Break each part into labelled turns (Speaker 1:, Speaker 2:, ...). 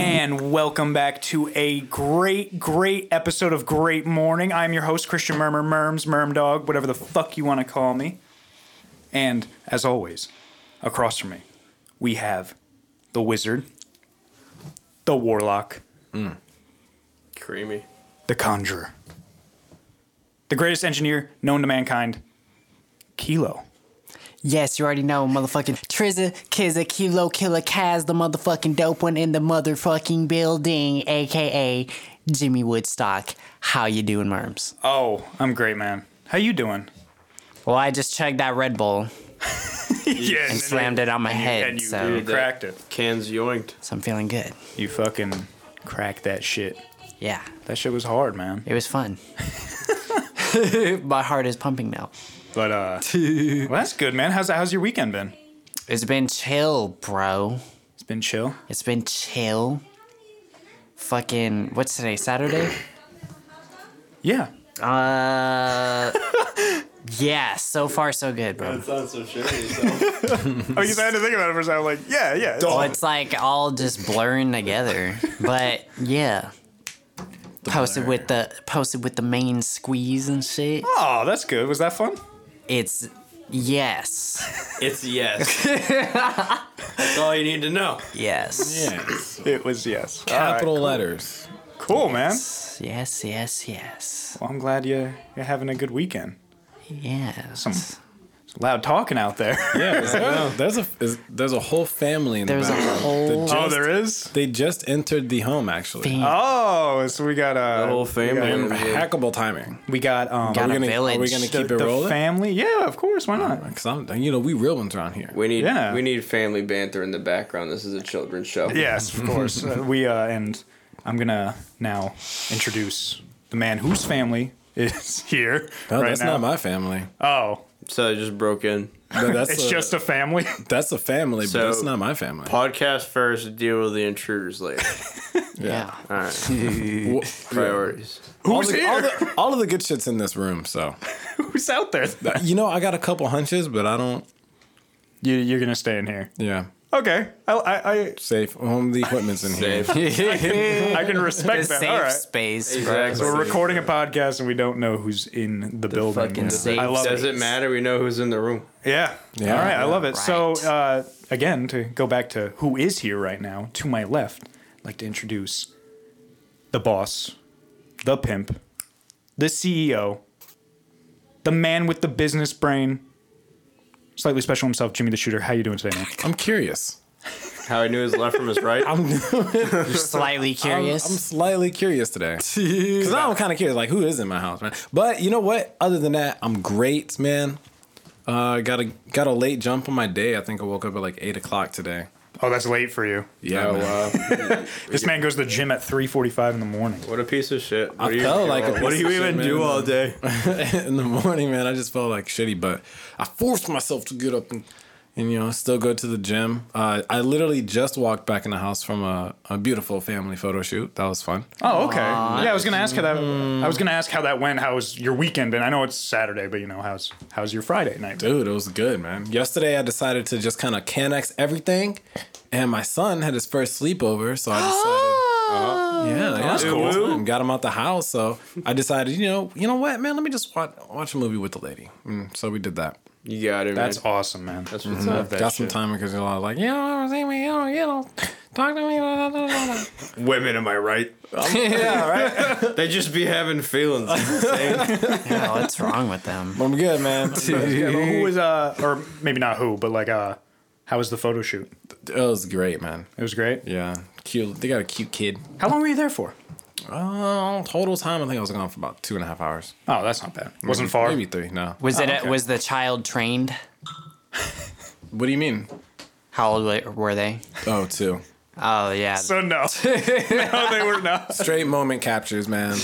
Speaker 1: and welcome back to a great, great episode of Great Morning. I'm your host, Christian Murmur, Merms, Merm Dog, whatever the fuck you want to call me. And as always, across from me, we have the Wizard, the Warlock,
Speaker 2: Creamy.
Speaker 1: the Conjurer, the greatest engineer known to mankind, Kilo.
Speaker 3: Yes, you already know, motherfucking Trizza, Kizza, Kilo, Killer, Kaz, the motherfucking dope one in the motherfucking building, aka Jimmy Woodstock. How you doing, Merms?
Speaker 1: Oh, I'm great, man. How you doing?
Speaker 3: Well, I just chugged that Red Bull,
Speaker 1: Yeah, and
Speaker 3: slammed it on my head,
Speaker 1: and you
Speaker 3: so,
Speaker 2: that.
Speaker 1: cracked it.
Speaker 2: Cans yoinked.
Speaker 3: so I'm feeling good.
Speaker 1: You fucking cracked that shit.
Speaker 3: Yeah,
Speaker 1: That shit was hard, man.
Speaker 3: it was fun. my heart is pumping now.
Speaker 1: But uh, well, that's good, man. How's how's your weekend been?
Speaker 3: It's been chill, bro.
Speaker 1: It's been chill.
Speaker 3: It's been chill. Fucking, what's today? Saturday?
Speaker 1: Yeah.
Speaker 3: Uh, yeah. So far, so good, bro.
Speaker 2: sounds so sure of yourself.
Speaker 1: Oh, you had to think about it for a second. Like, yeah, yeah.
Speaker 3: Well, it's like all just blurring together, but yeah. posted with the posted with the main squeeze and shit.
Speaker 1: Oh, that's good. Was that fun?
Speaker 3: It's yes,
Speaker 2: it's yes. That's all you need to know.
Speaker 3: yes,
Speaker 4: Yes.
Speaker 1: It was yes.
Speaker 4: Capital letters.
Speaker 1: Cool, man.
Speaker 3: yes, yes, yes,
Speaker 1: Well, I'm glad you you're having a good weekend.
Speaker 3: yes.
Speaker 1: Some it's loud talking out there.
Speaker 4: Yeah. it's- no, there's a is- there's a whole family in
Speaker 3: There's
Speaker 4: the
Speaker 3: a
Speaker 4: background.
Speaker 3: whole-
Speaker 4: They just,
Speaker 1: oh, there is.
Speaker 4: They just entered the home actually.
Speaker 3: Thing.
Speaker 1: Oh, so we got uh,
Speaker 2: The whole
Speaker 1: We
Speaker 2: family.
Speaker 1: got,
Speaker 4: Hackable timing.
Speaker 1: we got um.
Speaker 3: Got
Speaker 4: Are
Speaker 3: a
Speaker 4: we gonna, are we
Speaker 3: village.
Speaker 4: gonna
Speaker 1: the,
Speaker 4: keep it
Speaker 1: the
Speaker 4: rolling?
Speaker 1: family. Yeah, of course. Why not?
Speaker 4: Because I'm, you know, we real ones around here.
Speaker 2: We need
Speaker 1: Yeah.
Speaker 2: we need family banter in the background. This is a children's show.
Speaker 1: Yes, of course. uh, we uh, and I'm gonna now introduce the man whose family is here
Speaker 4: No,
Speaker 1: right
Speaker 4: that's
Speaker 1: now.
Speaker 4: not my family.
Speaker 1: oh,
Speaker 2: So I just broke in.
Speaker 4: No, that's
Speaker 1: it's
Speaker 4: a,
Speaker 1: just a family.
Speaker 4: that's a family,
Speaker 2: So-
Speaker 4: but that's not my family.
Speaker 2: Podcast first, deal with the intruders later.
Speaker 3: yeah.
Speaker 2: All right.
Speaker 4: Wha-
Speaker 2: Priorities.
Speaker 4: all,
Speaker 1: Who's
Speaker 4: the, all, the, all of the good shit's in this room. So,
Speaker 1: Who's out there?
Speaker 4: you know, I got a couple hunches, but I don't.
Speaker 1: You, you're gonna stay in here.
Speaker 4: Yeah,
Speaker 1: Okay, I I, I,
Speaker 4: safe. Home the equipment's in here.
Speaker 2: Dave.
Speaker 1: I can
Speaker 3: The
Speaker 1: respect that.
Speaker 3: safe
Speaker 1: All right.
Speaker 3: space, bro.
Speaker 2: Exactly.
Speaker 1: So we're recording a podcast and we don't know who's in the, building.
Speaker 3: fucking
Speaker 1: Yeah.
Speaker 3: safe
Speaker 1: I love
Speaker 2: Does
Speaker 1: it.
Speaker 2: it matter? We know who's in the room.
Speaker 1: Yeah.
Speaker 4: Yeah.
Speaker 1: All right, I love it. So
Speaker 3: Right.
Speaker 1: uh, again, to go back to who is here right now, to my left, I'd like to introduce the boss, the pimp, the CEO, the man with the business brain, slightly special himself, Jimmy the Shooter. How you doing today, man?
Speaker 4: I'm curious.
Speaker 2: How I knew his left from his right.
Speaker 4: I'm
Speaker 3: You're slightly
Speaker 4: I'm, I'm
Speaker 3: curious.
Speaker 4: slightly curious today. Because I'm kind of curious, like, who is in my house, man? But you know what? Other than that, I'm great, man. Uh, got a got a late jump on my day. I think I woke up at like eight o'clock today.
Speaker 1: Oh, that's late for you.
Speaker 4: Yeah,
Speaker 2: Oh,
Speaker 4: man.
Speaker 2: wow.
Speaker 1: This man goes to the gym at 3:45 in the morning.
Speaker 2: What a piece of shit. What
Speaker 4: I
Speaker 2: do you
Speaker 4: felt
Speaker 2: do
Speaker 4: like a
Speaker 2: all-
Speaker 4: piece
Speaker 2: What do you
Speaker 4: of shit,
Speaker 2: even
Speaker 4: man.
Speaker 2: do all day?
Speaker 4: in the morning, man. I just felt like shitty, but I forced myself to get up and, and you know still go to the gym. Uh, I literally just walked back in the house from a, a beautiful family photo shoot. That was fun.
Speaker 1: Oh, okay. yeah, I was gonna ask how that. I was gonna ask how that went. How was your weekend? And I know it's Saturday, but you know how's how's your Friday night?
Speaker 4: Dude, it was good, man. Yesterday, I decided to just kind of Canex everything, and my son had his first sleepover, so I decided. Yeah, yeah, that's
Speaker 1: cool.
Speaker 4: Got him out the house, so I decided, you know, you know what, man, let me just watch, watch a movie with the lady. Mm, so we did that.
Speaker 2: You got it, man.
Speaker 1: That's awesome, man.
Speaker 2: That's what's up.
Speaker 4: Got some time because you're all like, you know, see me, you know, you know, talk to me. blah, blah, blah, blah.
Speaker 2: Women, am I right?
Speaker 4: yeah, right.
Speaker 2: They just be having feelings.
Speaker 3: Yeah, what's wrong with them?
Speaker 4: I'm good, man.
Speaker 1: Yeah, but
Speaker 4: it
Speaker 1: who was uh, or maybe not who, but like uh, how was the photo shoot?
Speaker 4: was great, man.
Speaker 1: It was great.
Speaker 4: Yeah, cute. They got a cute kid.
Speaker 1: How long were you there for?
Speaker 4: Oh, total time. I think I was gone for about two and a half hours.
Speaker 1: Oh, that's not bad. Wasn't far.
Speaker 4: Maybe three. No.
Speaker 3: Was it? a-
Speaker 1: okay.
Speaker 3: Was the child trained?
Speaker 4: What do you mean?
Speaker 3: How old wa- were they?
Speaker 4: Oh, two.
Speaker 3: Oh yeah.
Speaker 1: So no, no, they were not.
Speaker 4: Straight moment captures, man.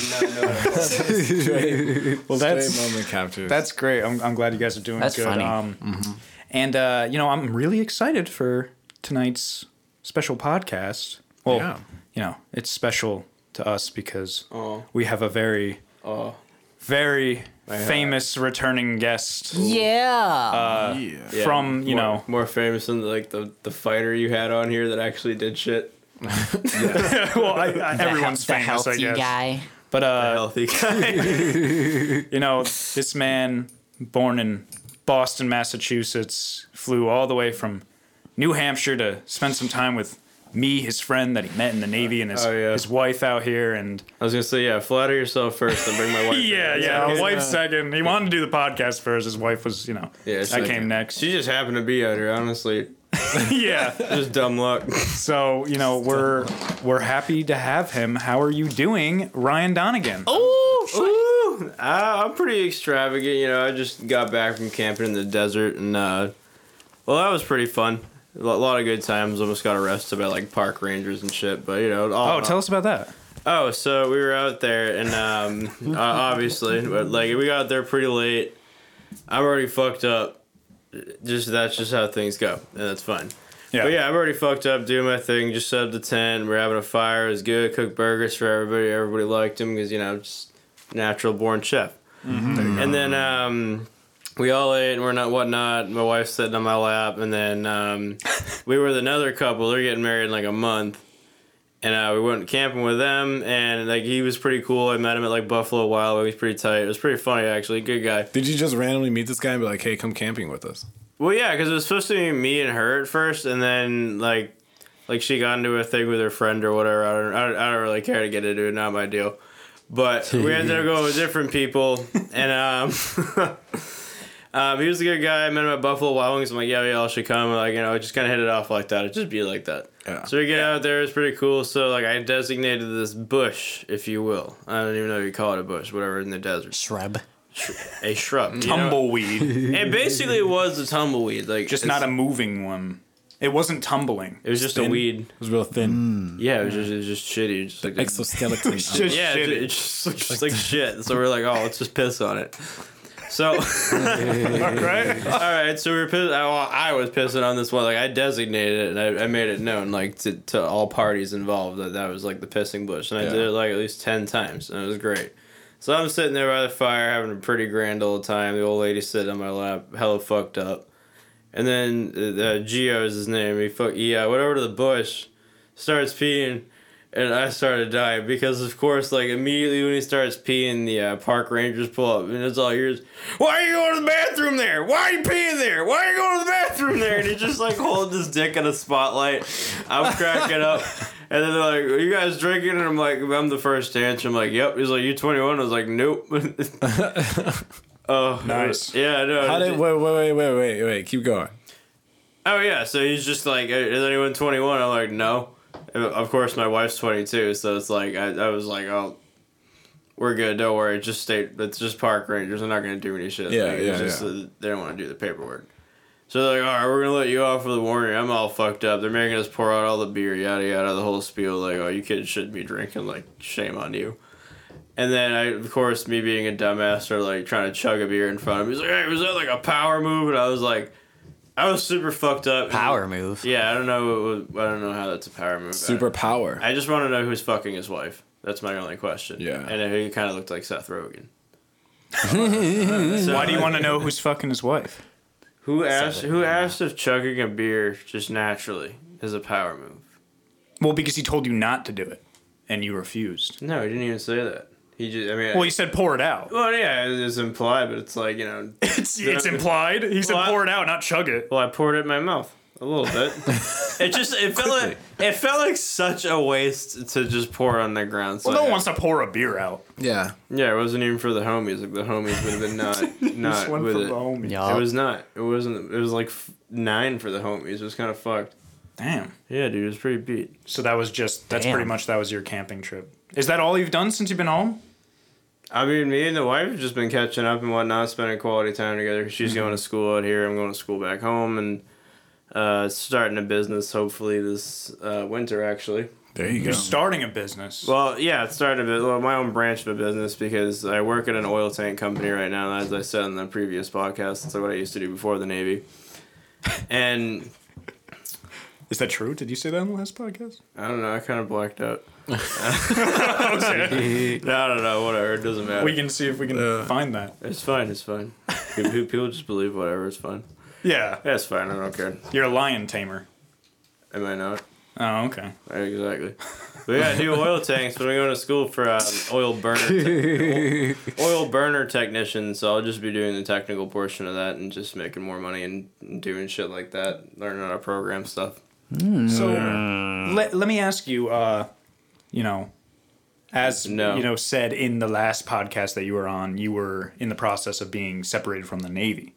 Speaker 1: Well,
Speaker 4: Straight moment captures.
Speaker 1: That's great. I'm, I'm glad you guys are doing
Speaker 3: That's
Speaker 1: good.
Speaker 3: funny.
Speaker 1: Um, And uh, you know, I'm really excited for tonight's special podcast. Well,
Speaker 4: Yeah.
Speaker 1: you know, it's special to us because
Speaker 2: Oh.
Speaker 1: we have a very,
Speaker 2: Oh.
Speaker 1: very famous returning guest Uh,
Speaker 3: yeah.
Speaker 4: yeah.
Speaker 1: from you
Speaker 2: more,
Speaker 1: know.
Speaker 2: more famous than like the the fighter you had on here that actually did shit.
Speaker 1: well, I, I, everyone's
Speaker 3: the he- the
Speaker 1: famous, I
Speaker 3: healthy
Speaker 1: guess.
Speaker 3: guy.
Speaker 1: But uh,
Speaker 2: Healthy guy.
Speaker 1: you know, this man, born in Boston, Massachusetts, flew all the way from New Hampshire to spend some time with me, his friend that he met in the Navy, and his,
Speaker 2: Oh, yeah.
Speaker 1: his wife out here. And
Speaker 2: I was gonna say, yeah, flatter yourself first, then bring my wife. in.
Speaker 1: yeah, yeah,
Speaker 4: okay.
Speaker 1: wife
Speaker 4: Yeah.
Speaker 1: second. He wanted to do the podcast first. His wife was, you know,
Speaker 2: Yeah,
Speaker 1: I
Speaker 2: it's like-
Speaker 1: came next.
Speaker 2: She just happened to be out here, honestly.
Speaker 1: yeah.
Speaker 2: Just dumb luck.
Speaker 1: So you know we're we're happy to have him. How are you doing, Ryan Donegan? Oh,
Speaker 2: Ooh, I, I'm pretty extravagant, you know. I just got back from camping in the desert, and uh, well, that was pretty fun. A lo- lot of good times. Almost got arrested by like park rangers and shit, but you know. All,
Speaker 1: Oh, tell us about that.
Speaker 2: Oh, so we were out there, and um, uh, obviously, but like we got there pretty late. I'm already fucked up. Just that's just how things go, and that's fine.
Speaker 1: Yeah.
Speaker 2: But yeah, I'm already fucked up doing my thing. Just set up the tent. We're having a fire. It was good. Cooked burgers for everybody. Everybody liked them because you know, just natural born chef. And then um, we all ate and we're not whatnot. My wife's sitting on my lap, and then um, we were with another couple. They're getting married in like a month, and uh, we went camping with them. And like he was pretty cool. I met him at like Buffalo Wild. Wing. He was pretty tight. It was pretty funny actually. Good guy.
Speaker 4: Did you just randomly meet this guy and be like, "Hey, come camping with us"?
Speaker 2: Well, yeah, because it was supposed to be me and her at first, and then like, like she got into a thing with her friend or whatever. I don't, I don't, I don't really care to get into it. Not my deal. But we ended up going with different people, and um, um, he was a good guy. I met him at Buffalo Wild Wings. I'm like, yeah, we all should come. Like, you know, it just kind of hit it off like that. It just be like that.
Speaker 4: Yeah.
Speaker 2: So we get out there. It's pretty cool. So like, I designated this bush, if you will. I don't even know if you call it a bush, whatever in the desert,
Speaker 3: Shrub.
Speaker 2: a shrub. you know?
Speaker 1: Tumbleweed,
Speaker 2: It basically was a tumbleweed, like
Speaker 1: just
Speaker 2: it's-
Speaker 1: not a moving one. It wasn't tumbling.
Speaker 2: It was just a weed.
Speaker 4: It was real thin.
Speaker 2: Yeah, it was just, it was just shitty. Just like
Speaker 4: Mm. Exoskeleton.
Speaker 1: Just
Speaker 2: yeah,
Speaker 1: shitty.
Speaker 2: it it's just, it's just like shit. So we're like, oh, let's just piss on it. So,
Speaker 1: right?
Speaker 2: all right, so we were pissed. I, well, I was pissing on this one. Like I designated it, and I, I made it known, like to, to all parties involved, that that was like the pissing bush, and I
Speaker 4: Yeah.
Speaker 2: did it like at least ten times, and it was great. So I'm sitting there by the fire, having a pretty grand old time. The old lady sitting on my lap, hella fucked up. And then uh, uh, Geo is his name. He fuck yeah, went over to the bush, starts peeing, and I started dying because of course, like immediately when he starts peeing, the uh, park rangers pull up and it's all yours. Why are you going to the bathroom there? Why are you peeing there? Why are you going to the bathroom there? And he's just like holding his dick in a spotlight. I'm cracking up. And then they're like, "Are you guys drinking?" And I'm like, "I'm the first to answer." I'm like, "Yep." He's like, "You 21?" I was like, "Nope." oh,
Speaker 1: Nice.
Speaker 2: Yeah, no.
Speaker 4: How did? Wait, wait, wait, wait, wait, wait. Keep going.
Speaker 2: Oh yeah, so he's just like, is anyone twenty one? I'm like, no. And Of course, my wife's twenty two, so it's like I, I was like, oh, we're good. Don't worry. Just stay. It's just park rangers. They're not gonna do any shit.
Speaker 4: Yeah,
Speaker 2: Like, it's
Speaker 4: yeah,
Speaker 2: just,
Speaker 4: yeah.
Speaker 2: uh, they don't want to do the paperwork. So they're like, all right, we're gonna let you off with a warning. I'm all fucked up. They're making us pour out all the beer, yada yada, the whole spiel. Like, oh, you kids shouldn't be drinking. Like, shame on you. And then I, of course, me being a dumbass, started like trying to chug a beer in front of him. He's like, hey, was that like a power move? And I was like, I was super fucked up.
Speaker 3: Power move.
Speaker 2: Yeah, I don't know. I don't know how that's a power move.
Speaker 4: Superpower.
Speaker 2: I, I just want to know who's fucking his wife. That's my only question.
Speaker 4: Yeah.
Speaker 2: And he kind of looked like Seth Rogen.
Speaker 1: Why do you want to know who's fucking his wife?
Speaker 2: Who asked? Who asked if chugging a beer just naturally is a power move?
Speaker 1: Well, because he told you not to do it, and you refused.
Speaker 2: No, he didn't even say that. He just. I mean.
Speaker 1: Well, he said pour it out.
Speaker 2: well, yeah, it's implied, but it's like you know.
Speaker 1: It's it's implied. He said
Speaker 2: Well, I-
Speaker 1: pour it out, not chug it.
Speaker 2: Well, I poured it in my mouth a little bit. it just it felt like it felt like such a waste to just pour it on the ground. So
Speaker 1: Well, no
Speaker 2: yeah.
Speaker 1: one wants to pour a beer out.
Speaker 4: yeah.
Speaker 2: Yeah, it wasn't even for the homies. Like the homies would have been not not
Speaker 1: One
Speaker 2: with
Speaker 1: for
Speaker 2: it.
Speaker 1: the homie.
Speaker 3: Y'all.
Speaker 2: It was not. It wasn't. It was like f- nine for the homies. It was kind of fucked.
Speaker 1: Damn.
Speaker 2: Yeah, dude, it was pretty beat.
Speaker 1: So that was just that's
Speaker 3: Damn.
Speaker 1: pretty much that was your camping trip. Is that all you've done since you've been home?
Speaker 2: I mean, me and the wife have just been catching up and whatnot, spending quality time together. She's going to school out here. I'm going to school back home, and uh, starting a business hopefully this uh, winter actually.
Speaker 4: There you go.
Speaker 1: You're starting a business.
Speaker 2: Well, yeah, it's starting a bit, well, my own branch of a business because I work at an oil tank company right now. and As I said in the previous podcast, that's what I used to do before the Navy. And
Speaker 1: Is that true? Did you say that on the last podcast?
Speaker 2: I don't know, I kind of blacked out. No, no, no, whatever. It doesn't matter.
Speaker 1: we can see if we can find that.
Speaker 2: it's fine. It's fine. People people just believe whatever. It's fine.
Speaker 1: Yeah,
Speaker 2: Yeah, it's fine. I don't care.
Speaker 1: you're a lion tamer.
Speaker 2: Am I not?
Speaker 1: Oh, okay.
Speaker 2: Right, exactly. We got new oil tanks, but I'm going to school for um, oil burner, te- oil burner technician. So I'll just be doing the technical portion of that and just making more money and and doing shit like that, learning how to program stuff.
Speaker 1: So let, let me ask you, uh, you know, as
Speaker 2: No.
Speaker 1: you know, said in the last podcast that you were on, you were in the process of being separated from the Navy.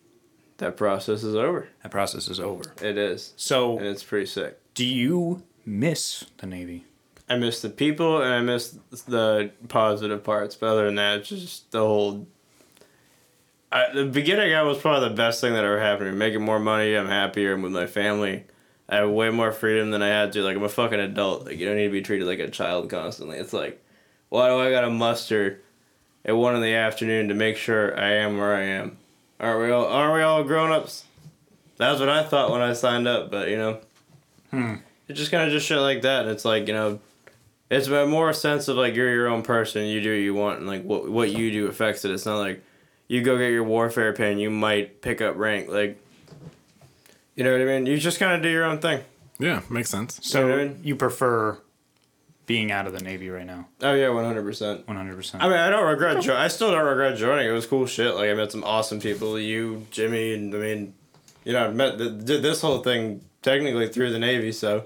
Speaker 2: That process is over.
Speaker 1: That process is over.
Speaker 2: It is, and
Speaker 1: So,
Speaker 2: it's pretty sick.
Speaker 1: do you miss the Navy?
Speaker 2: I miss the people and I miss the positive parts, but other than that, it's just the whole. I, the beginning I was probably the best thing that ever happened. to me. Making more money, I'm happier, I'm with my family. I have way more freedom than I had to. Like I'm a fucking adult. Like you don't need to be treated like a child constantly. It's like, why do I gotta muster at one in the afternoon to make sure I am where I am? Aren't we all? Aren't we all grown ups? That's what I thought when I signed up, but you know, it's just kind of just shit like that. And it's like you know, it's a more sense of like you're your own person. You do what you want, and like what what you do affects it. It's not like you go get your warfare pin. You might pick up rank. Like, you know what I mean. You just kind of do your own thing.
Speaker 4: Yeah, makes sense.
Speaker 1: So
Speaker 2: Dude.
Speaker 1: you prefer being out of the Navy right now,
Speaker 2: Oh yeah, one hundred percent.
Speaker 1: one hundred percent.
Speaker 2: I mean, I don't regret. Jo- I still don't regret joining. It was cool shit. Like I met some awesome people. You, Jimmy, and I mean, you know, I met th- did this whole thing technically through the Navy. So,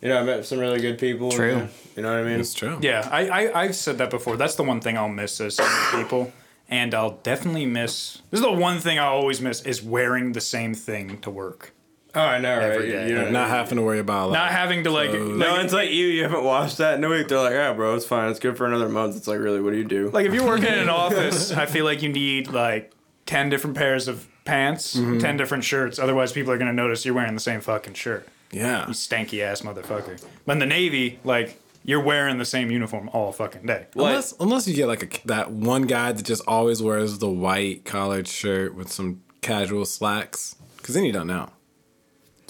Speaker 2: you know, I met some really good people.
Speaker 3: True.
Speaker 2: and, uh, you know what I mean.
Speaker 4: It's true.
Speaker 1: Yeah, I, I I've said that before. That's the one thing I'll miss is seeing people, and I'll definitely miss. This is the one thing I always miss is wearing the same thing to work.
Speaker 2: Oh, I know, right?
Speaker 1: Every
Speaker 2: You-
Speaker 1: day.
Speaker 2: you know what I
Speaker 4: Not having to worry about like,
Speaker 1: Not having to like, like,
Speaker 2: No, it's like you. You haven't washed that in a week. They're like, "Ah, bro, it's fine. It's good for another month." It's like, really, what do you do?
Speaker 1: like if you're working in an office, I feel like you need like ten different pairs of pants, ten different shirts. Otherwise, people are gonna notice you're wearing the same fucking shirt.
Speaker 4: yeah.
Speaker 1: Stanky ass motherfucker. But in the Navy, like you're wearing the same uniform all fucking day.
Speaker 2: Like,
Speaker 4: Unless unless you get like a, that one guy that just always wears the white collared shirt with some casual slacks, because then you don't know.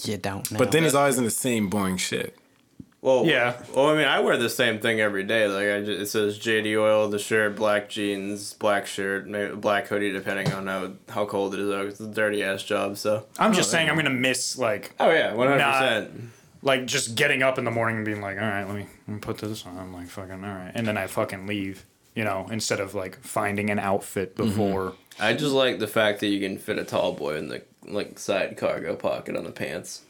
Speaker 3: You don't know.
Speaker 4: But then he's always in the same boring shit.
Speaker 2: well,
Speaker 1: Yeah.
Speaker 2: Well, I mean, I wear the same thing every day. Like, I just, it says JD Oil, the shirt, black jeans, black shirt, maybe a black hoodie, depending on how how cold it is. though. It's a dirty ass job. So.
Speaker 1: I'm just saying, I'm gonna miss like
Speaker 2: Oh yeah, one hundred percent.
Speaker 1: like just getting up in the morning and being like, all right, let me, let me put this on. I'm like, fucking, all right. And then I fucking leave, you know, instead of like finding an outfit before.
Speaker 2: Mm-hmm. I just like the fact that you can fit a tall boy in the like side cargo pocket on the pants.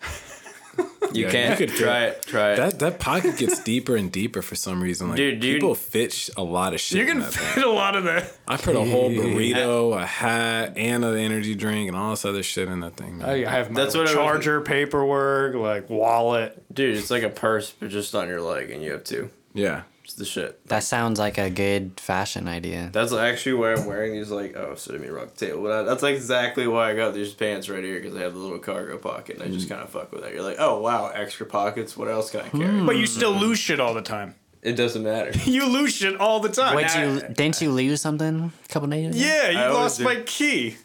Speaker 2: You
Speaker 4: Yeah,
Speaker 2: can't
Speaker 4: you could
Speaker 2: try it. Try it.
Speaker 4: That that pocket gets deeper and deeper for some reason. Like
Speaker 2: Dude, dude.
Speaker 4: people fit sh- a lot of shit.
Speaker 1: You
Speaker 4: in
Speaker 1: can
Speaker 4: that thing.
Speaker 1: fit a lot of that.
Speaker 4: I put a whole burrito, a hat, and an energy drink, and all this other shit in that thing. Man.
Speaker 1: I have my
Speaker 2: That's
Speaker 1: little
Speaker 2: what I was-
Speaker 1: charger, paperwork, like wallet.
Speaker 2: Dude, it's like a purse, but just on your leg, and you have two.
Speaker 4: yeah,
Speaker 2: It's the shit.
Speaker 3: that sounds like a good fashion idea.
Speaker 2: That's actually why I'm wearing these. Like, oh, so I mean, rock the table. But I, that's like exactly why I got these pants right here because they have the little cargo pocket, and I
Speaker 1: Mm.
Speaker 2: just kind of fuck with that. You're like, oh wow, extra pockets. What else can I carry?
Speaker 1: But you
Speaker 2: Mm-hmm.
Speaker 1: still lose shit all the time.
Speaker 2: It doesn't matter.
Speaker 1: You lose shit all the time.
Speaker 3: Wait,
Speaker 1: Now-
Speaker 3: you didn't you lose something a couple days ago?
Speaker 1: yeah, you
Speaker 2: I always
Speaker 1: lost
Speaker 2: do.
Speaker 1: my key.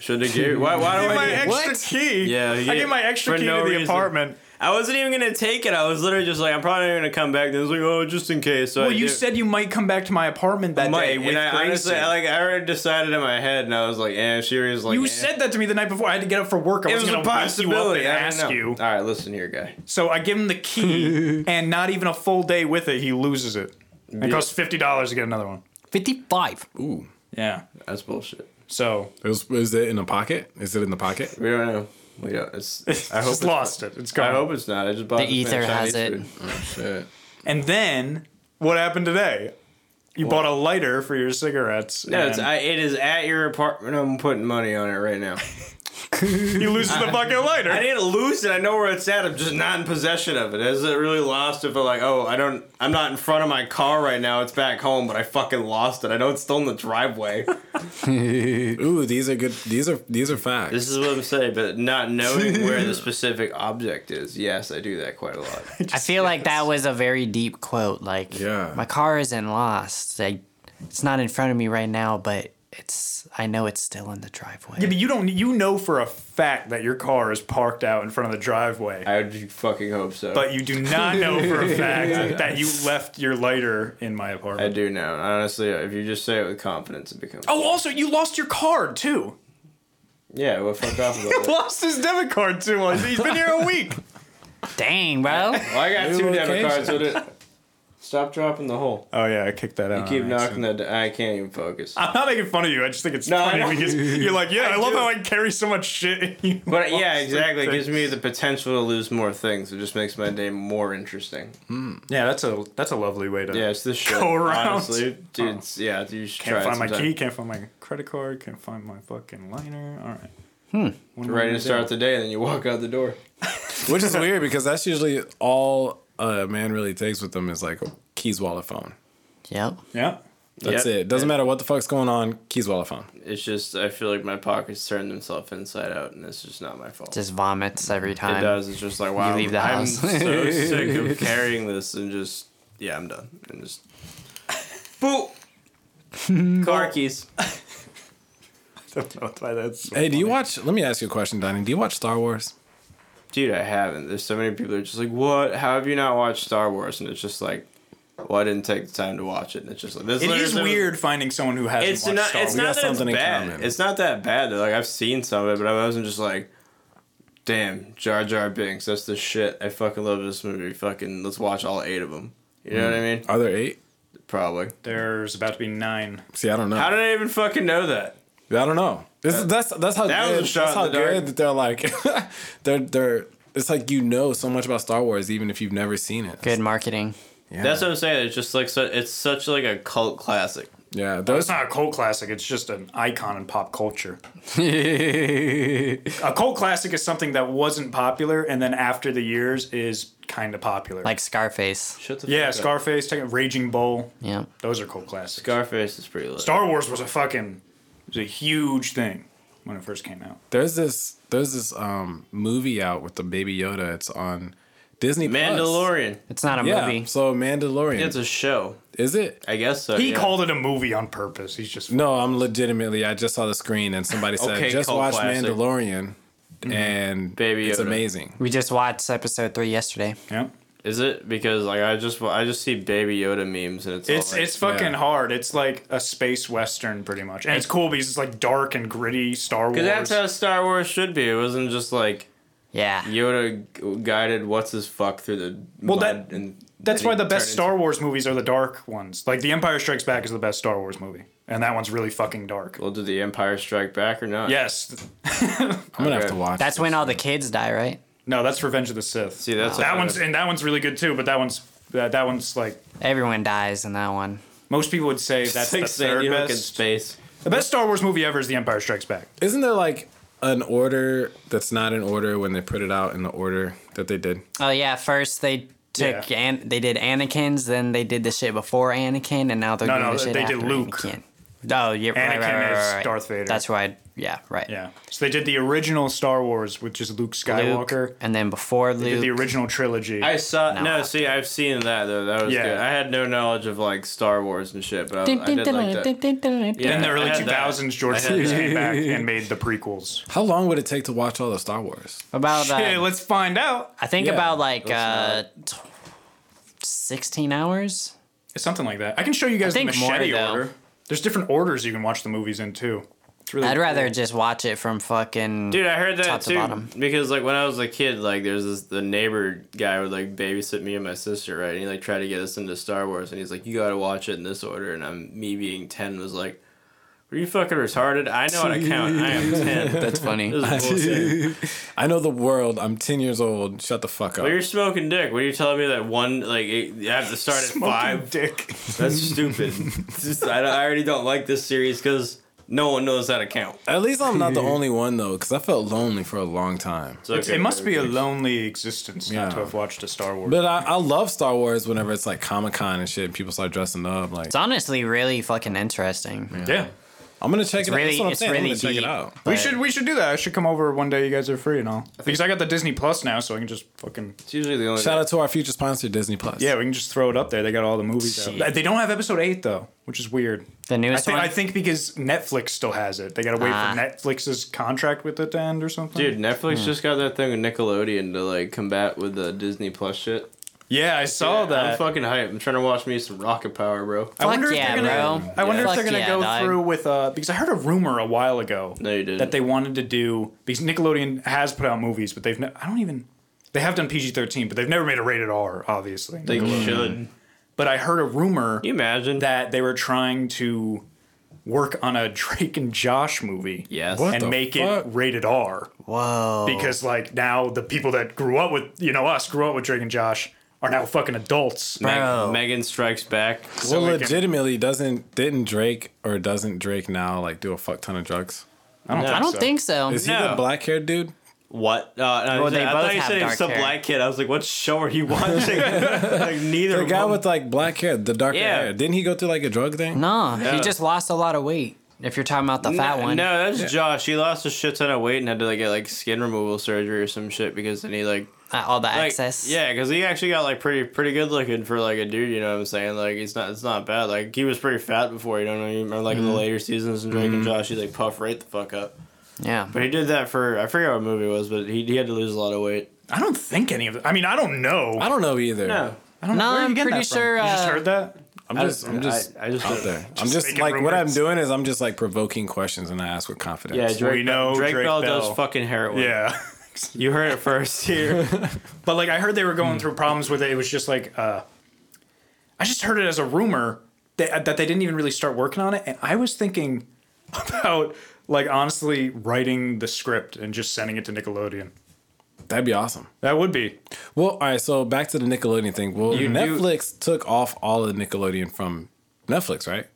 Speaker 2: Should have given. Why? Why do
Speaker 1: My
Speaker 2: I? Need,
Speaker 1: extra
Speaker 3: What?
Speaker 1: key.
Speaker 2: Yeah, you
Speaker 1: I
Speaker 2: get-
Speaker 1: get my extra
Speaker 2: for
Speaker 1: key
Speaker 2: no
Speaker 1: to the
Speaker 2: reason.
Speaker 1: apartment.
Speaker 2: I wasn't even gonna take it. I was literally just like, I'm probably not gonna come back. And I was like, oh, just in case. So
Speaker 1: Well,
Speaker 2: I
Speaker 1: you
Speaker 2: did-
Speaker 1: said you might come back to my apartment that
Speaker 2: Might,
Speaker 1: day with
Speaker 2: and I, honestly,
Speaker 1: Grayson.
Speaker 2: I, like I already decided in my head, and I was like, "Eh." She was like,
Speaker 1: you
Speaker 2: eh.
Speaker 1: said that to me the night before. I had to get up for work. I
Speaker 2: it
Speaker 1: was,
Speaker 2: was a
Speaker 1: going to wake you up
Speaker 2: possibility.
Speaker 1: and
Speaker 2: I don't
Speaker 1: ask
Speaker 2: know.
Speaker 1: you.
Speaker 2: All right, listen here, guy.
Speaker 1: So I give him the key, and not even a full day with it, he loses it. It costs fifty dollars to get another one.
Speaker 3: Fifty-five.
Speaker 4: ooh,
Speaker 1: Yeah.
Speaker 2: That's bullshit.
Speaker 1: So
Speaker 4: it was, was it in a pocket? Is it in the pocket?
Speaker 2: We don't know. We don't. It's. I hope
Speaker 1: just
Speaker 2: it's
Speaker 1: lost it. It's gone.
Speaker 2: I hope it's not. I just bought
Speaker 3: The
Speaker 2: this man
Speaker 3: ether has
Speaker 2: Chinese
Speaker 3: it.
Speaker 2: food.
Speaker 4: Oh shit!
Speaker 1: And then what happened today? You bought a lighter for your cigarettes.
Speaker 2: No, it's,
Speaker 1: and
Speaker 2: I, it is at your apartment. I'm putting money on it right now.
Speaker 1: he loses the fucking lighter.
Speaker 2: I didn't lose it. I know where it's at. I'm just not in possession of it. Is it really lost? If I'm like, oh, I don't. I'm not in front of my car right now. It's back home, but I fucking lost it. I know it's still in the driveway.
Speaker 4: Ooh, these are good. These are these are facts.
Speaker 2: this is what I'm saying, but not knowing where the specific object is. Yes, I do that quite a lot.
Speaker 3: I feel like that was a very deep quote. Like,
Speaker 4: Yeah.
Speaker 3: my car isn't lost. I, it's not in front of me right now, but it's. I know it's still in the driveway.
Speaker 1: Yeah, but you don't. You know for a fact that your car is parked out in front of the driveway.
Speaker 2: I would fucking hope so.
Speaker 1: But you do not know for a fact that you left your lighter in my
Speaker 2: I
Speaker 1: apartment.
Speaker 2: do know. Honestly, if you just say it with confidence, it becomes.
Speaker 1: Oh, also, you lost your card too.
Speaker 2: Yeah, well, fuck off about that.
Speaker 1: Lost his debit card too. He's been here a week.
Speaker 3: Dang, bro.
Speaker 2: Well, I got
Speaker 1: New
Speaker 2: two debit
Speaker 1: location.
Speaker 2: cards with it. Stop dropping the hole.
Speaker 1: Oh yeah, I kicked that out. on
Speaker 2: Keep knocking
Speaker 1: accident.
Speaker 2: that. d- I can't even focus.
Speaker 1: I'm not making fun of you. I just think it's
Speaker 2: No, I know.
Speaker 1: funny because you're like, yeah, I, love
Speaker 2: do.
Speaker 1: how I carry so much shit. in you
Speaker 2: But yeah, exactly. It
Speaker 1: Things.
Speaker 2: gives me the potential to lose more things. It just makes my day more interesting.
Speaker 1: Yeah, that's a that's a lovely way to.
Speaker 2: Yeah, it's this shit.
Speaker 1: Hmm. Go around. Oh.
Speaker 2: Honestly, dude. it's- Yeah, you should
Speaker 1: Can't
Speaker 2: try
Speaker 1: find
Speaker 2: it
Speaker 1: my
Speaker 2: sometime.
Speaker 1: key. Can't find my credit card. Can't find my fucking liner. All right. Hmm.
Speaker 2: Ready to start the day, and then you walk out the door.
Speaker 4: Which is weird because that's usually all a man really takes with them is like keys, wallet, phone.
Speaker 3: yep.
Speaker 1: Yeah.
Speaker 4: That's
Speaker 2: Yep.
Speaker 4: it. Doesn't matter what the fuck's going on. Keys, wallet, phone.
Speaker 2: It's just I feel like my pockets turn themselves inside out, and it's just not my fault.
Speaker 3: Just vomits every
Speaker 2: it
Speaker 3: time.
Speaker 2: does. It's just like wow.
Speaker 3: leave the
Speaker 2: I'm
Speaker 3: house.
Speaker 2: so sick of carrying this, and just yeah, I'm done. And just boop. Car keys.
Speaker 1: Don't know why that's.
Speaker 4: Hey, do you watch? Let me ask you a question, Donnie. Do you watch Star Wars?
Speaker 2: Dude, I haven't. There's so many people that are just like, what? How have you not watched Star Wars? And it's just like, well, I didn't take the time to watch it. And it's just like, this
Speaker 1: It
Speaker 2: literally-
Speaker 1: is weird finding someone who hasn't
Speaker 2: It's
Speaker 1: watched
Speaker 2: not.
Speaker 1: Star
Speaker 2: It's
Speaker 1: Wars.
Speaker 2: not
Speaker 4: got
Speaker 2: that it's
Speaker 4: something in
Speaker 2: bad.
Speaker 4: common.
Speaker 2: It's not that bad. Though. Like I've seen some of it, but I wasn't just like, damn, Jar Jar Binks. That's the shit. I fucking love this movie. Fucking, let's watch all eight of them. You know what I mean?
Speaker 4: Are there eight?
Speaker 2: Probably.
Speaker 1: There's about to be nine.
Speaker 4: See, I don't know.
Speaker 2: How did I even fucking know that?
Speaker 4: I don't know. This, is that's that's how
Speaker 2: That was a
Speaker 4: good,
Speaker 2: shot
Speaker 4: that's how
Speaker 2: in the dark.
Speaker 4: good that they're like they're they're it's like you know so much about Star Wars even if you've never seen it.
Speaker 3: Good marketing.
Speaker 2: That's what I'm saying. It's just like so, it's such like a cult classic.
Speaker 4: Yeah,
Speaker 1: It's
Speaker 4: those
Speaker 1: not a cult classic. It's just an icon in pop culture. a cult classic is something that wasn't popular, and then after the years is kind of popular.
Speaker 3: Like Scarface.
Speaker 2: Shut the
Speaker 1: yeah,
Speaker 2: fuck up.
Speaker 1: Scarface, Tekken- Raging Bull.
Speaker 3: Yep.
Speaker 1: Those are cult classics.
Speaker 2: Scarface is pretty lit.
Speaker 1: Star Wars was a fucking it was a huge thing when it first came out.
Speaker 4: there's this there's this um movie out with the baby Yoda. It's on Disney Plus.
Speaker 2: Mandalorian.
Speaker 3: It's not a
Speaker 4: Yeah,
Speaker 3: movie.
Speaker 4: so Mandalorian
Speaker 2: It's a show.
Speaker 4: is it?
Speaker 2: I guess so.
Speaker 1: He
Speaker 2: yeah.
Speaker 1: called it a movie on purpose. He's just
Speaker 4: No, I'm legitimately. I just saw the screen and somebody said
Speaker 2: Okay,
Speaker 4: just
Speaker 2: cult
Speaker 4: watch
Speaker 2: classic. Mm-hmm.
Speaker 4: Mandalorian, and
Speaker 2: Baby
Speaker 4: it's
Speaker 2: Yoda.
Speaker 4: amazing.
Speaker 3: We just watched episode three yesterday.
Speaker 1: yeah.
Speaker 2: Is it because like I just I just see Baby Yoda memes and it's all
Speaker 1: It's
Speaker 2: like-
Speaker 1: it's fucking
Speaker 4: yeah.
Speaker 1: hard. It's like a space western pretty much, and it's cool because it's like dark and gritty Star Wars.
Speaker 2: Because that's how Star Wars should be. It wasn't just like
Speaker 3: Yeah.
Speaker 2: Yoda g- guided what's his fuck through the
Speaker 1: Well,
Speaker 2: mud
Speaker 1: that-
Speaker 2: and
Speaker 1: That's
Speaker 2: and
Speaker 1: why
Speaker 2: he
Speaker 1: the best
Speaker 2: turned
Speaker 1: Star Wars movies are the dark ones. Like The Empire Strikes Back is the best Star Wars movie, and that one's really fucking dark.
Speaker 2: Into, well, did the Empire Strike Back or not?
Speaker 1: Yes,
Speaker 4: I'm gonna have
Speaker 2: Okay.
Speaker 4: to watch.
Speaker 3: That's when all the kids die, right?
Speaker 1: no, that's Revenge of the Sith.
Speaker 2: See, that's
Speaker 1: that
Speaker 2: a-
Speaker 1: one's and that one's really good too. But that one's that, that one's like
Speaker 3: Everyone dies in that one.
Speaker 1: most people would say that's
Speaker 2: That's
Speaker 1: the
Speaker 2: like saying
Speaker 1: third
Speaker 2: you look in
Speaker 1: best.
Speaker 2: space.
Speaker 1: The best Star Wars movie ever is The Empire Strikes Back.
Speaker 4: Isn't there like an order that's not in order when they put it out in the order that they did?
Speaker 3: Oh yeah, first they took
Speaker 1: Yeah.
Speaker 3: and they did Anakin's, then they did the shit before Anakin, and now they're
Speaker 1: No,
Speaker 3: doing
Speaker 1: no,
Speaker 3: the shit
Speaker 1: they did
Speaker 3: after
Speaker 1: Luke.
Speaker 3: Anakin. Oh, yeah, right,
Speaker 1: Anakin
Speaker 3: right, right, right,
Speaker 1: is
Speaker 3: right.
Speaker 1: Darth Vader.
Speaker 3: That's right. Yeah, right.
Speaker 1: Yeah. So they did the original Star Wars with just Luke
Speaker 3: Luke,
Speaker 1: Skywalker.
Speaker 3: and then before Luke,
Speaker 1: Did the original trilogy.
Speaker 2: I saw no.
Speaker 3: Nah.
Speaker 2: see, I've seen that though. That was
Speaker 1: Yeah.
Speaker 2: good. I had no knowledge of like Star Wars and shit, but I, I did like that.
Speaker 1: in the
Speaker 2: I
Speaker 1: early
Speaker 2: had that.
Speaker 1: 2000s, George
Speaker 2: I had
Speaker 1: Lucas
Speaker 2: that.
Speaker 1: came back and made the prequels.
Speaker 4: How long would it take to watch all the Star Wars?
Speaker 3: About uh,
Speaker 1: let's find out.
Speaker 3: I think
Speaker 4: Yeah,
Speaker 3: about like uh,
Speaker 2: that's
Speaker 3: t- sixteen hours.
Speaker 1: Something like that. I can show you guys the
Speaker 3: think more,
Speaker 1: machete
Speaker 3: though.
Speaker 1: order. There's different orders you can watch the movies in too. It's really.
Speaker 3: I'd
Speaker 1: cool.
Speaker 3: rather just watch it from fucking.
Speaker 2: Dude, I heard that
Speaker 3: Top to
Speaker 2: too.
Speaker 3: bottom.
Speaker 2: Because like when I was a kid, like there's this the neighbor guy would like babysit me and my sister, right? And he like tried to get us into Star Wars, and he's like, "You gotta watch it in this order." And I'm me being ten was like, "Are you fucking retarded? I know how to count. I am ten.
Speaker 3: that's funny.
Speaker 2: This is bullshit.
Speaker 4: I know the world. I'm 10 years old. Shut the fuck up.
Speaker 2: But you're smoking dick. What are you telling me that one like it, you have to start at
Speaker 1: Smoking
Speaker 2: five?
Speaker 1: dick.
Speaker 2: That's stupid. It's just, I, don't- I already don't like this series because no one knows how to count.
Speaker 4: At least I'm not the only one though, because I felt lonely for a long time.
Speaker 2: So
Speaker 1: It must be a lonely existence
Speaker 4: Yeah.
Speaker 1: not to have watched a Star Wars.
Speaker 4: But I, I love Star Wars whenever it's like Comic Con and shit. And people start dressing up. Like
Speaker 3: It's honestly really fucking interesting.
Speaker 1: yeah.
Speaker 4: I'm gonna check it. out.
Speaker 3: Really,
Speaker 4: That's what I'm
Speaker 3: it's
Speaker 4: saying. I'm
Speaker 3: really
Speaker 4: gonna check
Speaker 3: deep,
Speaker 4: it out.
Speaker 1: We
Speaker 3: but-
Speaker 1: should we should do that. I should come over one day. You guys are free and all. Because I got the Disney Plus now, so I can just fucking
Speaker 2: It's usually the only.
Speaker 4: Shout out to our future sponsor, Disney Plus.
Speaker 1: yeah. We can just throw it up there. They got all the movies.
Speaker 3: Shit.
Speaker 1: Out. They don't have episode eight though, which is weird.
Speaker 3: The
Speaker 1: I
Speaker 3: newest
Speaker 1: think,
Speaker 3: one.
Speaker 1: I think because Netflix still has it. They got to wait
Speaker 3: Ah.
Speaker 1: for Netflix's contract with it to end or something.
Speaker 2: Dude, Netflix just got that thing with Nickelodeon to like combat with the Disney Plus shit.
Speaker 1: yeah, I saw
Speaker 2: I'm
Speaker 1: that.
Speaker 2: fucking hyped. I'm trying to watch me some Rocket Power, bro.
Speaker 1: I wonder
Speaker 3: Fuck
Speaker 1: if
Speaker 3: yeah,
Speaker 1: they're gonna.
Speaker 3: bro.
Speaker 1: I wonder
Speaker 3: Yeah.
Speaker 1: if they're
Speaker 3: Fuck
Speaker 1: gonna
Speaker 3: yeah,
Speaker 1: go
Speaker 3: dog.
Speaker 1: through with uh because I heard a rumor a while ago
Speaker 2: No, you didn't.
Speaker 1: that they wanted to do because Nickelodeon has put out movies, but they've no, I don't even They have done PG 13, but they've never made a rated R, obviously.
Speaker 2: They should.
Speaker 1: but I heard a rumor
Speaker 2: You imagine
Speaker 1: that they were trying to work on a Drake and Josh movie.
Speaker 2: Yes.
Speaker 4: What? the
Speaker 1: And make
Speaker 4: fuck?
Speaker 1: it rated R.
Speaker 3: Whoa.
Speaker 1: Because, like, now the people that grew up with, you know, us grew up with Drake and Josh are now fucking adults.
Speaker 2: Meg-
Speaker 3: Bro.
Speaker 2: Megan Strikes Back.
Speaker 4: Well,
Speaker 1: we can-
Speaker 4: legitimately, doesn't didn't Drake or doesn't Drake now like do a fuck ton of drugs?
Speaker 1: I don't
Speaker 2: No.
Speaker 1: think
Speaker 3: I don't think so.
Speaker 4: Is he
Speaker 2: No.
Speaker 4: the black haired dude?
Speaker 2: What? Uh, I,
Speaker 3: Well,
Speaker 2: was
Speaker 3: they
Speaker 2: like- I
Speaker 3: both
Speaker 2: thought you
Speaker 3: have
Speaker 2: said it was
Speaker 3: dark
Speaker 2: the
Speaker 3: hair.
Speaker 2: black kid. I was like, what show are you watching? like neither.
Speaker 4: The guy
Speaker 2: one.
Speaker 4: with like black hair, the darker
Speaker 2: Yeah.
Speaker 4: hair. Didn't he go through like a drug thing?
Speaker 3: no,
Speaker 2: No.
Speaker 3: he just lost a lot of weight. If you're talking about the fat
Speaker 2: no,
Speaker 3: one.
Speaker 2: No, that's Josh. He lost a shit ton of weight and had to like get like skin removal surgery or some shit because then he like
Speaker 3: Uh, all the
Speaker 2: like,
Speaker 3: excess.
Speaker 2: Yeah, because he actually got like pretty pretty good looking for like a dude. You know what I'm saying? Like he's not it's not bad. Like he was pretty fat before. You don't know. You remember like in the later seasons and Drake and Josh, he like puff right the fuck up.
Speaker 3: Yeah.
Speaker 2: But he did that for I forget what movie it was, but he, he had to lose a lot of weight.
Speaker 1: I don't think any of. The, I mean, I don't know.
Speaker 4: I don't know either.
Speaker 2: No,
Speaker 1: I don't
Speaker 3: No,
Speaker 1: where are you
Speaker 3: I'm
Speaker 1: getting
Speaker 3: pretty
Speaker 1: that from?
Speaker 3: sure,
Speaker 1: You just
Speaker 3: uh,
Speaker 1: heard that.
Speaker 4: I'm just, I'm just
Speaker 2: I, I just
Speaker 4: out there. I'm
Speaker 1: Just
Speaker 4: just
Speaker 1: making
Speaker 4: like what I'm
Speaker 1: rumors.
Speaker 4: doing is I'm just like provoking questions and I ask with confidence.
Speaker 2: Yeah, Drake,
Speaker 1: We know
Speaker 2: Drake,
Speaker 1: Drake
Speaker 2: Bell,
Speaker 1: Bell.
Speaker 2: does fucking heroin.
Speaker 1: Yeah.
Speaker 2: you heard it first here.
Speaker 1: But like I heard they were
Speaker 3: Hmm.
Speaker 1: going through problems with it. It was just like uh I just heard it as a rumor that that they didn't even really start working on it and I was thinking about like honestly writing the script and just sending it to Nickelodeon.
Speaker 4: that'd be awesome.
Speaker 1: That would be.
Speaker 4: Well, all right. So back to the Nickelodeon thing. Well,
Speaker 2: You do-
Speaker 4: Netflix took off all of Nickelodeon from Netflix, right?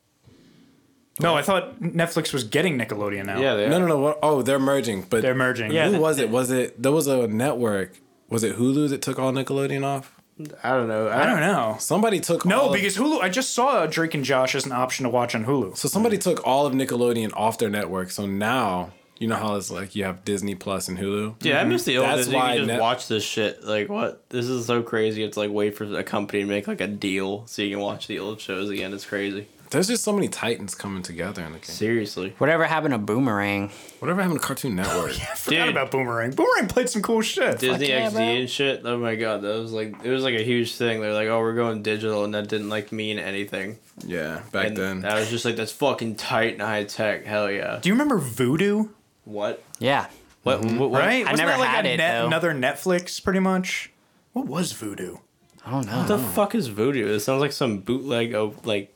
Speaker 1: No, I thought Netflix was getting Nickelodeon now.
Speaker 2: yeah, they
Speaker 4: No,
Speaker 2: are.
Speaker 4: no, no. What, oh, they're merging. But
Speaker 1: They're merging.
Speaker 2: Yeah.
Speaker 4: Who was it? Was it there was a network? Was it Hulu that took all Nickelodeon off?
Speaker 2: I don't know.
Speaker 1: I don't know.
Speaker 4: Somebody took all
Speaker 1: No,
Speaker 4: of-
Speaker 1: because Hulu I just saw Drake and Josh as an option to watch on Hulu.
Speaker 4: so somebody took all of Nickelodeon off their network. So now you know how it's like you have Disney Plus and Hulu.
Speaker 2: Yeah, I miss the old
Speaker 4: That's
Speaker 2: days. You
Speaker 4: why
Speaker 2: can just
Speaker 4: Net-
Speaker 2: watch this shit. Like, what? This is so crazy. It's like wait for a company to make like a deal so you can watch the old shows again. It's crazy.
Speaker 4: There's just so many titans coming together in the game.
Speaker 2: Seriously,
Speaker 3: Whatever happened to Boomerang?
Speaker 4: Whatever happened to Cartoon Network?
Speaker 1: Forgot
Speaker 2: Dude.
Speaker 1: about Boomerang. Boomerang played some cool shit.
Speaker 2: Disney
Speaker 3: yeah,
Speaker 2: XD
Speaker 3: bro.
Speaker 2: and shit. Oh my god, that was like it was like a huge thing. They're like, oh, we're going digital, and that didn't like mean anything.
Speaker 4: Yeah, back
Speaker 2: And
Speaker 4: then.
Speaker 2: I was just like, that's fucking tight and high tech. Hell yeah.
Speaker 1: Do you remember Voodoo?
Speaker 2: What?
Speaker 3: Yeah.
Speaker 2: What? what, what?
Speaker 1: Right?
Speaker 3: I
Speaker 1: Wasn't
Speaker 3: never
Speaker 1: that like
Speaker 3: had
Speaker 1: a
Speaker 3: it,
Speaker 1: net-
Speaker 3: though.
Speaker 1: another Netflix pretty much? What was Voodoo?
Speaker 3: I don't know.
Speaker 2: What the fuck is voodoo? It sounds like some bootleg of like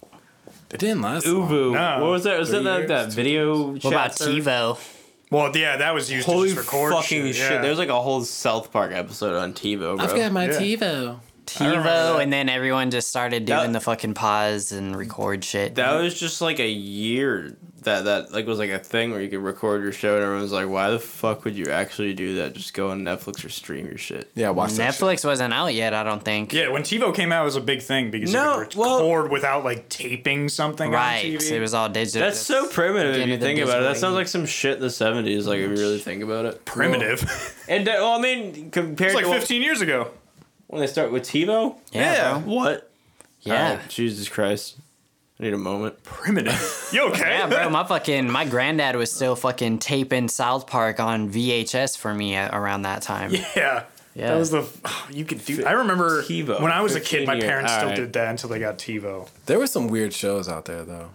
Speaker 4: it didn't last. long.
Speaker 2: Ubu.
Speaker 1: No.
Speaker 2: What was that? Was that
Speaker 4: Three
Speaker 2: like
Speaker 4: years,
Speaker 2: that
Speaker 4: two
Speaker 2: video?
Speaker 3: what about TiVo?
Speaker 1: Well, yeah, that was used
Speaker 2: Holy
Speaker 1: to just record
Speaker 2: fucking shit!
Speaker 1: shit. yeah.
Speaker 2: There's like a whole South Park episode on TiVo, bro.
Speaker 4: my
Speaker 1: Yeah.
Speaker 4: TiVo.
Speaker 1: remember that.
Speaker 3: TiVo, and then everyone just started doing
Speaker 2: That-
Speaker 3: the fucking pause and record shit.
Speaker 2: that was just like a year that that like was like a thing where you could record your show, and everyone's like, "Why the fuck would you actually do that? Just go on Netflix or stream your shit."
Speaker 4: Yeah, watch that. shit.
Speaker 3: Netflix wasn't out yet, I don't think.
Speaker 1: yeah, when TiVo came out, it was a big thing because
Speaker 2: No,
Speaker 1: you could
Speaker 2: well-
Speaker 1: record without like taping something
Speaker 3: right.
Speaker 1: on TV.
Speaker 3: It was all digital.
Speaker 2: That's so primitive if
Speaker 3: Again,
Speaker 2: you
Speaker 3: it didn't
Speaker 2: think
Speaker 3: do
Speaker 2: about it. That
Speaker 3: something.
Speaker 2: sounds like some shit in the '70s, like if you really think about it.
Speaker 1: primitive.
Speaker 2: And uh, well, I mean, compared
Speaker 1: it's like
Speaker 2: to what-
Speaker 1: 15 years ago.
Speaker 2: when they start with TiVo,
Speaker 3: Yeah, bro.
Speaker 2: what?
Speaker 3: Yeah.
Speaker 2: Oh, Jesus Christ, I need a moment.
Speaker 1: Primitive. You okay?
Speaker 3: Yeah, bro, my fucking my granddad was still fucking taping South Park on VHS for me at, around that time.
Speaker 1: yeah.
Speaker 3: Yeah.
Speaker 1: That was the oh, you could do. I remember
Speaker 2: TiVo,
Speaker 1: when I was a kid,
Speaker 2: 15
Speaker 1: my
Speaker 2: year-
Speaker 1: parents still
Speaker 2: alright.
Speaker 1: did that until they got TiVo.
Speaker 4: There were some weird shows out there though.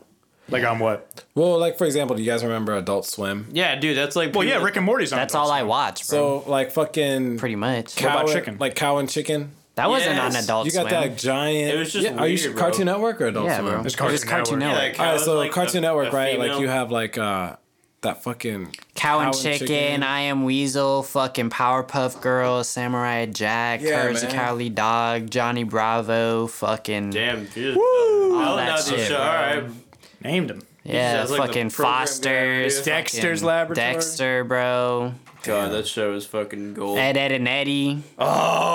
Speaker 1: Like on what?
Speaker 4: Well, like for example, do you guys remember Adult Swim?
Speaker 2: Yeah, dude, that's like
Speaker 1: Well, yeah, Rick and Morty's on.
Speaker 3: That's
Speaker 1: Adult
Speaker 3: all I
Speaker 1: Swim.
Speaker 3: watched, bro.
Speaker 4: So like fucking
Speaker 3: Pretty much.
Speaker 4: cow
Speaker 1: about
Speaker 4: and-
Speaker 1: chicken?
Speaker 4: like cow and chicken.
Speaker 3: that wasn't on
Speaker 2: Yes.
Speaker 3: Adult
Speaker 4: You got
Speaker 3: Swim.
Speaker 4: that giant.
Speaker 2: It was just
Speaker 4: are you
Speaker 2: weird, bro.
Speaker 4: Cartoon Network or Adult
Speaker 3: yeah,
Speaker 4: Swim?
Speaker 3: bro.
Speaker 1: It's
Speaker 3: It was
Speaker 1: Cartoon
Speaker 3: Cartoon
Speaker 1: Network.
Speaker 3: Network.
Speaker 2: Yeah,
Speaker 4: All right,
Speaker 2: Cow
Speaker 4: so
Speaker 2: is like
Speaker 4: Cartoon
Speaker 2: a-
Speaker 4: Network,
Speaker 2: a
Speaker 4: right? Like
Speaker 2: female-
Speaker 4: you have like uh that fucking
Speaker 3: Cow and Chicken, I Am Weasel, fucking Powerpuff Girls, Samurai Jack,
Speaker 4: Yeah,
Speaker 3: Courage the
Speaker 4: man.
Speaker 3: Cowardly Dog, Johnny Bravo, fucking
Speaker 2: Damn, you just Woo!
Speaker 3: All that shit,
Speaker 2: All
Speaker 3: bro.
Speaker 2: right,
Speaker 1: named him.
Speaker 3: yeah,
Speaker 2: sounds like the
Speaker 3: fucking
Speaker 2: program guy,
Speaker 3: Foster's,
Speaker 2: dude.
Speaker 1: Dexter's
Speaker 3: fucking
Speaker 1: Laboratory.
Speaker 3: Dexter, bro,
Speaker 2: God, that show is fucking gold.
Speaker 3: Ed, Ed, and Eddie.
Speaker 1: Oh,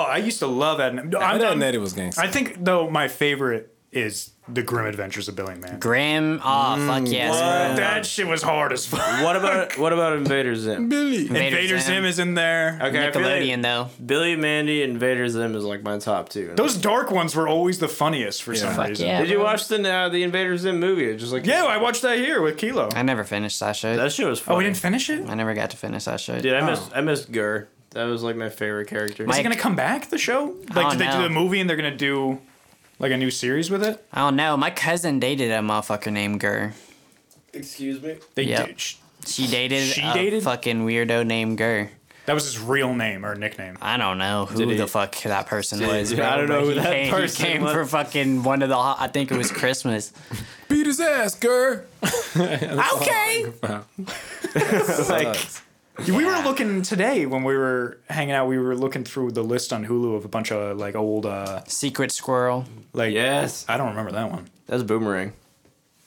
Speaker 1: I used to love that. No,
Speaker 4: I
Speaker 1: I'm
Speaker 4: didn't
Speaker 1: done.
Speaker 4: know that it was gangster.
Speaker 1: I think though my favorite is the Grim Adventures of Billy Man.
Speaker 3: Grim, oh fuck yes, bro.
Speaker 1: That shit was hard as fuck.
Speaker 2: What about what about Invader Zim?
Speaker 4: Billy.
Speaker 1: Invader, Zim. is in there.
Speaker 2: Okay, I feel like
Speaker 3: Nickelodeon though.
Speaker 2: Billy Mandy and Invader Zim is like my top two.
Speaker 1: Those dark ones were always the funniest for some
Speaker 4: Fuck
Speaker 1: reason.
Speaker 3: yeah.
Speaker 2: Did you watch the uh, the Invader Zim movie? It's just like
Speaker 1: Yeah, I watched that here with Kilo.
Speaker 3: I never finished that shit.
Speaker 2: that shit was. Funny.
Speaker 1: Oh, we didn't finish it?
Speaker 3: I never got to finish that shit.
Speaker 2: Dude, I missed I missed Gurr. That was like my favorite character.
Speaker 1: Is it
Speaker 3: Mike-
Speaker 1: going to come back, the show?
Speaker 3: Oh,
Speaker 1: Like, did they
Speaker 3: no.
Speaker 1: do the movie and they're going to do like a new series with it?
Speaker 3: I don't know. My cousin dated a motherfucker named Gurr.
Speaker 2: Excuse me.
Speaker 1: They
Speaker 3: Yep.
Speaker 1: did. sh-
Speaker 3: She dated
Speaker 1: She
Speaker 3: a
Speaker 1: dated?
Speaker 3: fucking weirdo named Gurr.
Speaker 1: That was his real name or nickname.
Speaker 3: I don't know who
Speaker 2: Did he-
Speaker 3: the fuck that person
Speaker 2: did he-
Speaker 3: was.
Speaker 2: I
Speaker 3: bro,
Speaker 2: don't know
Speaker 3: but
Speaker 2: who
Speaker 3: he
Speaker 2: that
Speaker 3: came,
Speaker 2: person
Speaker 3: He came
Speaker 2: was.
Speaker 3: for fucking one of the. ho- I think it was Christmas.
Speaker 4: Beat his ass, girl.
Speaker 3: okay.
Speaker 2: like,
Speaker 1: We were looking today when we were hanging out. We were looking through the list on Hulu of a bunch of like old, uh,
Speaker 3: Secret Squirrel.
Speaker 1: like
Speaker 2: yes,
Speaker 1: I don't remember that one.
Speaker 2: that's boomerang.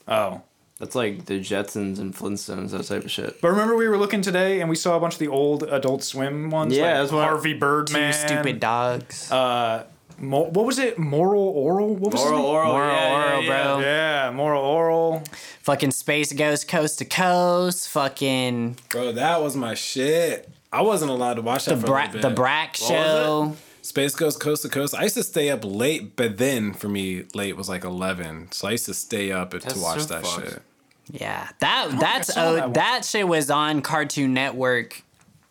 Speaker 1: Oh,
Speaker 2: That's like the Jetsons and Flintstones, that type of shit.
Speaker 1: but remember we were looking today and we saw a bunch of the old Adult Swim ones.
Speaker 2: Yeah,
Speaker 1: like
Speaker 2: that's what-
Speaker 1: Harvey Birdman.
Speaker 3: Two stupid dogs.
Speaker 2: Uh,
Speaker 1: Mo- what was it? Moral Oral. What was
Speaker 2: Oral,
Speaker 1: it?
Speaker 2: oral,
Speaker 3: Moral
Speaker 2: yeah,
Speaker 3: oral,
Speaker 2: yeah, yeah.
Speaker 3: bro.
Speaker 1: Yeah, Moral Oral.
Speaker 3: fucking space goes coast to coast. Fucking
Speaker 4: Bro, that was my shit. I wasn't allowed to watch that.
Speaker 3: the
Speaker 4: for
Speaker 3: Bra-
Speaker 4: a little
Speaker 3: the
Speaker 4: bit.
Speaker 3: Brack show.
Speaker 4: Space goes coast to coast. I used to stay up late, but then for me, late was like eleven, so I used to stay up to
Speaker 2: That's
Speaker 4: watch
Speaker 2: so
Speaker 4: that
Speaker 2: fucked.
Speaker 4: shit.
Speaker 3: Yeah, that that's
Speaker 1: saw
Speaker 3: oh,
Speaker 1: that
Speaker 3: that,
Speaker 1: one.
Speaker 3: shit was on Cartoon Network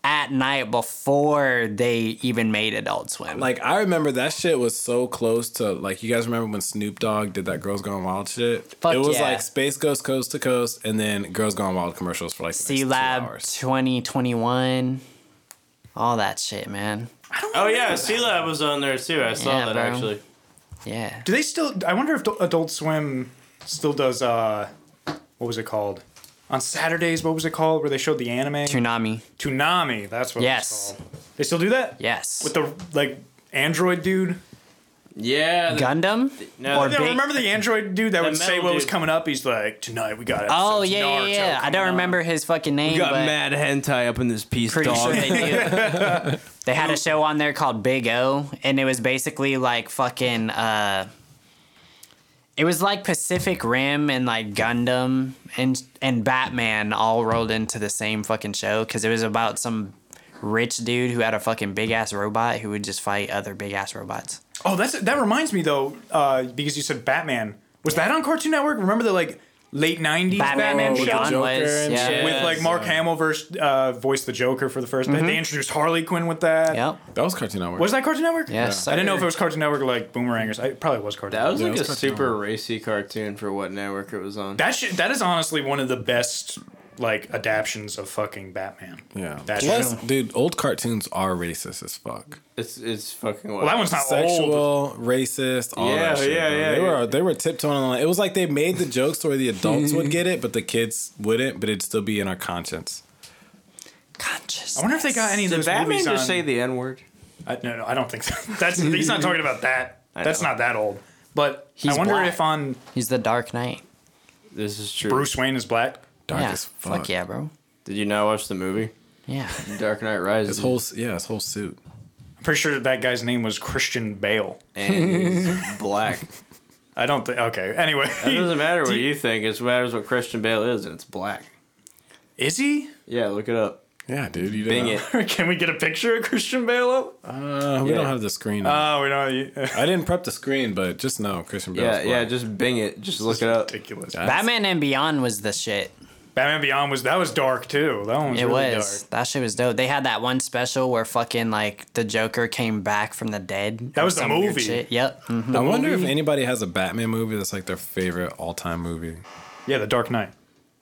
Speaker 3: at night before they even made Adult Swim.
Speaker 4: Like I remember that shit was so close to like you guys remember when Snoop Dogg did that Girls Gone Wild shit.
Speaker 3: Fuck
Speaker 4: it was
Speaker 3: yeah.
Speaker 4: like Space goes coast to coast, and then Girls Gone Wild commercials for like the next
Speaker 3: C
Speaker 4: two
Speaker 3: Lab
Speaker 4: hours.
Speaker 3: twenty twenty one, all that shit, man.
Speaker 2: Oh yeah, Sea Lab was on there too. I saw
Speaker 3: Yeah,
Speaker 2: that
Speaker 3: bro.
Speaker 2: actually.
Speaker 3: Yeah,
Speaker 1: Do they still? I wonder if Adult Swim still does. uh What was it called? On Saturdays, what was it called? Where they showed the anime?
Speaker 3: Toonami.
Speaker 1: Toonami. That's what.
Speaker 3: Yes.
Speaker 1: It's called. They still do that.
Speaker 3: Yes.
Speaker 1: With the like android dude.
Speaker 2: Yeah, the-
Speaker 3: Gundam.
Speaker 2: no,
Speaker 3: or
Speaker 2: no,
Speaker 1: Yeah,
Speaker 3: Big-
Speaker 1: remember the android dude that would say
Speaker 2: metal
Speaker 1: what was
Speaker 2: dude.
Speaker 1: coming up? He's like, tonight we got.
Speaker 3: Oh
Speaker 1: episodes of
Speaker 3: yeah, yeah,
Speaker 1: Naruto
Speaker 3: yeah. I
Speaker 1: coming
Speaker 3: don't
Speaker 1: up."
Speaker 3: remember his fucking name,
Speaker 2: we got
Speaker 3: but
Speaker 2: mad hentai up in this piece,
Speaker 3: pretty
Speaker 2: dog.
Speaker 3: sure they do. they had a show on there called Big O, and it was basically like fucking. uh It was like Pacific Rim and like Gundam and and Batman all rolled into the same fucking show because it was about some rich dude who had a fucking big ass robot who would just fight other big ass robots.
Speaker 1: Oh, that's that reminds me though, uh, because you said Batman. Was that on Cartoon Network? Remember the like late '90s
Speaker 3: Batman
Speaker 1: Batman,
Speaker 3: and
Speaker 1: show
Speaker 3: Beyond
Speaker 4: Joker
Speaker 3: was
Speaker 4: and
Speaker 3: yeah.
Speaker 4: shit.
Speaker 1: with like Mark Hamill verse, uh, voiced the Joker for the 1st time. They introduced Harley Quinn with that.
Speaker 3: Yep.
Speaker 4: That was Cartoon Network.
Speaker 1: Was that Cartoon Network?
Speaker 3: Yes,
Speaker 1: I didn't know if
Speaker 3: sir.
Speaker 1: it was Cartoon Network or like Boomerangers. I, it probably was Cartoon.
Speaker 2: That was
Speaker 4: Yeah,
Speaker 2: like
Speaker 4: it
Speaker 2: a
Speaker 4: was Cartoon
Speaker 2: super racy cartoon for what network it was on.
Speaker 1: That shit, that is honestly one of the best like adaptions of fucking Batman.
Speaker 4: yeah.
Speaker 1: That's
Speaker 4: Plus,
Speaker 1: true.
Speaker 4: dude, old cartoons are racist as fuck.
Speaker 2: It's it's fucking
Speaker 1: Well, that one's not
Speaker 4: sexual,
Speaker 1: old.
Speaker 4: racist, all
Speaker 2: Yeah,
Speaker 4: that shit.
Speaker 2: yeah,
Speaker 4: bro.
Speaker 2: yeah,
Speaker 4: They
Speaker 2: yeah.
Speaker 4: were they were tiptoeing on the line. It was like they made the jokes to where the adults would get it, but the kids wouldn't. But it'd still be in our conscience.
Speaker 3: Conscious.
Speaker 1: I wonder if they got any of
Speaker 2: Did
Speaker 1: those
Speaker 2: Batman
Speaker 1: movies
Speaker 2: just
Speaker 1: on-
Speaker 2: say the N word?
Speaker 1: I, no, no, I don't think so. That's he's not talking about that.
Speaker 2: I
Speaker 1: That's
Speaker 2: know.
Speaker 1: not that old. But
Speaker 3: He's
Speaker 1: I wonder
Speaker 3: black.
Speaker 1: if on
Speaker 3: He's the Dark Knight.
Speaker 2: This is true.
Speaker 1: Bruce Wayne is black.
Speaker 4: Dark
Speaker 3: yeah.
Speaker 4: as fuck.
Speaker 3: Fuck yeah, bro.
Speaker 2: Did you not watch the movie
Speaker 3: Yeah.
Speaker 2: Dark Knight Rises?
Speaker 4: His whole yeah, his whole suit.
Speaker 1: I'm pretty sure that, that guy's name was Christian Bale.
Speaker 2: and he's black.
Speaker 1: I don't think. Okay. Anyway,
Speaker 2: It doesn't matter what you think. It matters what Christian Bale is, and it's black.
Speaker 1: is he?
Speaker 2: Yeah, look it up.
Speaker 4: Yeah, dude, you
Speaker 2: Bing
Speaker 4: know.
Speaker 2: it.
Speaker 1: Can we get a picture of Christian Bale? up?
Speaker 4: Uh, we
Speaker 2: Yeah.
Speaker 4: don't have the screen.
Speaker 1: Oh, we don't.
Speaker 4: I didn't prep the screen, but just know Christian Bale.
Speaker 2: Yeah, yeah, just Bing it. Just look it up.
Speaker 1: Ridiculous.
Speaker 3: Batman and Beyond was the shit.
Speaker 1: Batman Beyond was that was dark too. That one was
Speaker 3: It
Speaker 1: really
Speaker 3: was.
Speaker 1: dark.
Speaker 3: That shit was dope. They had that one special where fucking like the Joker came back from the dead.
Speaker 1: That
Speaker 3: or
Speaker 1: was the
Speaker 3: some weird
Speaker 1: movie.
Speaker 3: shit. Yep. mhm.
Speaker 4: I wonder if anybody has a Batman movie that's like their favorite all time movie.
Speaker 1: Yeah, The Dark Knight.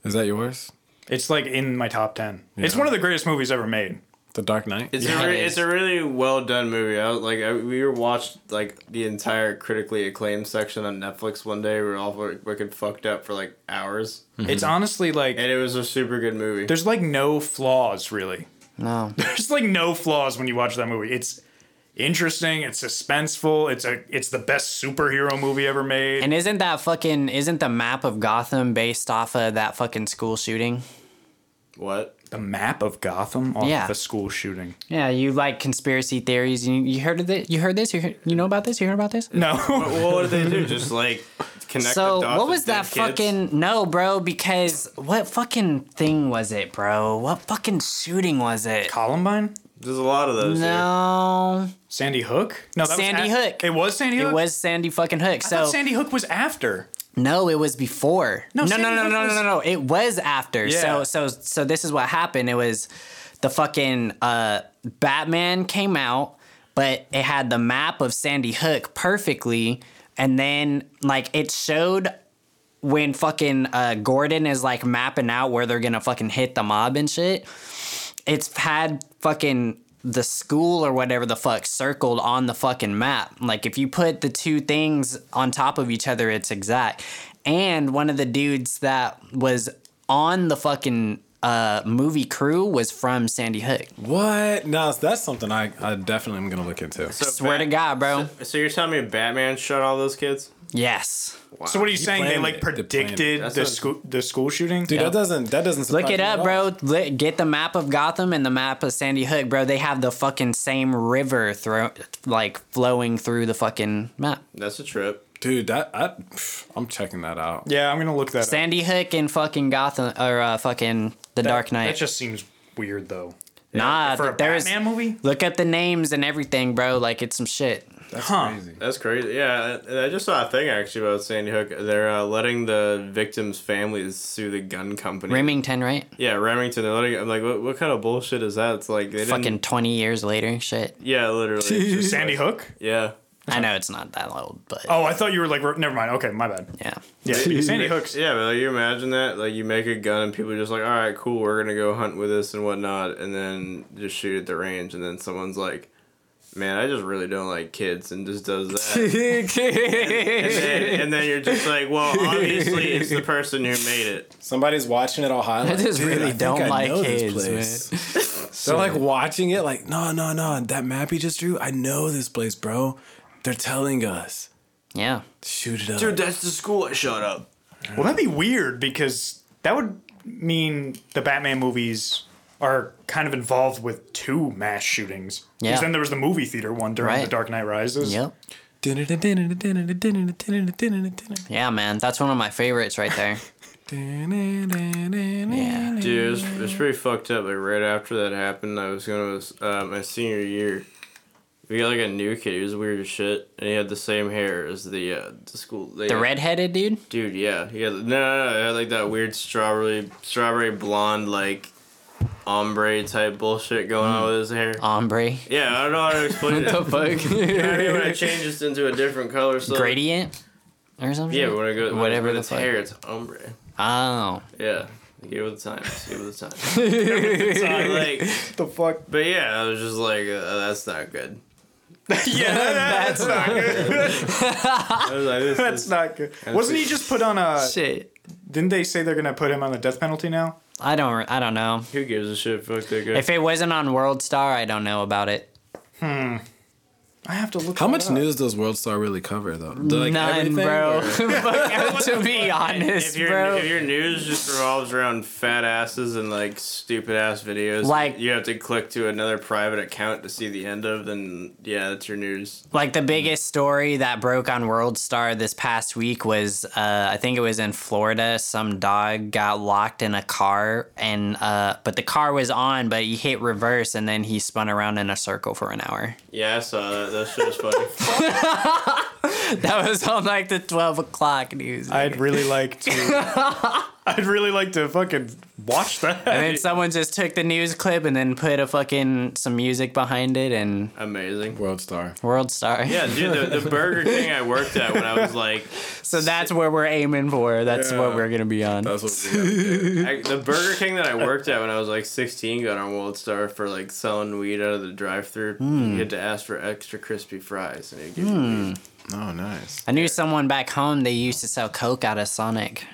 Speaker 4: Is that yours?
Speaker 1: It's like in my top ten. It's
Speaker 4: Yeah.
Speaker 1: one of the greatest movies ever made.
Speaker 4: The Dark Knight.
Speaker 2: It's
Speaker 3: Yeah,
Speaker 2: a re-
Speaker 3: it is.
Speaker 2: it's a really well done movie. I was, like I, we were watched like the entire critically acclaimed section on Netflix one day. We were all fucking fucked up for like hours,
Speaker 3: Mm-hmm.
Speaker 1: It's honestly like
Speaker 2: and it was a super good movie.
Speaker 1: there's like no flaws really.
Speaker 3: No.
Speaker 1: There's like no flaws when you watch that movie. It's interesting. It's suspenseful. It's a it's the best superhero movie ever made.
Speaker 3: And isn't that fucking isn't the map of Gotham based off of that fucking school shooting?
Speaker 2: What?
Speaker 1: the map of Gotham off
Speaker 3: Yeah.
Speaker 1: the school shooting.
Speaker 3: Yeah, you like conspiracy theories. You, you heard of this? You heard this? You, heard, you know about this? You heard about this?
Speaker 1: No.
Speaker 2: Well, what did they do? Just like connect.
Speaker 3: so
Speaker 2: the dots
Speaker 3: what
Speaker 2: of
Speaker 3: was
Speaker 2: dead
Speaker 3: that
Speaker 2: kids?
Speaker 3: fucking no, bro? Because what fucking thing was it, bro? What fucking shooting was it?
Speaker 1: Columbine?
Speaker 2: There's a lot of those. dude.
Speaker 3: No,
Speaker 1: Sandy Hook? No, that
Speaker 3: Sandy
Speaker 1: was at-
Speaker 3: Hook.
Speaker 1: It was Sandy Hook.
Speaker 3: it was Sandy fucking Hook.
Speaker 1: I
Speaker 3: so
Speaker 1: thought Sandy Hook was after.
Speaker 3: No, it was before. No, no,
Speaker 1: Sandy
Speaker 3: no, no,
Speaker 1: Hook
Speaker 3: no,
Speaker 1: was-
Speaker 3: no, no. It was after.
Speaker 1: Yeah.
Speaker 3: So, so, so this is what happened. It was the fucking uh, Batman came out, but it had the map of Sandy Hook perfectly, and then like it showed when fucking uh, Gordon is like mapping out where they're gonna fucking hit the mob and shit. It's had fucking the school or whatever the fuck circled on the fucking map. Like if you put the two things on top of each other, it's exact. And one of the dudes that was on the fucking uh, movie crew was from Sandy Hook.
Speaker 4: What? No, that's something I, I definitely am gonna look into.
Speaker 2: So
Speaker 3: Swear to
Speaker 2: Bat-
Speaker 3: God, bro.
Speaker 2: So you're telling me Batman shot all those kids?
Speaker 3: Yes.
Speaker 1: So what are you saying? They
Speaker 4: planned
Speaker 1: like
Speaker 4: it. They planned it.
Speaker 1: predicted
Speaker 2: That's
Speaker 1: the
Speaker 2: what-
Speaker 1: school the school shooting.
Speaker 4: Dude, that doesn't that doesn't
Speaker 3: Look
Speaker 4: surprise
Speaker 3: it
Speaker 4: me
Speaker 3: up,
Speaker 4: at all.
Speaker 3: bro. Li- Get the map of Gotham and the map of Sandy Hook, bro. They have the fucking same river throw like flowing through the fucking map.
Speaker 2: That's a trip.
Speaker 4: Dude, that I, pff, I'm checking that out.
Speaker 1: Yeah, I'm gonna look that up.
Speaker 3: Sandy Hook and fucking Gotham or uh, fucking The Dark Knight. Uh,
Speaker 1: That just seems weird though.
Speaker 3: nah,
Speaker 1: For a
Speaker 3: but there's
Speaker 1: Batman movie?
Speaker 3: look up the names and everything, bro. Like it's some shit.
Speaker 4: That's
Speaker 1: Huh.
Speaker 4: crazy.
Speaker 2: That's crazy. Yeah, I, I just saw a thing actually about Sandy Hook. They're uh, letting the victims' families sue the gun company.
Speaker 3: Remington, right?
Speaker 2: yeah, Remington. They're letting. I'm like, what, what kind of bullshit is that? It's like they
Speaker 3: Fucking
Speaker 2: didn't.
Speaker 3: twenty years later, shit.
Speaker 2: Yeah, literally. It's just
Speaker 1: Sandy
Speaker 2: like-
Speaker 1: Hook.
Speaker 2: Yeah.
Speaker 3: I know it's not that old, but
Speaker 1: Oh, I thought you were like. re- Never mind. Okay, my bad.
Speaker 3: yeah.
Speaker 1: Yeah, Sandy Hook's.
Speaker 2: Yeah, but like, you imagine that? Like, you make a gun and people are just like, all right, cool, we're going to go hunt with this and whatnot, and then just shoot at the range, and then someone's like, man, I just really don't like kids, and just does that. and, then, and then you're just like, well, obviously it's the person who made it.
Speaker 4: Somebody's watching it all high. like,
Speaker 3: just
Speaker 4: "Dude,
Speaker 3: really
Speaker 4: think
Speaker 3: don't
Speaker 4: I
Speaker 3: like
Speaker 4: know
Speaker 3: kids,
Speaker 4: this place." They're like watching it, like, no, no, no, that map you just drew. I know this place, bro. They're telling us
Speaker 3: Yeah.
Speaker 4: shoot it up.
Speaker 2: that's the school I shot up.
Speaker 1: Well, that'd be weird because that would mean the Batman movies are kind of involved with two mass shootings. 'Cause
Speaker 3: Yeah.
Speaker 1: Then there was the movie theater one during
Speaker 3: Right.
Speaker 1: The Dark Knight Rises.
Speaker 3: Yep.
Speaker 4: Yeah.
Speaker 3: Yeah, man. That's one of my favorites right there. Yeah.
Speaker 2: Dude, it was, it was pretty fucked up. Like, right after that happened, I was going to, uh, my senior year, we got like a new kid. He was weird as shit, and he had the same hair as the uh, the school. they
Speaker 3: The
Speaker 2: had-
Speaker 3: redheaded dude?
Speaker 2: Dude, yeah, he had no, no, no, it had like that weird strawberry, strawberry blonde, like ombre type bullshit going on with his hair.
Speaker 3: Ombre.
Speaker 2: Yeah, I don't know how to explain it. I
Speaker 3: fuck?
Speaker 2: mean, when it changes into a different color, so
Speaker 3: Gradient? Or something?
Speaker 2: Yeah, but when it goes,
Speaker 3: Whatever
Speaker 2: whatever
Speaker 3: the
Speaker 2: it's
Speaker 3: fuck.
Speaker 2: hair, it's ombre.
Speaker 3: Oh.
Speaker 2: Yeah, give it the times, give it the times. So, like,
Speaker 1: The fuck?
Speaker 2: but yeah, I was just like, uh, that's not good.
Speaker 1: yeah, that's not good.
Speaker 2: I was like, this
Speaker 1: That's
Speaker 2: is
Speaker 1: not good. Wasn't he just put on a?
Speaker 3: Shit.
Speaker 1: Didn't they say they're gonna put him on the death penalty now?
Speaker 3: I don't I don't know.
Speaker 2: who gives a shit? Fuck that guy.
Speaker 3: If it wasn't on World Star, I don't know about it.
Speaker 1: I have to look.
Speaker 4: How
Speaker 1: that
Speaker 4: much
Speaker 1: up.
Speaker 4: news does World Star really cover though? Do, like,
Speaker 3: None,
Speaker 4: everything,
Speaker 3: bro.
Speaker 4: or-
Speaker 3: Fuck, to be honest,
Speaker 2: if your
Speaker 3: bro.
Speaker 2: if your news just revolves around fat asses and like stupid ass videos,
Speaker 3: Like-
Speaker 2: you have to click to another private account to see the end of, then yeah, that's your news.
Speaker 3: Like the biggest story that broke on World Star this past week was, uh, I think it was in Florida. Some dog got locked in a car, and uh, but the car was on, but he hit reverse, and then he spun around in a circle for an hour.
Speaker 2: Yeah, I saw that. That shit was funny.
Speaker 3: That was on like the twelve o'clock news.
Speaker 1: I'd really like to. I'd really like to fucking watch that.
Speaker 3: and then someone just took the news clip and then put a fucking some music behind it and
Speaker 2: Amazing.
Speaker 4: World Star.
Speaker 3: World Star.
Speaker 2: Yeah, dude, the, the Burger King I worked at when I was like,
Speaker 3: So that's where we're aiming for. That's what
Speaker 4: Yeah.
Speaker 3: we're gonna be on.
Speaker 4: That's what we gotta do.
Speaker 2: I, the Burger King that I worked at when I was like 16 got on World Star for like selling weed out of the drive-through.
Speaker 3: Hmm.
Speaker 2: You had to ask for extra crispy fries, and it gave you weed.
Speaker 4: Oh, nice.
Speaker 3: I knew someone back home. They used to sell coke out of Sonic.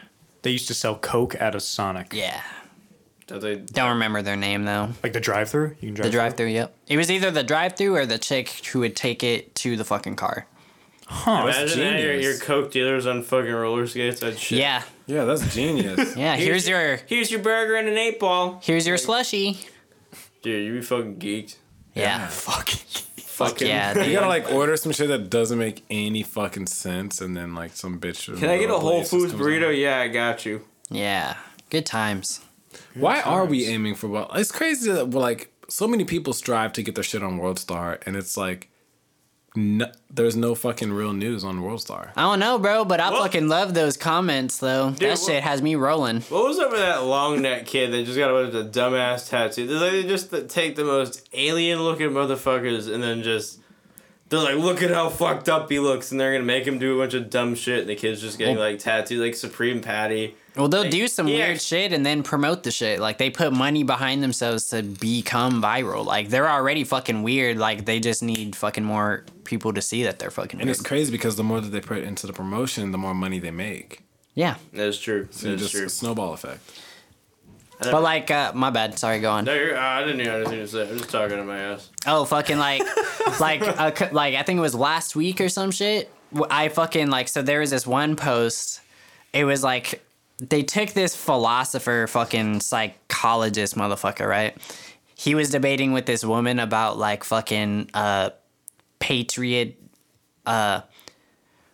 Speaker 1: They used to sell coke out of Sonic,
Speaker 3: Yeah.
Speaker 2: That they-
Speaker 3: Don't remember their name though.
Speaker 1: like the drive-through. You can drive.
Speaker 3: The drive through, yep. It was either the drive through or the chick who would take it to the fucking car.
Speaker 2: Imagine that your,
Speaker 4: genius.
Speaker 2: your Coke dealers on fucking roller skates. That shit.
Speaker 3: Yeah.
Speaker 4: Yeah, that's genius.
Speaker 3: Yeah. Here's your
Speaker 2: here's your burger and an eight ball.
Speaker 3: here's your slushy.
Speaker 2: Dude, you be fucking geeked.
Speaker 3: Yeah.
Speaker 1: Fuck.
Speaker 3: Fuck yeah.
Speaker 4: You
Speaker 3: dude.
Speaker 4: gotta like order some shit that doesn't make any fucking sense, and then like some bitch. from
Speaker 2: Can I get a
Speaker 4: another
Speaker 2: Whole
Speaker 4: place just
Speaker 2: Foods
Speaker 4: comes in.
Speaker 2: burrito? Yeah, I got you.
Speaker 3: Yeah. Good times.
Speaker 4: Why are we aiming for well? It's crazy that well, like so many people strive to get their shit on World Star, and it's like, no, there's no fucking real news on World Star.
Speaker 3: I don't know, bro, but I
Speaker 2: Well-
Speaker 3: fucking love those comments though. that
Speaker 2: well-
Speaker 3: shit has me rolling.
Speaker 2: What was up with that long neck kid that just got a bunch of dumbass tattoos? They like, they just take the most alien looking motherfuckers and then just. They're like, look at how fucked up he looks, and they're gonna make him do a bunch of dumb shit. And the kid's just getting like tattooed, like Supreme Patty.
Speaker 3: Well, they'll do some
Speaker 2: Yeah.
Speaker 3: weird shit and then promote the shit. Like they put money behind themselves to become viral. Like they're already fucking weird. Like they just need fucking more people to see that they're fucking
Speaker 4: And
Speaker 3: weird.
Speaker 4: it's crazy because the more that they put into the promotion, the more money they make.
Speaker 3: Yeah,
Speaker 2: That's true.
Speaker 4: So
Speaker 2: That's
Speaker 4: just
Speaker 2: true.
Speaker 4: a snowball effect.
Speaker 3: but like, uh, my bad. Sorry, go on.
Speaker 2: No, you're, uh, I didn't even have anything to say. I'm just talking to my ass.
Speaker 3: Oh, fucking like, like, a, cou- like I think it was last week or some shit. wh- I fucking like so there was this one post. It was like they took this philosopher, fucking psychologist, motherfucker, right? He was debating with this woman about like fucking uh, patriot. Uh,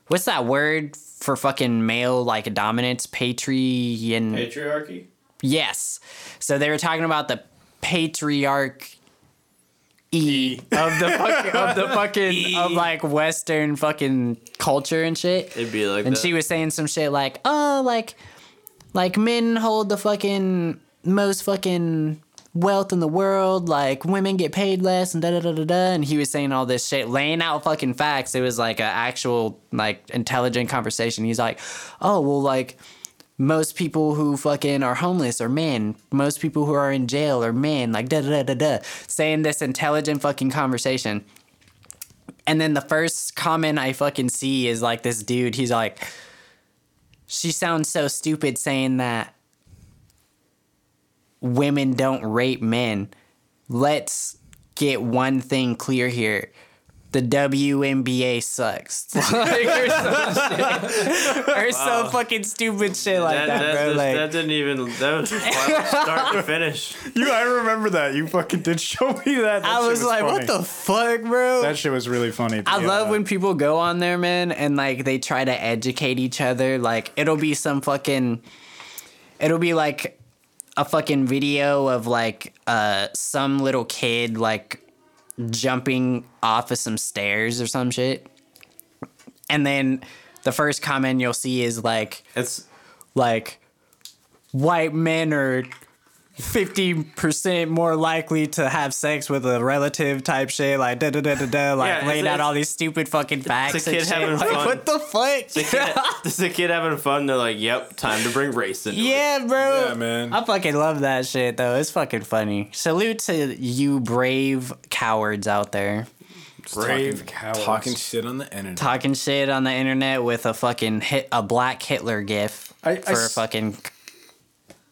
Speaker 3: what's that word for fucking male like dominance? Patrian.
Speaker 2: Patriarchy?
Speaker 3: Yes. So they were talking about the patriarch e of the fucking of the fucking of like Western fucking culture and shit.
Speaker 2: It'd be like
Speaker 3: And
Speaker 2: that.
Speaker 3: she was saying some shit like, oh, like, like men hold the fucking most fucking wealth in the world. Like women get paid less and da da da da da. And he was saying all this shit, laying out fucking facts. It was like an actual like intelligent conversation. He's like, oh well, like. Most people who fucking are homeless are men. Most people who are in jail are men. Like da da da da da. Saying this intelligent fucking conversation. And then the first comment I fucking see is like this dude. He's like, she sounds so stupid saying that women don't rape men. Let's get one thing clear here. The WNBA sucks. like, or some, shit. or some fucking stupid shit like
Speaker 2: that,
Speaker 3: that,
Speaker 2: that,
Speaker 3: bro.
Speaker 2: just-
Speaker 3: like,
Speaker 2: that didn't even. That was wild start to finish.
Speaker 1: You, I remember that. You fucking did show me that. That
Speaker 3: I
Speaker 1: shit
Speaker 3: was, like, what
Speaker 1: funny.
Speaker 3: the fuck, bro?
Speaker 1: That shit was really funny.
Speaker 3: I
Speaker 1: Yeah.
Speaker 3: love when people go on there, man, and like they try to educate each other. Like it'll be some fucking, it'll be like a fucking video of like uh some little kid like jumping off of some stairs or some shit, and then the first comment you'll see is like
Speaker 2: It's
Speaker 3: like white men are 50% more likely to have sex with a relative type shit like da da da da da like
Speaker 2: it's-
Speaker 3: laying out
Speaker 2: it's-
Speaker 3: all these stupid fucking facts
Speaker 2: a
Speaker 3: and
Speaker 2: kid
Speaker 3: shit.
Speaker 2: having
Speaker 3: Like,
Speaker 2: fun.
Speaker 3: what the fuck
Speaker 2: this is a kid having fun. They're like, "Yep, time to bring race into it."
Speaker 3: yeah bro
Speaker 4: Yeah, man.
Speaker 3: I fucking love that shit though it's fucking funny salute to you brave cowards out there
Speaker 1: brave
Speaker 4: talking,
Speaker 1: cowards.
Speaker 4: Talking shit on the internet.
Speaker 3: talking shit on the internet with a fucking hit a black Hitler gif
Speaker 1: I- I
Speaker 3: for a
Speaker 1: s-
Speaker 3: fucking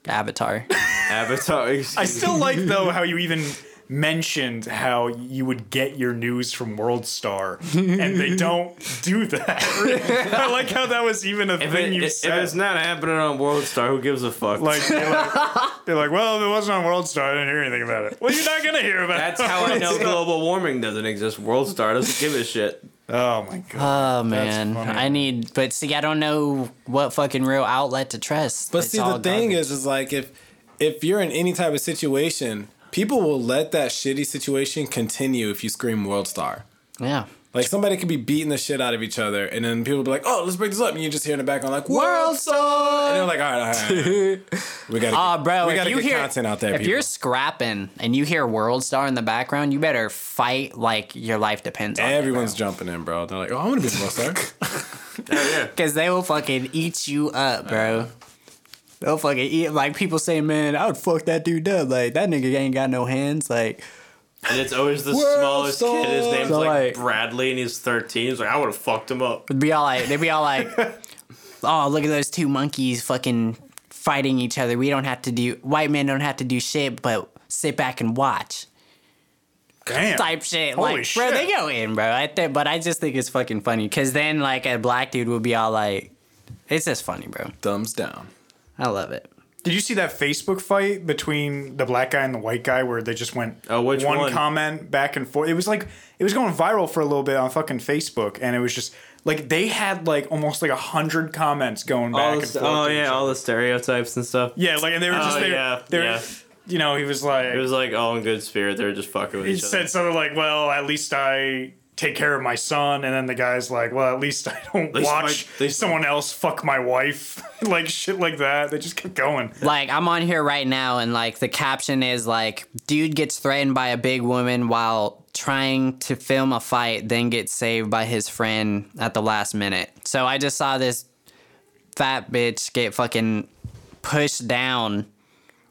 Speaker 3: avatar
Speaker 2: Avatar.
Speaker 1: I still like though how you even mentioned how you would get your news from World Star, and they don't do that. I like how that was even a
Speaker 2: If,
Speaker 1: thing
Speaker 2: it,
Speaker 1: you
Speaker 2: if
Speaker 1: said.
Speaker 2: it's not happening on World Star, who gives a fuck?
Speaker 1: like, they're like, they're like, well, if it wasn't on World Star, I didn't hear anything about it. Well, you're not gonna hear about
Speaker 2: that's
Speaker 1: it.
Speaker 2: how I know global warming doesn't exist. World Star doesn't give a shit.
Speaker 1: Oh my god.
Speaker 3: Oh man,
Speaker 1: funny.
Speaker 3: I need, but see, I don't know what fucking real outlet to trust.
Speaker 4: But see, the thing is, is like if if you're in any type of situation, people will let that shitty situation continue if you scream world star.
Speaker 3: yeah,
Speaker 4: Like somebody could be beating the shit out of each other, and then people be like, "Oh, let's break this up," and you just hear in the background like "World Star," and they're like, "All right, all right, all right. we gotta,
Speaker 3: oh
Speaker 4: get,
Speaker 3: bro,
Speaker 4: we
Speaker 3: if
Speaker 4: gotta
Speaker 3: you
Speaker 4: get
Speaker 3: hear
Speaker 4: content out there."
Speaker 3: if
Speaker 4: people.
Speaker 3: you're scrapping and you hear World Star in the background, you better fight like your life depends on
Speaker 4: everyone's jumping in, bro. They're like, "Oh, I want to be a world star."
Speaker 2: Oh,
Speaker 3: because they will fucking eat you up, bro. They'll fucking eat like people say, man, I would fuck that dude up. Like that nigga ain't got no hands. Like
Speaker 2: And it's always the
Speaker 4: World
Speaker 2: smallest kid. His name's
Speaker 3: Star.
Speaker 2: like,
Speaker 3: Like-
Speaker 2: Bradley, and he's 13. He's like, I would have fucked him up.
Speaker 3: It'd be all like they'd be all like, "Oh, look at those two monkeys fucking fighting each other. We don't have to do white men don't have to do shit, but sit back and watch."
Speaker 1: Damn.
Speaker 3: Type shit,
Speaker 1: Holy
Speaker 3: like bro,
Speaker 1: shit.
Speaker 3: they go in, bro. I think, but I just think it's fucking funny because then like a black dude will be all like, "It's just funny, bro.
Speaker 4: Thumbs down.
Speaker 3: I love it."
Speaker 1: Did you see that Facebook fight between the black guy and the white guy where they just went
Speaker 2: Oh, which one?
Speaker 1: comment back and forth? It was like it was going viral for a little bit on fucking Facebook, and it was just like they had like almost like a hundred comments going back
Speaker 2: All
Speaker 1: and
Speaker 2: the,
Speaker 1: forth.
Speaker 2: st- oh
Speaker 1: to each
Speaker 2: yeah,
Speaker 1: other.
Speaker 2: all the stereotypes and stuff.
Speaker 1: yeah, like and they were just
Speaker 2: Oh,
Speaker 1: they,
Speaker 2: yeah,
Speaker 1: they were,
Speaker 2: yeah.
Speaker 1: you know, he was like
Speaker 2: It was like all in good spirit. They were just fucking with
Speaker 1: he
Speaker 2: each
Speaker 1: said something like, "Well, at least I." Take care of my son, and then the guy's like, "Well, at least I don't
Speaker 2: least my-
Speaker 1: watch
Speaker 2: at least-
Speaker 1: someone else fuck my wife, like shit like that." They just kept going.
Speaker 3: Like I'm on here right now, and like the caption is like, "Dude gets threatened by a big woman while trying to film a fight, then gets saved by his friend at the last minute." So I just saw this fat bitch get fucking pushed down by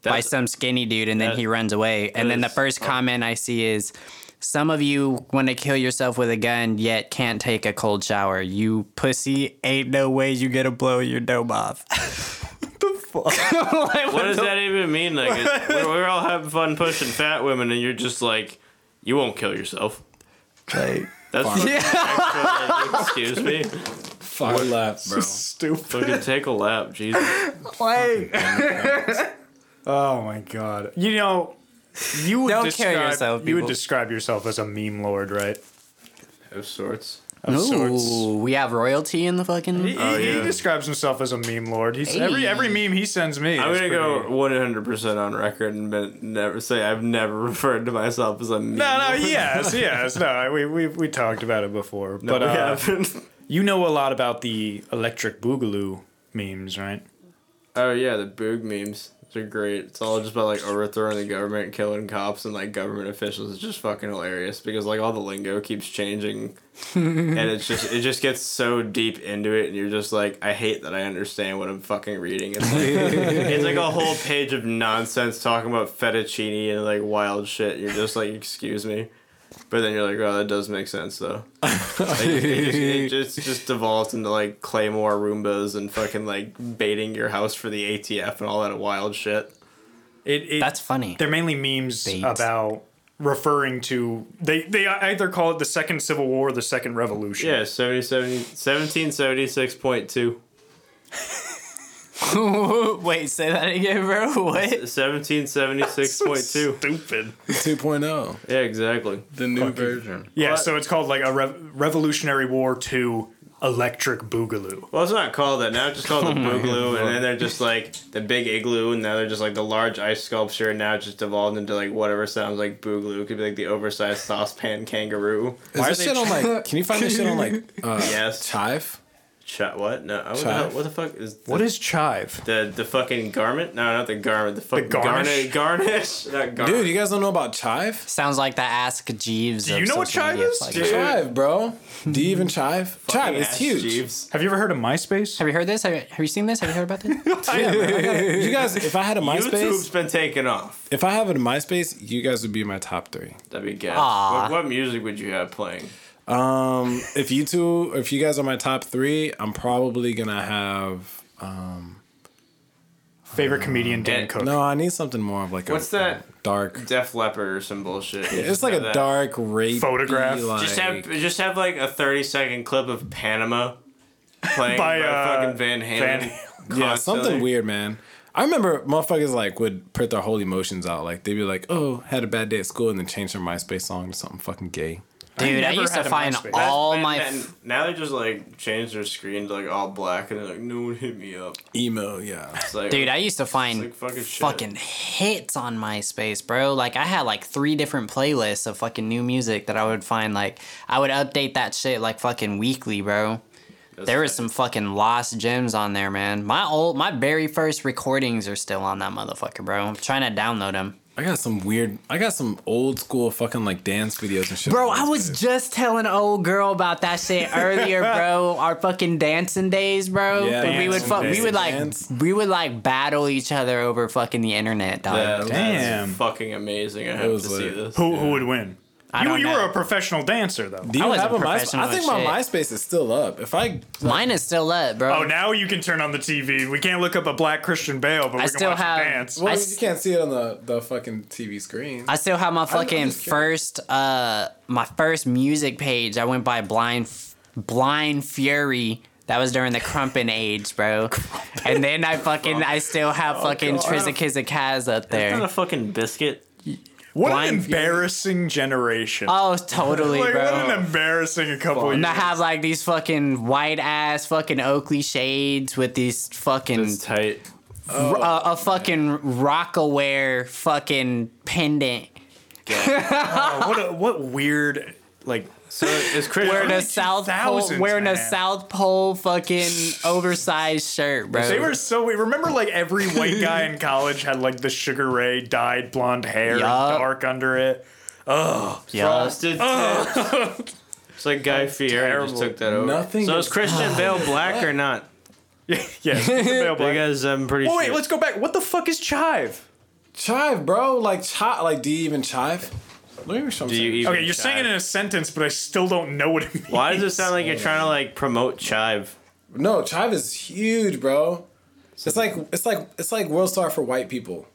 Speaker 2: That's-
Speaker 3: some skinny dude and then
Speaker 2: that-
Speaker 3: he runs away. And then the
Speaker 2: is-
Speaker 3: first comment I see is some of you want to kill yourself with a gun yet can't take a cold shower. You pussy, ain't no way you gonna blow your dome off.
Speaker 2: What does that even mean? Like, it's- we're, we're all having fun pushing fat women, and you're just like, you won't kill yourself. That's actually, like, excuse me.
Speaker 4: Five laps, bro.
Speaker 1: Stupid.
Speaker 2: Fucking take a lap, Jesus.
Speaker 1: Oh my god. You know, you would
Speaker 3: Don't kill
Speaker 1: describe
Speaker 3: yourself,
Speaker 1: you would
Speaker 3: people.
Speaker 1: describe yourself as a meme lord, right?
Speaker 2: Of sorts.
Speaker 1: Of sorts.
Speaker 3: Ooh, we have royalty in the
Speaker 1: He,
Speaker 3: fucking.
Speaker 2: Oh,
Speaker 1: he- he
Speaker 2: yeah.
Speaker 1: describes himself as a meme lord. He's every
Speaker 3: Hey.
Speaker 1: every meme he sends me.
Speaker 2: I'm
Speaker 1: is
Speaker 2: gonna
Speaker 1: pretty-
Speaker 2: go 100 percent on record and been, never say I've never referred to myself as a meme.
Speaker 1: No, no, yes, yes, no. We we we talked about it before, but
Speaker 2: we
Speaker 1: uh,
Speaker 2: haven't.
Speaker 1: you know a lot about the electric boogaloo memes, right?
Speaker 2: Oh yeah, the boog memes. They're great. It's all just about like overthrowing the government, killing cops, and like government officials. It's just fucking hilarious because like all the lingo keeps changing, and it's just it just gets so deep into it, and you're just like, I hate that I understand what I'm fucking reading. It's like, it's like a whole page of nonsense talking about fettuccine and like wild shit. You're just like, excuse me, but then you're like, oh, that does make sense though. Like, it, just, it just just devolves into like claymore Roombas and fucking like baiting your house for the ATF and all that wild shit.
Speaker 1: It, it
Speaker 3: That's funny.
Speaker 1: They're mainly memes
Speaker 3: Bait.
Speaker 1: about referring to they they either call it the second civil war or the second revolution.
Speaker 2: Yeah, 70, 70, 1776.2.
Speaker 3: Wait, say that again, bro. What?
Speaker 2: 1776.2.
Speaker 1: Stupid.
Speaker 4: 2.0.
Speaker 2: Yeah, exactly.
Speaker 4: The new version.
Speaker 1: Yeah,
Speaker 2: What?
Speaker 1: so it's called like a rev- Revolutionary War Two Electric Boogaloo.
Speaker 2: Well, it's not called that. Now it's just called the Boogaloo, and then they're just like the big igloo, and now they're just like the large ice sculpture, and now it's just evolved into like whatever sounds like Boogaloo. It could be like the oversized saucepan kangaroo.
Speaker 4: Is this shit on like? Can you find this shit on like? Uh,
Speaker 2: Yes.
Speaker 4: Chive.
Speaker 2: Ch- what? No. What the, hell,
Speaker 4: Chive?
Speaker 2: what the fuck is
Speaker 1: What is chive?
Speaker 2: The the fucking garment? No, not the garment. The fucking
Speaker 1: garnish?
Speaker 2: garnish. Garnish. Not garnish.
Speaker 4: Dude, you guys don't know about chive?
Speaker 3: Sounds like the Ask Jeeves. Do
Speaker 1: you know what Chive is?
Speaker 2: Dude.
Speaker 4: Chive, bro. Do you even chive? Chive is
Speaker 2: Ass
Speaker 4: huge.
Speaker 2: Jeeves.
Speaker 1: Have you ever heard of MySpace?
Speaker 3: Have you heard this? Have you, have you seen this? Have you heard about this?
Speaker 4: Yeah, man, I gotta- you guys, if I had a
Speaker 2: YouTube's
Speaker 4: MySpace,
Speaker 2: been taken off.
Speaker 4: if I have a MySpace, you guys would be my top three.
Speaker 2: That'd be good.
Speaker 3: Aw.
Speaker 2: What, what music would you have playing?
Speaker 4: Um, if you two, if you guys are my top three, I'm probably gonna have. Um,
Speaker 1: Favorite comedian Dan
Speaker 2: Yeah,
Speaker 1: Cook.
Speaker 4: no, I need something more of like
Speaker 2: What's
Speaker 4: a,
Speaker 2: that?
Speaker 4: a dark.
Speaker 2: Def Leppard or some bullshit.
Speaker 4: It's like a
Speaker 2: That-
Speaker 4: dark rape
Speaker 1: Photograph.
Speaker 2: Just have just have like a thirty second clip of Panama playing
Speaker 1: By,
Speaker 2: by,
Speaker 1: uh,
Speaker 2: fucking Van
Speaker 1: Van-
Speaker 2: Halen.
Speaker 4: yeah,
Speaker 2: constantly.
Speaker 4: something weird, man. I remember motherfuckers like would put their whole emotions out. Like they'd be like, "Oh, had a bad day at school," and then change their MySpace song to something fucking gay.
Speaker 3: Dude, I,
Speaker 1: never
Speaker 3: used to
Speaker 1: had a
Speaker 3: find
Speaker 1: MySpace.
Speaker 2: That's-
Speaker 3: all
Speaker 2: and-
Speaker 3: my.
Speaker 2: and
Speaker 3: f-
Speaker 2: now they just like change their screen to like all black and they're like no one hit me up.
Speaker 4: Emo, yeah.
Speaker 2: It's like
Speaker 3: Dude, I used to find
Speaker 2: like fucking
Speaker 3: fucking,
Speaker 2: shit.
Speaker 3: hits on MySpace, bro. Like I had like three different playlists of fucking new music that I would find. Like I would update that shit like fucking weekly, bro. there was some fucking lost gems on there, man. My old, my very first recordings are still on that motherfucker, bro. I'm trying to download them.
Speaker 4: I got some weird. I got some old school fucking like dance videos and shit.
Speaker 3: Bro,
Speaker 4: on
Speaker 3: I was
Speaker 4: MySpace.
Speaker 3: just telling old girl about that shit earlier, bro. Our fucking dancing days, bro.
Speaker 4: Yeah,
Speaker 3: we would
Speaker 4: dancing
Speaker 3: fuck, we
Speaker 4: days.
Speaker 3: would like
Speaker 4: Dance.
Speaker 3: we would like battle each other over fucking the internet, dog.
Speaker 2: That- that's
Speaker 1: Damn.
Speaker 2: fucking amazing. I hope
Speaker 4: was
Speaker 2: to see
Speaker 4: lit.
Speaker 2: this.
Speaker 1: Who who would win? you
Speaker 3: don't
Speaker 1: you were
Speaker 3: know.
Speaker 1: a professional dancer though.
Speaker 4: Do you
Speaker 3: I wasn't
Speaker 4: have a MySpace?
Speaker 3: professional
Speaker 4: I think
Speaker 3: with
Speaker 4: my
Speaker 3: shit.
Speaker 4: MySpace is still up. If I
Speaker 3: Mine is still up, bro.
Speaker 1: Oh, now you can turn on the TV. We can't look up a black Christian Bale, but we can
Speaker 3: still
Speaker 1: watch him
Speaker 3: have-
Speaker 1: dance.
Speaker 4: well,
Speaker 3: I
Speaker 4: you
Speaker 3: s-
Speaker 4: can't see it on the, the fucking TV screen.
Speaker 3: I still have my fucking
Speaker 4: just curious.
Speaker 3: first uh my first music page. I went by Blind F- Blind Fury. That was during the Crumpin age, bro. and then I fucking I still have fucking Trizakizakaz up
Speaker 2: Isn't that
Speaker 3: there.
Speaker 2: a fucking biscuit?
Speaker 1: what an
Speaker 3: Blind Fury.
Speaker 1: embarrassing generation.
Speaker 3: Oh, totally,
Speaker 1: like
Speaker 3: bro.
Speaker 1: what an embarrassing a couple
Speaker 3: And
Speaker 1: years.
Speaker 3: I have like these fucking white ass fucking Oakley shades with these fucking
Speaker 2: It's tight.
Speaker 3: r- uh, a, a fucking rock aware fucking pendant
Speaker 1: Oh, what a, what weird like
Speaker 2: So it's crazy.
Speaker 3: wearing a
Speaker 1: Early
Speaker 3: South Pole
Speaker 1: 2000s,
Speaker 3: wearing a
Speaker 1: man.
Speaker 3: South Pole fucking oversized shirt, bro.
Speaker 1: They were so weird. Remember, like every white guy in college had like the Sugar Ray dyed blonde hair,
Speaker 3: Yup.
Speaker 1: and dark under it.
Speaker 3: yeah.
Speaker 2: Frosted tips. Oh. It's like Guy Fieri just
Speaker 1: terrible.
Speaker 2: took that over.
Speaker 4: Nothing
Speaker 2: So
Speaker 4: is-
Speaker 2: is Christian Bale black or not?
Speaker 1: Yeah, yeah. the male black.
Speaker 2: Because I'm pretty
Speaker 1: Oh,
Speaker 2: sure.
Speaker 1: wait, let's go back. What the fuck is chive?
Speaker 4: Chive, bro. Like chive. Like, do you even chive? Let me show
Speaker 2: Do you even
Speaker 1: Okay, you're saying it in
Speaker 2: chive?
Speaker 1: a sentence, but I still don't know what it means.
Speaker 2: Why does it sound like you're trying to like promote chive?
Speaker 4: No, chive is huge, bro. It's like it's like it's like World Star for white people.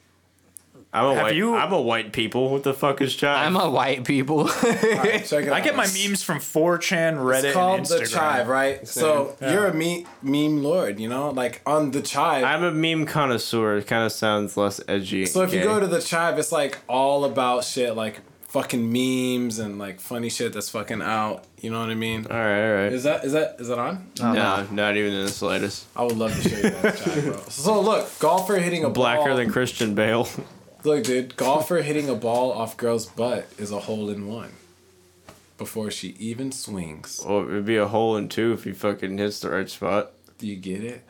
Speaker 2: I'm a
Speaker 1: Have
Speaker 2: white.
Speaker 1: you-
Speaker 2: I'm a white people. What the fuck is chive?
Speaker 3: I'm a white people.
Speaker 4: Check it
Speaker 1: I get my memes from 4chan, Reddit,
Speaker 4: It's called
Speaker 1: and
Speaker 4: the
Speaker 1: Instagram.
Speaker 4: chive, right? So you're a me- meme lord, you know, like on the chive.
Speaker 2: I'm a meme connoisseur. It kind of sounds less edgy.
Speaker 4: so if you go to the chive, it's like all about shit like fucking memes and like funny shit that's fucking out. You know what I mean?
Speaker 2: all right, all right.
Speaker 4: Is that is that is that on?
Speaker 2: No, not even in the slightest.
Speaker 4: I would love to show you that chive, bro. So look, golfer hitting a
Speaker 2: Blacker
Speaker 4: ball.
Speaker 2: than Christian Bale.
Speaker 4: Look, dude, golfer hitting a ball off girl's butt is a hole in one before she even swings.
Speaker 2: well, it'd be a hole in two if he fucking hits the right spot.
Speaker 4: Do you get it?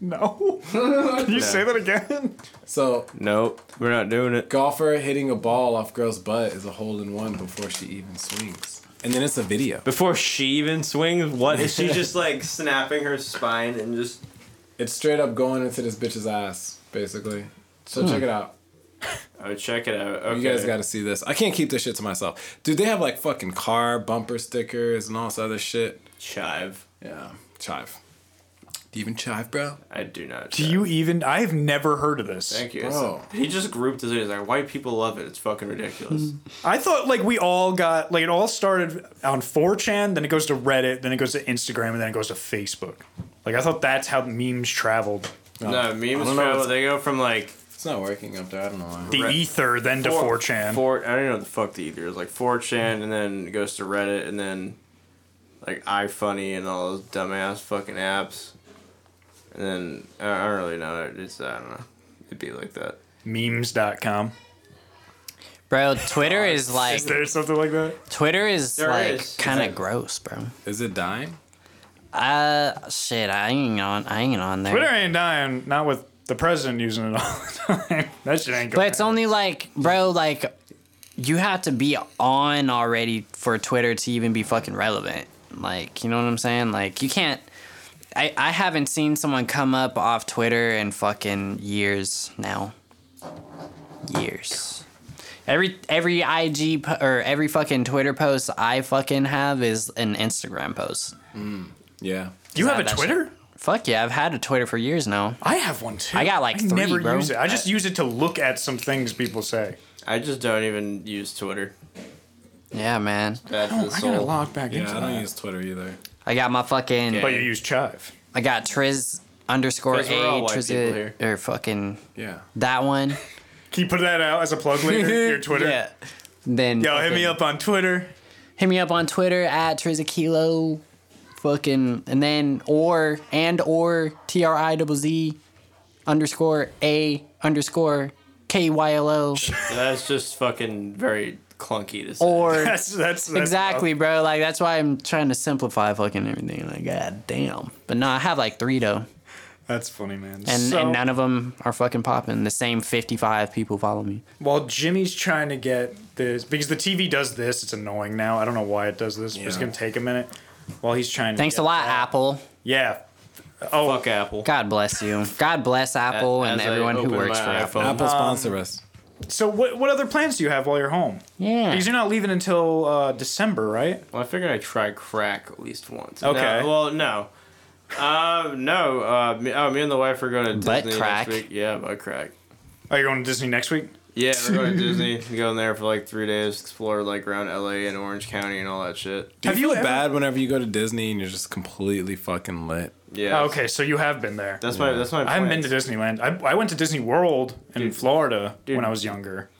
Speaker 1: No. Can you say that again?
Speaker 4: So,
Speaker 2: Nope, we're not doing it.
Speaker 4: golfer hitting a ball off girl's butt is a hole in one before she even swings. And then it's a video.
Speaker 2: Before she even swings, what is she just like snapping her spine and just?
Speaker 4: It's straight up going into this bitch's ass, basically. So check it out.
Speaker 2: Oh, check it out. Okay.
Speaker 4: You guys got to see this. I can't keep this shit to myself. Dude, they have like fucking car bumper stickers and all this other shit.
Speaker 2: chive.
Speaker 4: Yeah, chive. Do you even chive, bro?
Speaker 2: I do not.
Speaker 1: Do you even? I have never heard of this.
Speaker 2: Thank you.
Speaker 4: Bro.
Speaker 2: He just grouped his. He's like, white people love it. It's fucking ridiculous.
Speaker 4: Hmm.
Speaker 1: I thought like we all got like it all started on 4chan, then it goes to Reddit, then it goes to Instagram, and then it goes to Facebook. Like I thought that's how memes traveled.
Speaker 2: no, memes
Speaker 4: don't know
Speaker 2: travel.
Speaker 4: what's-
Speaker 2: They go from like
Speaker 4: It's not working up there. I don't know why.
Speaker 1: The
Speaker 2: Re-
Speaker 1: ether, then to 4chan.
Speaker 2: Four, I don't know what the fuck the either is. Like 4chan, and then it goes to Reddit, and then like iFunny and all those dumbass fucking apps. And then I I don't really know. It's I don't know. It'd be like that.
Speaker 1: Memes.com.
Speaker 3: bro, Twitter is like
Speaker 1: Is there something like that?
Speaker 3: Twitter is
Speaker 2: There
Speaker 3: like
Speaker 2: is.
Speaker 3: kind
Speaker 2: Is it-
Speaker 3: of gross, bro.
Speaker 4: Is it dying?
Speaker 3: Uh, shit, I ain't on, I ain't on there.
Speaker 1: Twitter ain't dying. Not with the president using it all the time. That shit ain't going.
Speaker 3: But it's only like, bro, like you have to be on already for Twitter to even be fucking relevant. Like, you know what I'm saying? Like, you can't. I, I haven't seen someone come up off Twitter in fucking years now. Years. Every every IG po- or every fucking Twitter post I fucking have is an Instagram post.
Speaker 4: Yeah.
Speaker 1: you have a
Speaker 3: That- that
Speaker 1: Twitter?
Speaker 3: Fuck yeah, I've had a Twitter for years now.
Speaker 1: I have one too.
Speaker 3: I got, like,
Speaker 1: I
Speaker 3: three,
Speaker 1: never
Speaker 3: bro.
Speaker 1: use it. I just use it to look at some things people say.
Speaker 2: I just don't even use Twitter.
Speaker 3: Yeah, man.
Speaker 2: Bad for the
Speaker 1: I gotta
Speaker 2: soul.
Speaker 1: log back into
Speaker 4: Yeah, I don't
Speaker 1: that.
Speaker 4: use Twitter either.
Speaker 3: I got my fucking
Speaker 1: But you use Chive.
Speaker 3: I got Triz underscore A
Speaker 2: 'Cause we're all white people
Speaker 3: Triz
Speaker 2: here.
Speaker 3: or fucking
Speaker 4: Yeah.
Speaker 3: that one.
Speaker 1: Can you put that out as a plug later? Your Twitter.
Speaker 3: Then
Speaker 1: Yo, hit me
Speaker 3: fucking-
Speaker 1: up on Twitter.
Speaker 3: Hit me up on Twitter at Trizakilo. Fucking and then or and or T R I double Z underscore A underscore K Y L O
Speaker 2: That's just fucking very clunky to say.
Speaker 3: or
Speaker 1: That's that's, that's
Speaker 3: exactly, bro. Like that's why I'm trying to simplify fucking everything. Like god damn. But no, I have like three though,
Speaker 1: oh, That's funny, man.
Speaker 3: and
Speaker 1: so,
Speaker 3: and none of them are fucking popping. The same 55 people follow me.
Speaker 1: while Jimmy's trying to get this because the TV does this, it's annoying now. I don't know why it does this, but it's
Speaker 4: Yeah.
Speaker 1: gonna take a minute. While he's trying. to
Speaker 3: Thanks
Speaker 1: get
Speaker 3: a lot,
Speaker 1: that-
Speaker 3: Apple.
Speaker 1: Yeah. Oh,
Speaker 2: Fuck Apple.
Speaker 3: God bless you. God bless Apple and
Speaker 2: As I
Speaker 3: everyone who
Speaker 2: open
Speaker 3: works
Speaker 2: my
Speaker 3: for Apple.
Speaker 2: iPhone.
Speaker 4: Apple sponsor us.
Speaker 1: so what what other plans do you have while you're home?
Speaker 3: Yeah.
Speaker 1: Because you're not leaving until uh, December, right?
Speaker 2: Well, I figured I'd try crack at least once.
Speaker 1: Okay.
Speaker 2: No, well, no. Uh, no. Uh, me, oh, me and the wife are going to Disney
Speaker 3: Butt crack.
Speaker 2: next week. Yeah, butt crack.
Speaker 1: Are you Oh, going to Disney next week?
Speaker 2: Yeah, we're going to Disney. Going there for like three days, explore like around LA and Orange County and all that shit.
Speaker 4: Do you
Speaker 1: Have
Speaker 4: feel
Speaker 1: you ever-
Speaker 4: bad whenever you go to Disney and you're just completely fucking lit?
Speaker 2: Yeah.
Speaker 1: Oh, okay, so you have been there.
Speaker 2: That's my. That's my.
Speaker 1: I haven't been to Disneyland. I, I went to Disney World in Florida when
Speaker 2: Dude.
Speaker 1: I was younger,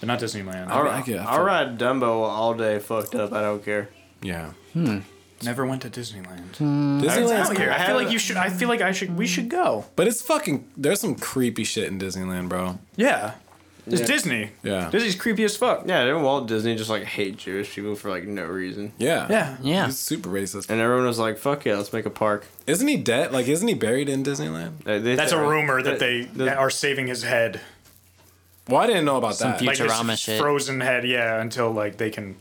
Speaker 1: but not Disneyland.
Speaker 2: I'll,
Speaker 1: I
Speaker 4: I get- I
Speaker 2: I'll
Speaker 4: feel-
Speaker 2: ride Dumbo all day, fucked up. I don't care.
Speaker 4: Yeah.
Speaker 1: never went to Disneyland.
Speaker 4: Disneyland's
Speaker 1: Out here.
Speaker 4: cool.
Speaker 1: I feel like you should. I feel like I should. We should go.
Speaker 4: But it's fucking, there's some creepy shit in Disneyland, bro.
Speaker 1: Yeah. It's Disney.
Speaker 4: Yeah.
Speaker 1: Disney's creepy as fuck.
Speaker 2: Yeah, didn't Walt Disney just like hate Jewish people for like no reason?
Speaker 4: Yeah.
Speaker 1: Yeah.
Speaker 3: yeah.
Speaker 4: He's super racist.
Speaker 2: And everyone was like, "Fuck yeah, let's make a park."
Speaker 4: Isn't he dead? Like, isn't he buried in Disneyland?
Speaker 2: They- they
Speaker 1: That's a
Speaker 2: thought-
Speaker 1: rumor that they
Speaker 2: the-
Speaker 1: are saving his head.
Speaker 4: Well, I didn't know about
Speaker 3: Some
Speaker 4: that.
Speaker 3: few-
Speaker 1: Like his
Speaker 3: Futurama shit. Hmm.
Speaker 1: frozen head, yeah, until like they can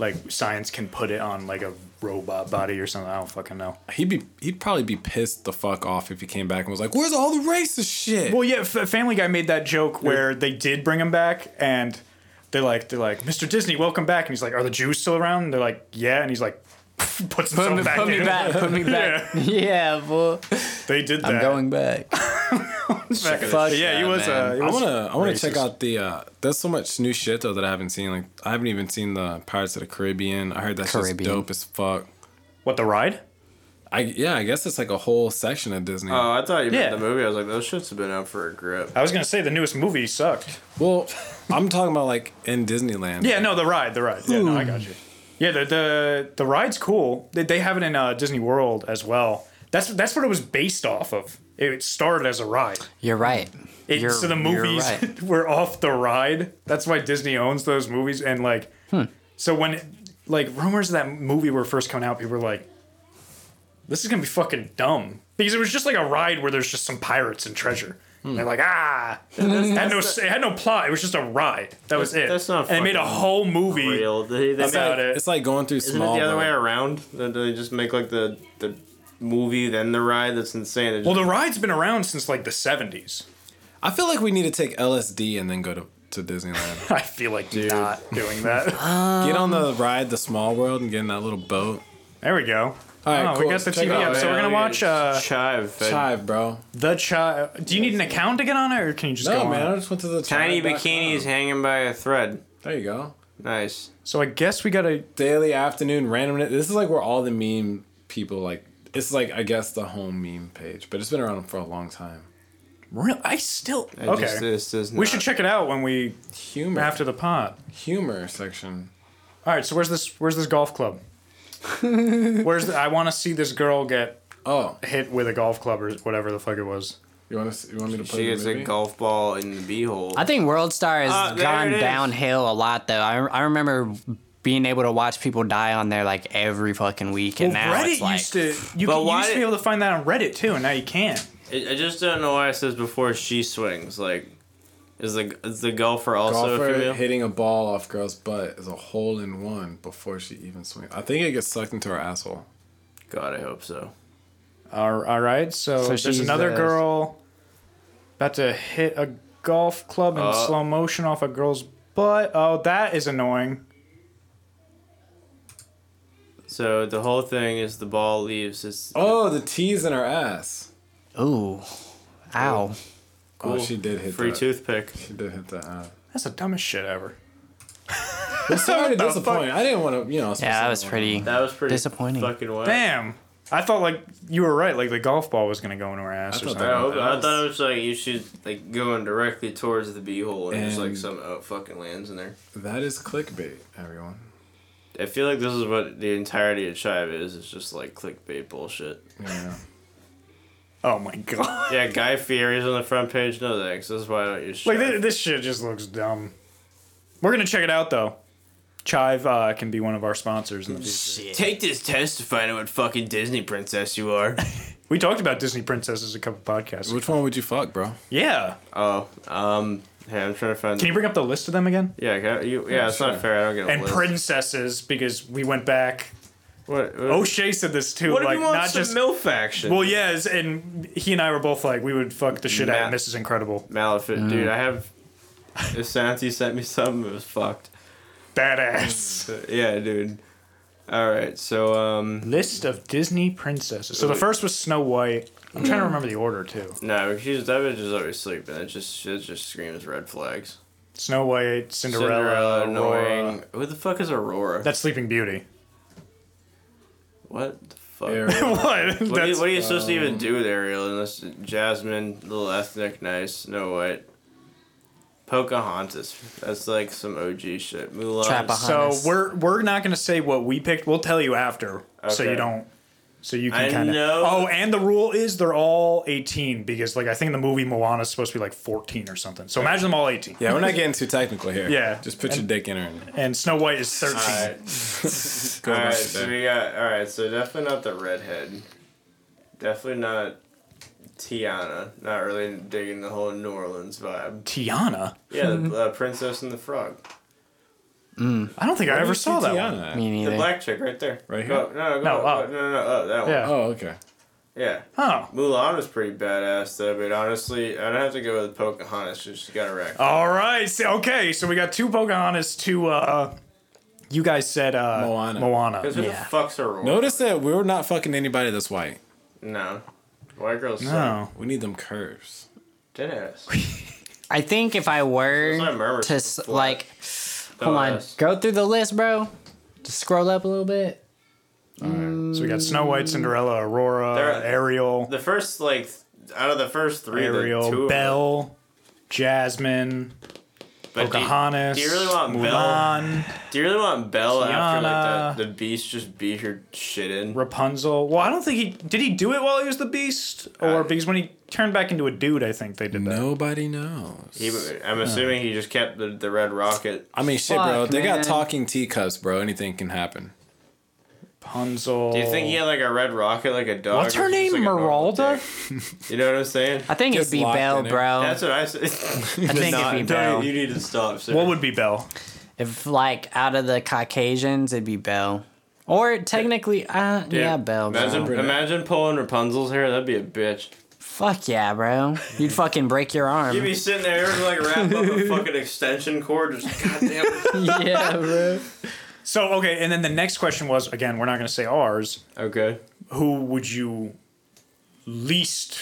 Speaker 1: like science can put it on like a robot body or something. I don't fucking know.
Speaker 4: He'd be he'd probably be pissed the fuck off if he came back and was like, "Where's all the racist shit?"
Speaker 1: Well, yeah, F- Family Guy made that joke where they did bring him back, and they're like, they're like, Mr. Disney, welcome back, and he's like, are the Jews still around? And they're like, yeah, and he's like, puts himself
Speaker 3: Put me,
Speaker 1: back
Speaker 3: put me
Speaker 1: in.
Speaker 3: back. Put me back. Yeah, boy.
Speaker 1: They did that.
Speaker 3: I'm going back.
Speaker 1: back.
Speaker 3: Fuck
Speaker 1: yeah, he
Speaker 3: that,
Speaker 1: was.
Speaker 3: man.
Speaker 1: Uh, he
Speaker 4: I
Speaker 1: was
Speaker 4: wanna I wanna check
Speaker 1: racist.
Speaker 4: out the. Uh, there's so much new shit though that I haven't seen. Like I haven't even seen the Pirates of the Caribbean. I heard that's just
Speaker 3: Caribbean.
Speaker 4: dope as fuck.
Speaker 1: what the ride.
Speaker 4: I yeah, I guess it's like a whole section of Disney.
Speaker 2: Oh, I thought you
Speaker 1: Yeah.
Speaker 2: meant the movie. I was like, those shits have been out for a grip.
Speaker 1: I was gonna say the newest movie sucked.
Speaker 4: well, I'm talking about like in Disneyland.
Speaker 1: Yeah, no, the ride, the ride. Yeah, no, I got you. Yeah, the the the ride's cool. They, they have it in uh, Disney World as well. That's that's what it was based off of. It started as a ride.
Speaker 3: You're right.
Speaker 1: It,
Speaker 3: you're,
Speaker 1: so the
Speaker 3: you're
Speaker 1: movies
Speaker 3: right.
Speaker 1: were off the ride. That's why Disney owns those movies. And like,
Speaker 4: Hmm.
Speaker 1: so when like rumors of that movie were first coming out, people were like, "This is gonna be fucking dumb," because it was just like a ride where there's just some pirates and treasure.
Speaker 4: Hmm.
Speaker 1: And they're like, ah, it had no, it had no plot. It was just a ride. That was it.
Speaker 2: that's not
Speaker 1: And they made a
Speaker 2: fucking
Speaker 1: whole movie.
Speaker 2: Real. They, they
Speaker 1: That's
Speaker 2: made-
Speaker 1: about it.
Speaker 4: It's like going through
Speaker 2: Isn't
Speaker 4: small.
Speaker 2: it the other way
Speaker 4: though.
Speaker 2: around? Then they just make like the the movie then the ride? That's insane. They just-
Speaker 1: Well, the ride's been around since like the '70s.
Speaker 4: I feel like we need to take LSD and then go to, to Disneyland.
Speaker 1: I feel like not doing that.
Speaker 4: get on the ride, the small world, and get in that little boat.
Speaker 1: there we go. All
Speaker 4: right,
Speaker 2: Oh,
Speaker 1: right,
Speaker 4: cool.
Speaker 1: we got the
Speaker 4: Check
Speaker 1: TV
Speaker 4: it out.
Speaker 1: up, so
Speaker 2: Yeah,
Speaker 1: we're gonna
Speaker 2: look
Speaker 1: watch.
Speaker 2: at
Speaker 1: Uh,
Speaker 2: Chive. Fed-
Speaker 4: Chive, bro.
Speaker 1: The child. Do you need an account to get on it, or can you just go
Speaker 4: No,
Speaker 1: on?
Speaker 4: man, I just went to the
Speaker 2: Tiny
Speaker 4: chive.com.
Speaker 2: bikinis hanging by a thread.
Speaker 4: There you go.
Speaker 2: Nice.
Speaker 1: So I guess we gotta.
Speaker 4: Daily afternoon randomness. This is like where all the meme people like. It's like I guess the home meme page, but it's been around for a long time.
Speaker 1: Real, I still.
Speaker 2: I
Speaker 1: okay.
Speaker 2: Just, this does
Speaker 1: we
Speaker 2: not-
Speaker 1: should check it out when we
Speaker 4: Humor
Speaker 1: after the pod.
Speaker 4: humor section.
Speaker 1: All right. So where's this? Where's this golf club? where's the, I want to see this girl get
Speaker 4: Oh,
Speaker 1: hit with a golf club or whatever the fuck it was.
Speaker 4: you want to? You want me to play?
Speaker 2: She
Speaker 4: the
Speaker 2: gets a
Speaker 4: movie?
Speaker 2: golf ball in the beehole.
Speaker 3: I think World Star has
Speaker 2: Ah, there
Speaker 3: gone
Speaker 2: it is.
Speaker 3: downhill a lot, though. I, I remember being able to watch people die on there like every fucking week, and now it's like
Speaker 1: to. You,
Speaker 2: But
Speaker 1: can, you
Speaker 2: why-
Speaker 1: used to be able to find that on Reddit too, and now you can't.
Speaker 2: I I just don't know why it says before she swings. Like, is the is the golfer also a
Speaker 4: Golfer
Speaker 2: female?
Speaker 4: hitting a ball off girl's butt is a hole in one before she even swings. I think it gets sucked into her asshole.
Speaker 2: God, I hope so.
Speaker 1: All all right. So, there's
Speaker 3: she's,
Speaker 1: another
Speaker 3: uh,
Speaker 1: girl about to hit a golf club in
Speaker 2: Uh.
Speaker 1: slow motion off a girl's butt. Oh, that is annoying.
Speaker 2: So the whole thing is the ball leaves. It's
Speaker 4: Oh, the tease in her ass.
Speaker 3: ooh, ow.
Speaker 4: Oh, she did hit
Speaker 2: free
Speaker 4: that.
Speaker 2: toothpick.
Speaker 4: She did hit that. Uh,
Speaker 1: That's the dumbest shit ever.
Speaker 4: I'm sorry to
Speaker 1: the
Speaker 4: disappoint. I didn't want to, you know.
Speaker 3: Yeah, that
Speaker 4: I
Speaker 3: was pretty.
Speaker 2: That was pretty
Speaker 3: Disappointing.
Speaker 2: Fucking whack.
Speaker 1: Damn. I thought like you were right, like the golf ball was gonna go into her ass or
Speaker 4: thought
Speaker 1: something.
Speaker 4: that-
Speaker 2: I, hope, I
Speaker 4: was-
Speaker 2: thought it was like you should like going directly towards the beehole and, just like
Speaker 4: And-
Speaker 2: some oh, fucking lands in there.
Speaker 4: That is clickbait, everyone.
Speaker 2: I feel like this is what the entirety of Chive is. It's just like clickbait bullshit.
Speaker 4: Yeah.
Speaker 1: Oh my god.
Speaker 2: Yeah, Guy Fieri's on the front page. No thanks. This is why I don't use Chive.
Speaker 1: like this, this shit just looks dumb. We're gonna check it out though. Chive uh, can be one of our sponsors in the future.
Speaker 2: Take this test to find out what fucking Disney princess you are.
Speaker 1: We talked about Disney princesses a couple podcasts. ago.
Speaker 4: Which one would you fuck, bro?
Speaker 1: Yeah.
Speaker 2: oh, um, hey, I'm trying to find.
Speaker 1: Can you bring up the list of them again?
Speaker 2: yeah, can I- you, yeah, it's
Speaker 4: sure.
Speaker 2: not fair. I don't get a
Speaker 1: And
Speaker 2: list.
Speaker 1: princesses, because we went back.
Speaker 2: What? What,
Speaker 1: O'Shea said this too.
Speaker 2: what if
Speaker 1: Oh, like
Speaker 2: you want
Speaker 1: not
Speaker 2: some
Speaker 1: just
Speaker 2: milf action?
Speaker 1: well, yes, and he and I were both like, we would fuck the shit out
Speaker 2: Matt.
Speaker 1: of Mrs. Incredible.
Speaker 2: Malefit,
Speaker 1: Mm.
Speaker 2: dude. I have. Asante sent me something. It was fucked.
Speaker 1: Badass.
Speaker 2: Yeah, dude. All right, so um,
Speaker 1: List of Disney princesses. So the first was Snow White. I'm trying to remember the order too.
Speaker 2: no, she's that bitch is always sleeping. It just it just screams red flags.
Speaker 1: Snow White, Cinderella,
Speaker 2: Cinderella,
Speaker 1: Aurora.
Speaker 2: annoying. Who the fuck is Aurora?
Speaker 1: That's Sleeping Beauty.
Speaker 2: what the fuck?
Speaker 4: Ariel. um,
Speaker 1: what?
Speaker 2: What, are you,
Speaker 1: That's,
Speaker 2: what are you supposed to even do with Ariel unless Jasmine, little ethnic, nice, Snow White, Pocahontas? That's like some OG shit. Mulan.
Speaker 3: Trapa-
Speaker 1: so
Speaker 3: Honest.
Speaker 1: we're we're not gonna say what we picked. We'll tell you after, so
Speaker 2: Okay.
Speaker 1: you don't. So you
Speaker 2: I
Speaker 1: can kind of.
Speaker 2: know.
Speaker 1: Oh, and the rule is they're all 18 because, like, I think in the movie Moana is supposed to be like 14 or something. So imagine them all 18.
Speaker 4: Yeah, we're not getting too technical here.
Speaker 1: Yeah.
Speaker 4: Just put your dick in her. And
Speaker 1: And Snow White is 13.
Speaker 2: all right,
Speaker 4: go
Speaker 2: all right.
Speaker 4: back to
Speaker 2: So
Speaker 4: bed.
Speaker 2: we got all right. So definitely not the redhead. Definitely not Tiana. Not really digging the whole New Orleans vibe.
Speaker 1: Tiana.
Speaker 2: Yeah, the uh, Princess and the Frog.
Speaker 1: I don't think I ever saw that one.
Speaker 4: Titiana.
Speaker 3: Me
Speaker 2: The
Speaker 3: neither.
Speaker 2: black chick right there.
Speaker 4: Right
Speaker 2: Go-
Speaker 4: here?
Speaker 2: No, no, go,
Speaker 1: No,
Speaker 2: go-
Speaker 1: up.
Speaker 2: no, no, no, up, that one.
Speaker 1: Yeah.
Speaker 4: Oh, okay.
Speaker 2: Yeah.
Speaker 1: Oh.
Speaker 2: Mulan was pretty badass though, but honestly, I'd have to go with Pocahontas. She just got wrecked.
Speaker 1: All right. So, okay. So we got two Pocahontas, two. Uh, you guys said uh,
Speaker 4: Moana.
Speaker 1: Moana.
Speaker 2: Because who
Speaker 3: yeah.
Speaker 2: the fuck's her role?
Speaker 4: Notice that we're not fucking anybody that's white.
Speaker 2: No. White girls suck.
Speaker 1: No.
Speaker 4: We need them curves.
Speaker 2: Dennis.
Speaker 3: I think if I were
Speaker 2: It's not murmurs,
Speaker 3: to
Speaker 2: it's
Speaker 3: s-
Speaker 2: flat.
Speaker 3: like, hold on,
Speaker 2: Dumbass.
Speaker 3: go through the list, bro. Just scroll up a little bit.
Speaker 1: Mm, So we got Snow White, Cinderella, Aurora,
Speaker 2: There-
Speaker 1: Ariel,
Speaker 2: The first like th- out of the first three, the two
Speaker 1: Ariel,
Speaker 2: of
Speaker 1: Belle, Jasmine,
Speaker 2: them- but do you-
Speaker 1: Pocahontas,
Speaker 2: Do you, really want Belle?
Speaker 1: Mulan,
Speaker 2: Do you really want Belle after
Speaker 1: Tiana.
Speaker 2: like the, the beast just beat her shit in?
Speaker 1: Rapunzel. Well, I don't think he did. He do it while he was the Beast, or
Speaker 2: Uh,
Speaker 1: because when he turned back into a dude, I think they did that.
Speaker 4: Nobody knows.
Speaker 2: He, I'm assuming he just kept the, the red rocket.
Speaker 4: I mean, shit, bro.
Speaker 3: Fuck,
Speaker 4: They got
Speaker 3: man.
Speaker 4: talking teacups, bro. Anything can happen.
Speaker 1: Rapunzel.
Speaker 2: Do you think he had like a red rocket like a dog?
Speaker 1: Oh. What's
Speaker 2: or
Speaker 1: her
Speaker 2: just,
Speaker 1: name?
Speaker 2: like, a normal
Speaker 1: Meralda.
Speaker 2: dick? You know what I'm saying?
Speaker 3: I think it'd
Speaker 4: Just
Speaker 3: be
Speaker 4: locked
Speaker 3: Belle,
Speaker 4: in it.
Speaker 1: Oh.
Speaker 3: bro.
Speaker 2: That's what I said.
Speaker 3: I think it'd be Belle.
Speaker 2: You need to stop. Sir.
Speaker 1: What would be Belle?
Speaker 3: If like out of the Caucasians, it'd be Belle. Or technically, uh, yeah, Belle. Bro.
Speaker 2: Imagine, imagine pulling Rapunzel's hair. That'd be a bitch.
Speaker 3: Fuck yeah, bro. You'd fucking break your
Speaker 2: You'd
Speaker 3: arm.
Speaker 2: be sitting there like wrap up a fucking extension cord. Just goddamn.
Speaker 3: yeah, bro.
Speaker 1: So okay, and then the next question was again, we're not going to say ours.
Speaker 2: okay.
Speaker 1: who would you least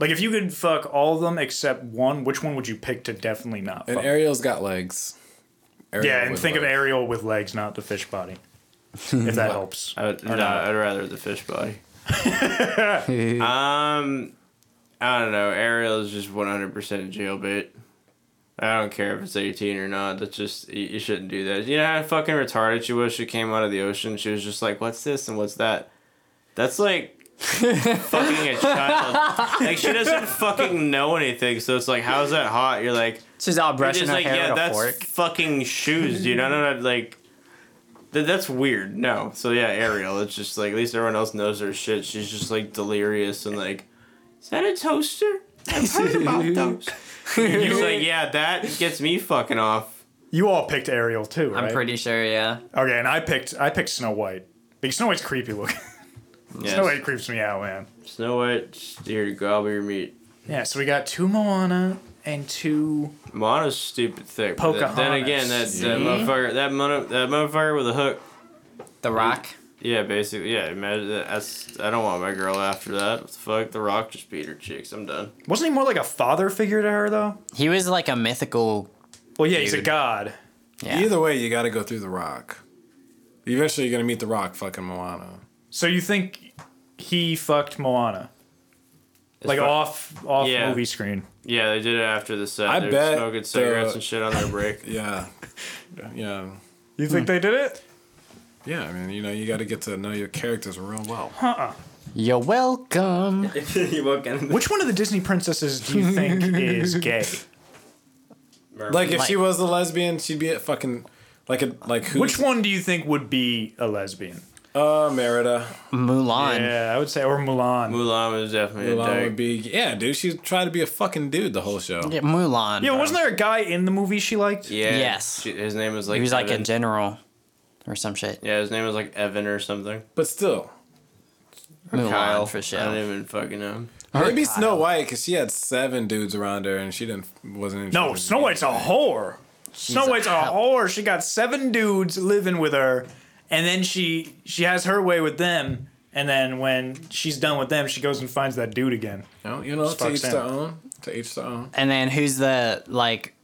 Speaker 1: like if you could fuck all of them except one which one would you pick to definitely not
Speaker 4: And
Speaker 1: fuck
Speaker 4: Ariel's got legs. Ariel
Speaker 1: yeah and
Speaker 4: with
Speaker 1: think of
Speaker 4: legs.
Speaker 1: ariel with legs not the fish body if that helps
Speaker 2: I would, no,
Speaker 1: not.
Speaker 2: I'd rather the fish body. um, I don't know. Ariel is just one hundred percent jailbait. I don't care if it's eighteen or not. That's just you, you shouldn't do that. You know how fucking retarded she was. She came out of the ocean. She was just like, "What's this and what's that?" That's like fucking a child. Like she doesn't fucking know anything. So it's like, how's that hot? You're like,
Speaker 3: She's all
Speaker 2: you're
Speaker 3: brushing
Speaker 2: just
Speaker 3: her
Speaker 2: like,
Speaker 3: hair
Speaker 2: yeah,
Speaker 3: with a
Speaker 2: that's
Speaker 3: fork.
Speaker 2: fucking shoes, dude. I don't know, like, th- that's weird. No, so yeah, Ariel. It's just like at least everyone else knows her shit. She's just like delirious and like, is that a toaster? I've heard about those. And You're just like, yeah, that gets me fucking off.
Speaker 1: you all picked ariel too right?
Speaker 3: I'm pretty sure, yeah.
Speaker 1: okay and i picked i picked snow white because snow white's creepy looking
Speaker 2: Yes.
Speaker 1: snow white creeps me out man
Speaker 2: Snow White, just here to gobble your meat.
Speaker 1: yeah so we got two moana and two
Speaker 2: Mono's stupid thick. but Then, then
Speaker 1: Pocahontas.
Speaker 2: again, that,
Speaker 1: See?
Speaker 2: that motherfucker, that mono, that motherfucker with a hook.
Speaker 3: The Rock.
Speaker 2: Yeah, basically, yeah. Imagine that. That's, I don't want my girl after that. What the fuck? The Rock just beat her chicks. I'm done.
Speaker 1: wasn't he more like a father figure to her though
Speaker 3: He was like a mythical.
Speaker 1: well yeah he's a god
Speaker 3: Yeah.
Speaker 4: Either way, you got to go through the rock. Eventually, you're gonna meet the rock, fucking Moana.
Speaker 1: so you think he fucked moana like
Speaker 2: fuck-
Speaker 1: off off
Speaker 2: Yeah.
Speaker 1: movie screen
Speaker 2: Yeah, they did it after the set.
Speaker 4: I
Speaker 2: they
Speaker 4: bet
Speaker 2: were smoking cigarettes
Speaker 4: the-
Speaker 2: and shit on their break.
Speaker 4: Yeah, yeah,
Speaker 1: you think they did it
Speaker 4: yeah. I mean, you know, you got to get to know your characters real well.
Speaker 3: You're welcome.
Speaker 2: you walk in.
Speaker 1: Which one of the Disney princesses do you think is gay?
Speaker 4: Like if
Speaker 3: Like-
Speaker 4: she was a lesbian, she'd be a fucking like a like who?
Speaker 1: Which one do you think would be a lesbian?
Speaker 4: Uh, Merida.
Speaker 3: Mulan.
Speaker 1: Yeah, I would say or Mulan.
Speaker 2: Mulan was definitely
Speaker 4: Mulan
Speaker 2: a
Speaker 4: would
Speaker 2: dick.
Speaker 4: be. Yeah, dude. She's trying to be a fucking dude the whole show.
Speaker 3: Yeah, Mulan.
Speaker 1: Yeah,
Speaker 3: bro.
Speaker 1: wasn't there a guy in the movie she liked?
Speaker 2: Yeah.
Speaker 3: Yes.
Speaker 2: She- his name was like.
Speaker 3: he was like a
Speaker 2: Evan.
Speaker 3: general or some shit.
Speaker 2: yeah, his name was like Evan or something.
Speaker 4: But still,
Speaker 3: Mulan
Speaker 2: Kyle
Speaker 3: for
Speaker 2: I don't
Speaker 3: sure.
Speaker 2: even fucking know.
Speaker 4: Maybe Snow White, because she had seven dudes around her, and she didn't wasn't.
Speaker 1: No,
Speaker 4: interested
Speaker 1: Snow
Speaker 4: in
Speaker 1: White's a whore. Snow
Speaker 3: a
Speaker 1: White's a
Speaker 3: hoe.
Speaker 1: whore. She got seven dudes living with her, and then she she has her way with them. And then when she's done with them, she goes and finds that dude again.
Speaker 4: You know, you know to
Speaker 1: fuck
Speaker 4: each
Speaker 1: Sam.
Speaker 4: their own. To each their own.
Speaker 3: And then who's the like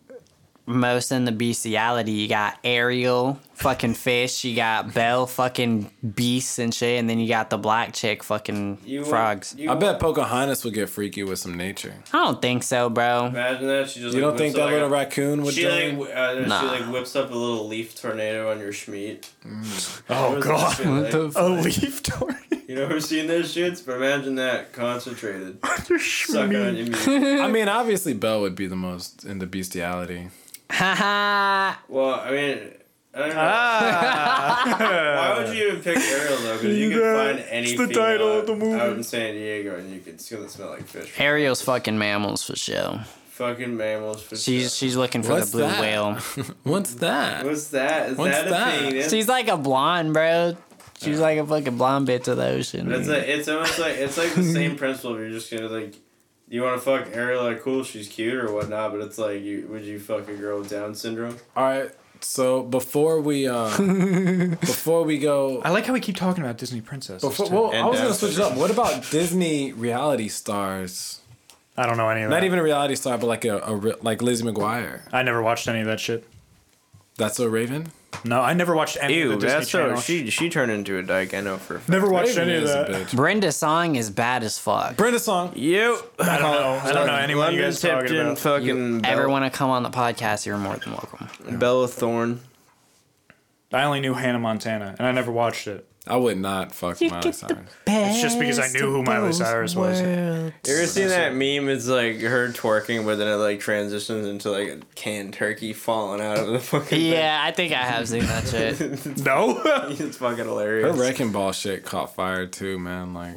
Speaker 3: most in the bestiality? You got Ariel, fucking fish. You got Belle, fucking beasts and shit. And then you got the black chick, fucking frogs.
Speaker 2: You,
Speaker 4: I bet Pocahontas would get freaky with some nature.
Speaker 3: I don't think so, bro.
Speaker 2: Imagine that. She just.
Speaker 4: You
Speaker 2: like,
Speaker 4: don't think
Speaker 2: whips
Speaker 4: that
Speaker 2: up, like,
Speaker 4: little
Speaker 2: a-
Speaker 4: raccoon would
Speaker 2: She like,
Speaker 4: join?
Speaker 2: wh- uh, she
Speaker 3: Nah.
Speaker 2: like whips up a little leaf tornado on your schmeat.
Speaker 4: Mm.
Speaker 1: Oh god,
Speaker 2: What the
Speaker 1: a leaf tornado.
Speaker 2: You never seen those shits? But imagine that concentrated. Suck on your meat.
Speaker 4: I mean, obviously Belle would be the most into bestiality.
Speaker 3: Haha.
Speaker 2: Well, I mean, I don't know.
Speaker 1: Ah.
Speaker 2: Why would you even pick Ariel though? Because you could
Speaker 1: Yeah,
Speaker 2: find any
Speaker 1: it's Uh, the
Speaker 2: female
Speaker 1: title of the movie.
Speaker 2: out in San Diego, and you could it's gonna smell like fish.
Speaker 3: Ariel's fucking mammals for sure.
Speaker 2: fucking mammals for
Speaker 3: She's she's looking for
Speaker 4: What's
Speaker 3: the blue
Speaker 4: that?
Speaker 3: whale.
Speaker 4: What's that?
Speaker 2: What's that? Is
Speaker 4: What's
Speaker 2: that a
Speaker 4: that?
Speaker 2: penis?
Speaker 3: She's like a blonde, bro. She's like a fucking blonde bitch of the ocean.
Speaker 2: It's like it's almost like it's like the same principle. If you're just gonna like, you want to fuck Ariel, like cool, she's cute or whatnot, but it's like, you would you fuck a girl with Down syndrome?
Speaker 4: All right. So before we uh before we go
Speaker 1: I like how we keep talking about Disney princesses.
Speaker 4: before,
Speaker 1: too.
Speaker 4: well, I
Speaker 2: And
Speaker 4: was gonna
Speaker 2: Dazzler.
Speaker 4: switch it up. What about Disney reality stars?
Speaker 1: I don't know any of that.
Speaker 4: Not even a reality star, but like a, a re- like Lizzie McGuire.
Speaker 1: I never watched any of that shit.
Speaker 4: That's a Raven.
Speaker 1: No, I never watched any
Speaker 2: Ew,
Speaker 1: of the Disney
Speaker 2: that's so
Speaker 1: Channel.
Speaker 2: she she turned into a dyke. I know for a fact.
Speaker 1: never watched
Speaker 4: Raven
Speaker 1: any of
Speaker 4: is a
Speaker 1: that.
Speaker 4: bitch.
Speaker 3: Brenda Song is bad as fuck.
Speaker 4: Brenda song.
Speaker 2: You
Speaker 1: I don't know. I don't know anyone you
Speaker 2: London
Speaker 1: guys talking
Speaker 2: Tipton,
Speaker 1: about.
Speaker 2: fucking Bella,
Speaker 3: Ever want to come on the podcast? You're more than welcome.
Speaker 2: Bella Thorne.
Speaker 1: I only knew Hannah Montana, and I never watched it.
Speaker 4: I would not fuck Miley Cyrus.
Speaker 1: It's just because I knew who Miley Cyrus was.
Speaker 2: You ever seen that meme? It's like her twerking, but then it like transitions into like a canned turkey falling out of the fucking.
Speaker 3: Yeah, I think I have seen that shit.
Speaker 1: No,
Speaker 2: thing. it's fucking
Speaker 4: Her
Speaker 2: hilarious.
Speaker 4: wrecking ball shit caught fire too, man. Like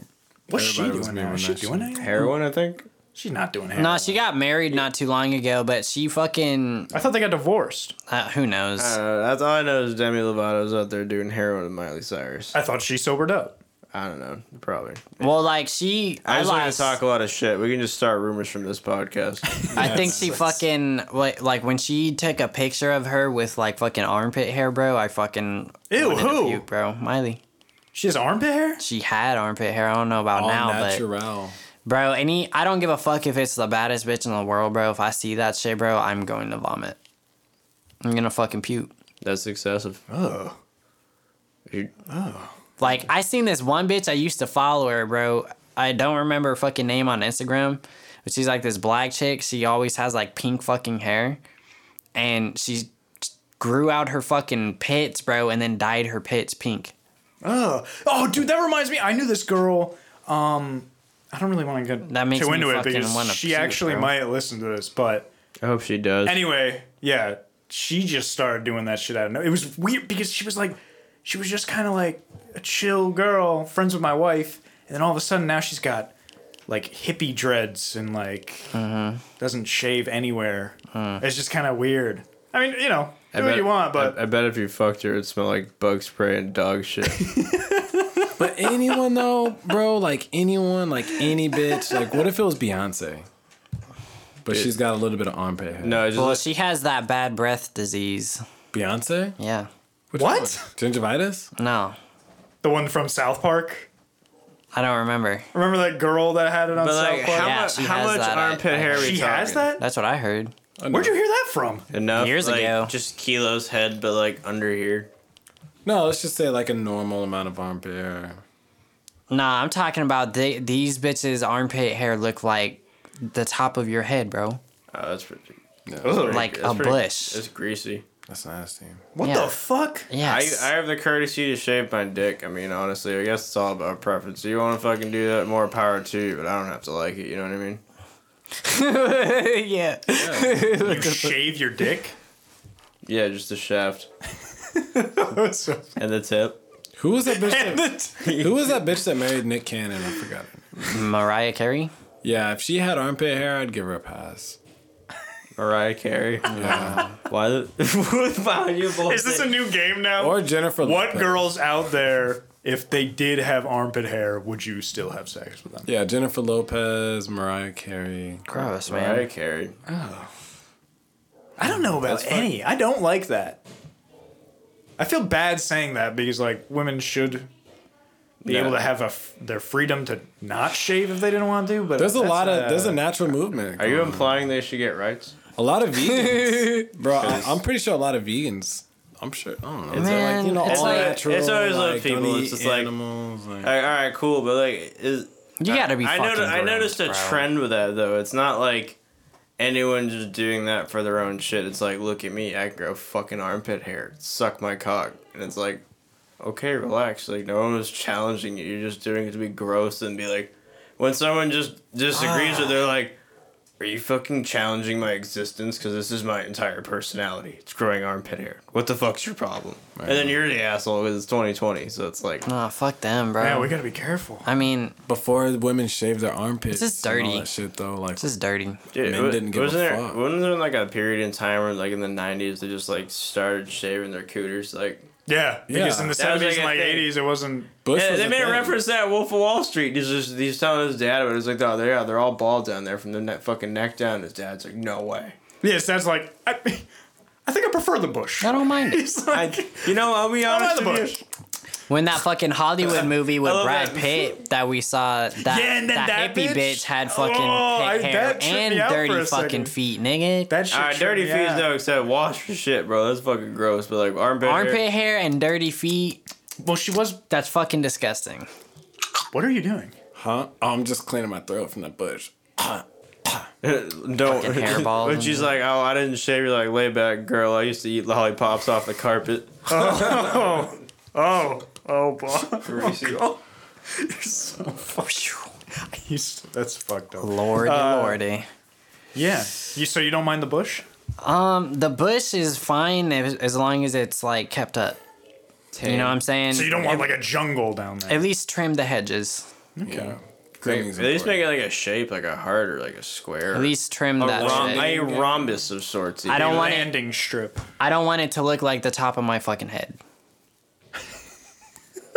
Speaker 1: what's she
Speaker 4: Everybody was
Speaker 1: doing
Speaker 4: memeing
Speaker 1: now? Is she
Speaker 4: that
Speaker 1: doing
Speaker 4: shit.
Speaker 1: anything?
Speaker 2: Heroin, I think.
Speaker 1: She's not doing heroin.
Speaker 3: no, she got married not too long ago, but she fucking
Speaker 1: I thought they got divorced.
Speaker 3: uh, who knows.
Speaker 2: Uh, that's all I know is Demi Lovato's out there doing heroin with Miley Cyrus.
Speaker 1: I thought she sobered up.
Speaker 2: I don't know, probably.
Speaker 3: well, like she,
Speaker 2: I
Speaker 3: I,
Speaker 2: just like to
Speaker 3: lost.
Speaker 2: talk a lot of shit. We can just start rumors from this podcast.
Speaker 3: I think she fucking like like when she took a picture of her with like fucking armpit hair, bro. I fucking
Speaker 1: Ew,
Speaker 3: wanted to
Speaker 1: who?
Speaker 3: puke, bro? Miley.
Speaker 1: She has armpit hair.
Speaker 3: She had armpit hair. I don't know about
Speaker 4: All
Speaker 3: now, but
Speaker 4: natural.
Speaker 3: Bro, any I don't give a fuck if it's the baddest bitch in the world, bro. If I see that shit, bro, I'm going to vomit. I'm gonna fucking puke.
Speaker 2: that's excessive.
Speaker 1: Oh,
Speaker 2: You-
Speaker 3: Like I seen this one bitch I used to follow her, bro. I don't remember her fucking name on Instagram, but she's like this black chick. She always has like pink fucking hair, and she grew out her fucking pits, bro, and then dyed her pits pink.
Speaker 1: oh, oh, dude, that reminds me. I knew this girl. Um, I don't really want to get
Speaker 3: That makes
Speaker 1: too
Speaker 3: me
Speaker 1: into it
Speaker 3: fucking
Speaker 1: because
Speaker 3: wanna
Speaker 1: she
Speaker 3: puke,
Speaker 1: actually
Speaker 3: bro.
Speaker 1: might listen to this, but.
Speaker 2: I hope she does.
Speaker 1: Anyway, yeah, she just started doing that shit out of nowhere. It was weird because she was like, she was just kind of like a chill girl, friends with my wife, and then all of a sudden now she's got like hippie dreads and like
Speaker 3: Mm-hmm.
Speaker 1: doesn't shave anywhere.
Speaker 3: Mm.
Speaker 1: It's just kind of weird. I mean, you know, do what you want, but
Speaker 2: I, I bet if you fucked her, it'd smell like bug spray and dog shit.
Speaker 4: But anyone though, bro, like anyone, like any bitch, like what if it was Beyonce? But she's got a little bit of armpit hair.
Speaker 2: no, it's just
Speaker 3: Well, she has that bad breath disease.
Speaker 4: Beyonce?
Speaker 3: Yeah.
Speaker 4: Which
Speaker 1: What?
Speaker 4: one? Gingivitis?
Speaker 3: No,
Speaker 1: the one from South Park.
Speaker 3: I don't remember.
Speaker 1: Remember that girl that had it on
Speaker 2: But
Speaker 1: South
Speaker 2: like,
Speaker 1: Park?
Speaker 2: how,
Speaker 3: Yeah,
Speaker 2: much,
Speaker 3: she
Speaker 2: how
Speaker 3: has
Speaker 2: much
Speaker 3: that, I-
Speaker 2: armpit
Speaker 3: I-
Speaker 2: hair? Are we
Speaker 1: she has
Speaker 2: talking?
Speaker 1: that.
Speaker 3: That's what I heard.
Speaker 1: Where'd you hear that from?
Speaker 2: enough
Speaker 3: Years
Speaker 2: like,
Speaker 3: ago.
Speaker 2: Just kilos head, but like under here.
Speaker 4: No, let's just say like a normal amount of armpit hair.
Speaker 3: Nah, I'm talking about they, these bitches' armpit hair look like the top of your head, bro.
Speaker 2: Oh, that's pretty.
Speaker 4: No,
Speaker 3: Like
Speaker 2: that's
Speaker 3: a
Speaker 2: pretty-
Speaker 3: bush.
Speaker 2: It's greasy.
Speaker 4: that's nasty.
Speaker 1: What
Speaker 3: Yeah.
Speaker 1: the fuck?
Speaker 3: Yes.
Speaker 2: I, I have the courtesy to shave my dick. I mean, honestly, I guess it's all about preference. You want to fucking do that, more power to you, but I don't have to like it. You know what I mean?
Speaker 3: yeah.
Speaker 1: You shave your dick?
Speaker 2: Yeah, just the shaft and the tip.
Speaker 4: Who was that bitch? That, who was that bitch that married Nick Cannon? I forgot. Her name.
Speaker 3: Mariah Carey.
Speaker 4: Yeah, if she had armpit hair, I'd give her a pass.
Speaker 2: Mariah Carey.
Speaker 4: Yeah.
Speaker 2: Why the? Why you both?
Speaker 1: Is this a new game now?
Speaker 4: or Jennifer.
Speaker 1: What
Speaker 4: Lopez.
Speaker 1: girls out there, if they did have armpit hair, would you still have sex with them?
Speaker 4: Yeah, Jennifer Lopez, Mariah Carey.
Speaker 3: Gross, man.
Speaker 2: Mariah Carey.
Speaker 1: I don't know about any. I don't like that. I feel bad saying that because like women should be
Speaker 2: Yeah.
Speaker 1: able to have a f- their freedom to not shave if they didn't want to. But
Speaker 4: There's a
Speaker 1: that's,
Speaker 4: lot of
Speaker 1: uh,
Speaker 4: there's a natural movement.
Speaker 2: Are you implying they should get rights?
Speaker 4: A lot of vegans, bro. I, I'm pretty sure a lot of vegans. I'm sure. I don't know.
Speaker 3: It's Man,
Speaker 4: you know,
Speaker 3: it's
Speaker 4: all
Speaker 3: like-
Speaker 4: natural.
Speaker 2: it's always
Speaker 4: like,
Speaker 2: those people,
Speaker 4: don't
Speaker 2: it's
Speaker 4: eat
Speaker 2: just like-
Speaker 4: animals. Like,
Speaker 2: All right, all right, cool, but like, is
Speaker 3: You gotta be.
Speaker 2: I,
Speaker 3: fucking
Speaker 2: noti- I
Speaker 3: gross,
Speaker 2: noticed a
Speaker 3: bro.
Speaker 2: trend with that though. It's not like anyone just doing that for their own shit. It's like, look at me, I can grow fucking armpit hair, suck my cock, and it's like, okay, relax. Like no one was challenging
Speaker 3: Ah.
Speaker 2: you. You're just doing it to be gross and be like, when someone just disagrees with, it, they're like, Are you fucking challenging my existence? Because this is my entire personality. It's growing armpit hair. What the fuck's your problem? And then you're the asshole because it's 2020. So it's like,
Speaker 3: Oh, fuck them, bro.
Speaker 1: Yeah, we gotta be careful.
Speaker 3: I mean,
Speaker 4: Before women shaved their armpits,
Speaker 3: This is
Speaker 4: and all
Speaker 3: dirty.
Speaker 4: that shit though. Like,
Speaker 3: this is dirty.
Speaker 2: dude,
Speaker 4: Men
Speaker 2: wa-
Speaker 4: didn't give a
Speaker 2: wasn't there,
Speaker 4: fuck.
Speaker 2: Wasn't there like a period in time where like in the 90s they just like started shaving their cooters? Like,
Speaker 1: Yeah, because
Speaker 4: Yeah.
Speaker 1: in the
Speaker 2: That was like
Speaker 1: seventies and
Speaker 2: a
Speaker 1: like
Speaker 2: thing.
Speaker 1: eighties, it wasn't.
Speaker 4: Bush
Speaker 2: Yeah,
Speaker 4: was
Speaker 2: they
Speaker 4: a
Speaker 2: made a
Speaker 4: thing.
Speaker 2: reference to that Wolf of Wall Street. He's just he's telling his dad about it. He's like, oh, they're, they're all bald down there from the neck, fucking neck down. His dad's like, no way.
Speaker 1: Yes, that's like. I, I think I prefer the bush.
Speaker 3: I don't mind it.
Speaker 1: He's like,
Speaker 2: I, you know, I'll be
Speaker 1: I
Speaker 2: honest
Speaker 1: don't like the
Speaker 2: with
Speaker 1: bush.
Speaker 2: you.
Speaker 3: When that fucking Hollywood movie with
Speaker 2: I love
Speaker 3: Brad
Speaker 2: that.
Speaker 3: Pitt that we saw, that,
Speaker 1: Yeah, and then
Speaker 3: that,
Speaker 1: that
Speaker 3: hippie
Speaker 1: bitch?
Speaker 3: bitch, had fucking
Speaker 1: Oh,
Speaker 3: pink
Speaker 1: I-
Speaker 3: hair
Speaker 1: that tripped
Speaker 3: and
Speaker 1: me out for
Speaker 3: dirty
Speaker 1: a
Speaker 3: fucking
Speaker 1: second.
Speaker 3: feet, nigga.
Speaker 1: That shit.
Speaker 2: All right, dirty feet is no except wash your shit, bro. That's fucking gross. But like armpit, hair-
Speaker 3: Armpit hair and dirty feet,
Speaker 1: Well, she was.
Speaker 3: that's fucking disgusting.
Speaker 1: What are you doing?
Speaker 4: Huh? Oh, I'm just cleaning my throat from that bush.
Speaker 2: don't
Speaker 3: Fucking hairballs
Speaker 2: When she's like, oh, I didn't shave. You're like, lay back, girl. I used to eat lollipops off the carpet.
Speaker 1: Oh, oh, boy.
Speaker 2: Greasy.
Speaker 1: He's, that's fucked up.
Speaker 3: Lordy, lordy.
Speaker 1: Yeah. You, so you don't mind the bush?
Speaker 3: Um, the bush is fine as, as long as it's like kept up. You know what I'm saying?
Speaker 1: So you don't want like a jungle down there.
Speaker 3: At least trim the hedges.
Speaker 4: Yeah.
Speaker 2: They
Speaker 4: Cleaning's
Speaker 2: just make
Speaker 4: important.
Speaker 2: it like a shape, like a heart or like a square.
Speaker 3: At least trim
Speaker 2: a,
Speaker 3: that
Speaker 2: rom-
Speaker 3: shit.
Speaker 2: a rhombus of sorts.
Speaker 3: I don't want it.
Speaker 1: landing strip.
Speaker 3: I don't want it to look like the top of my fucking head.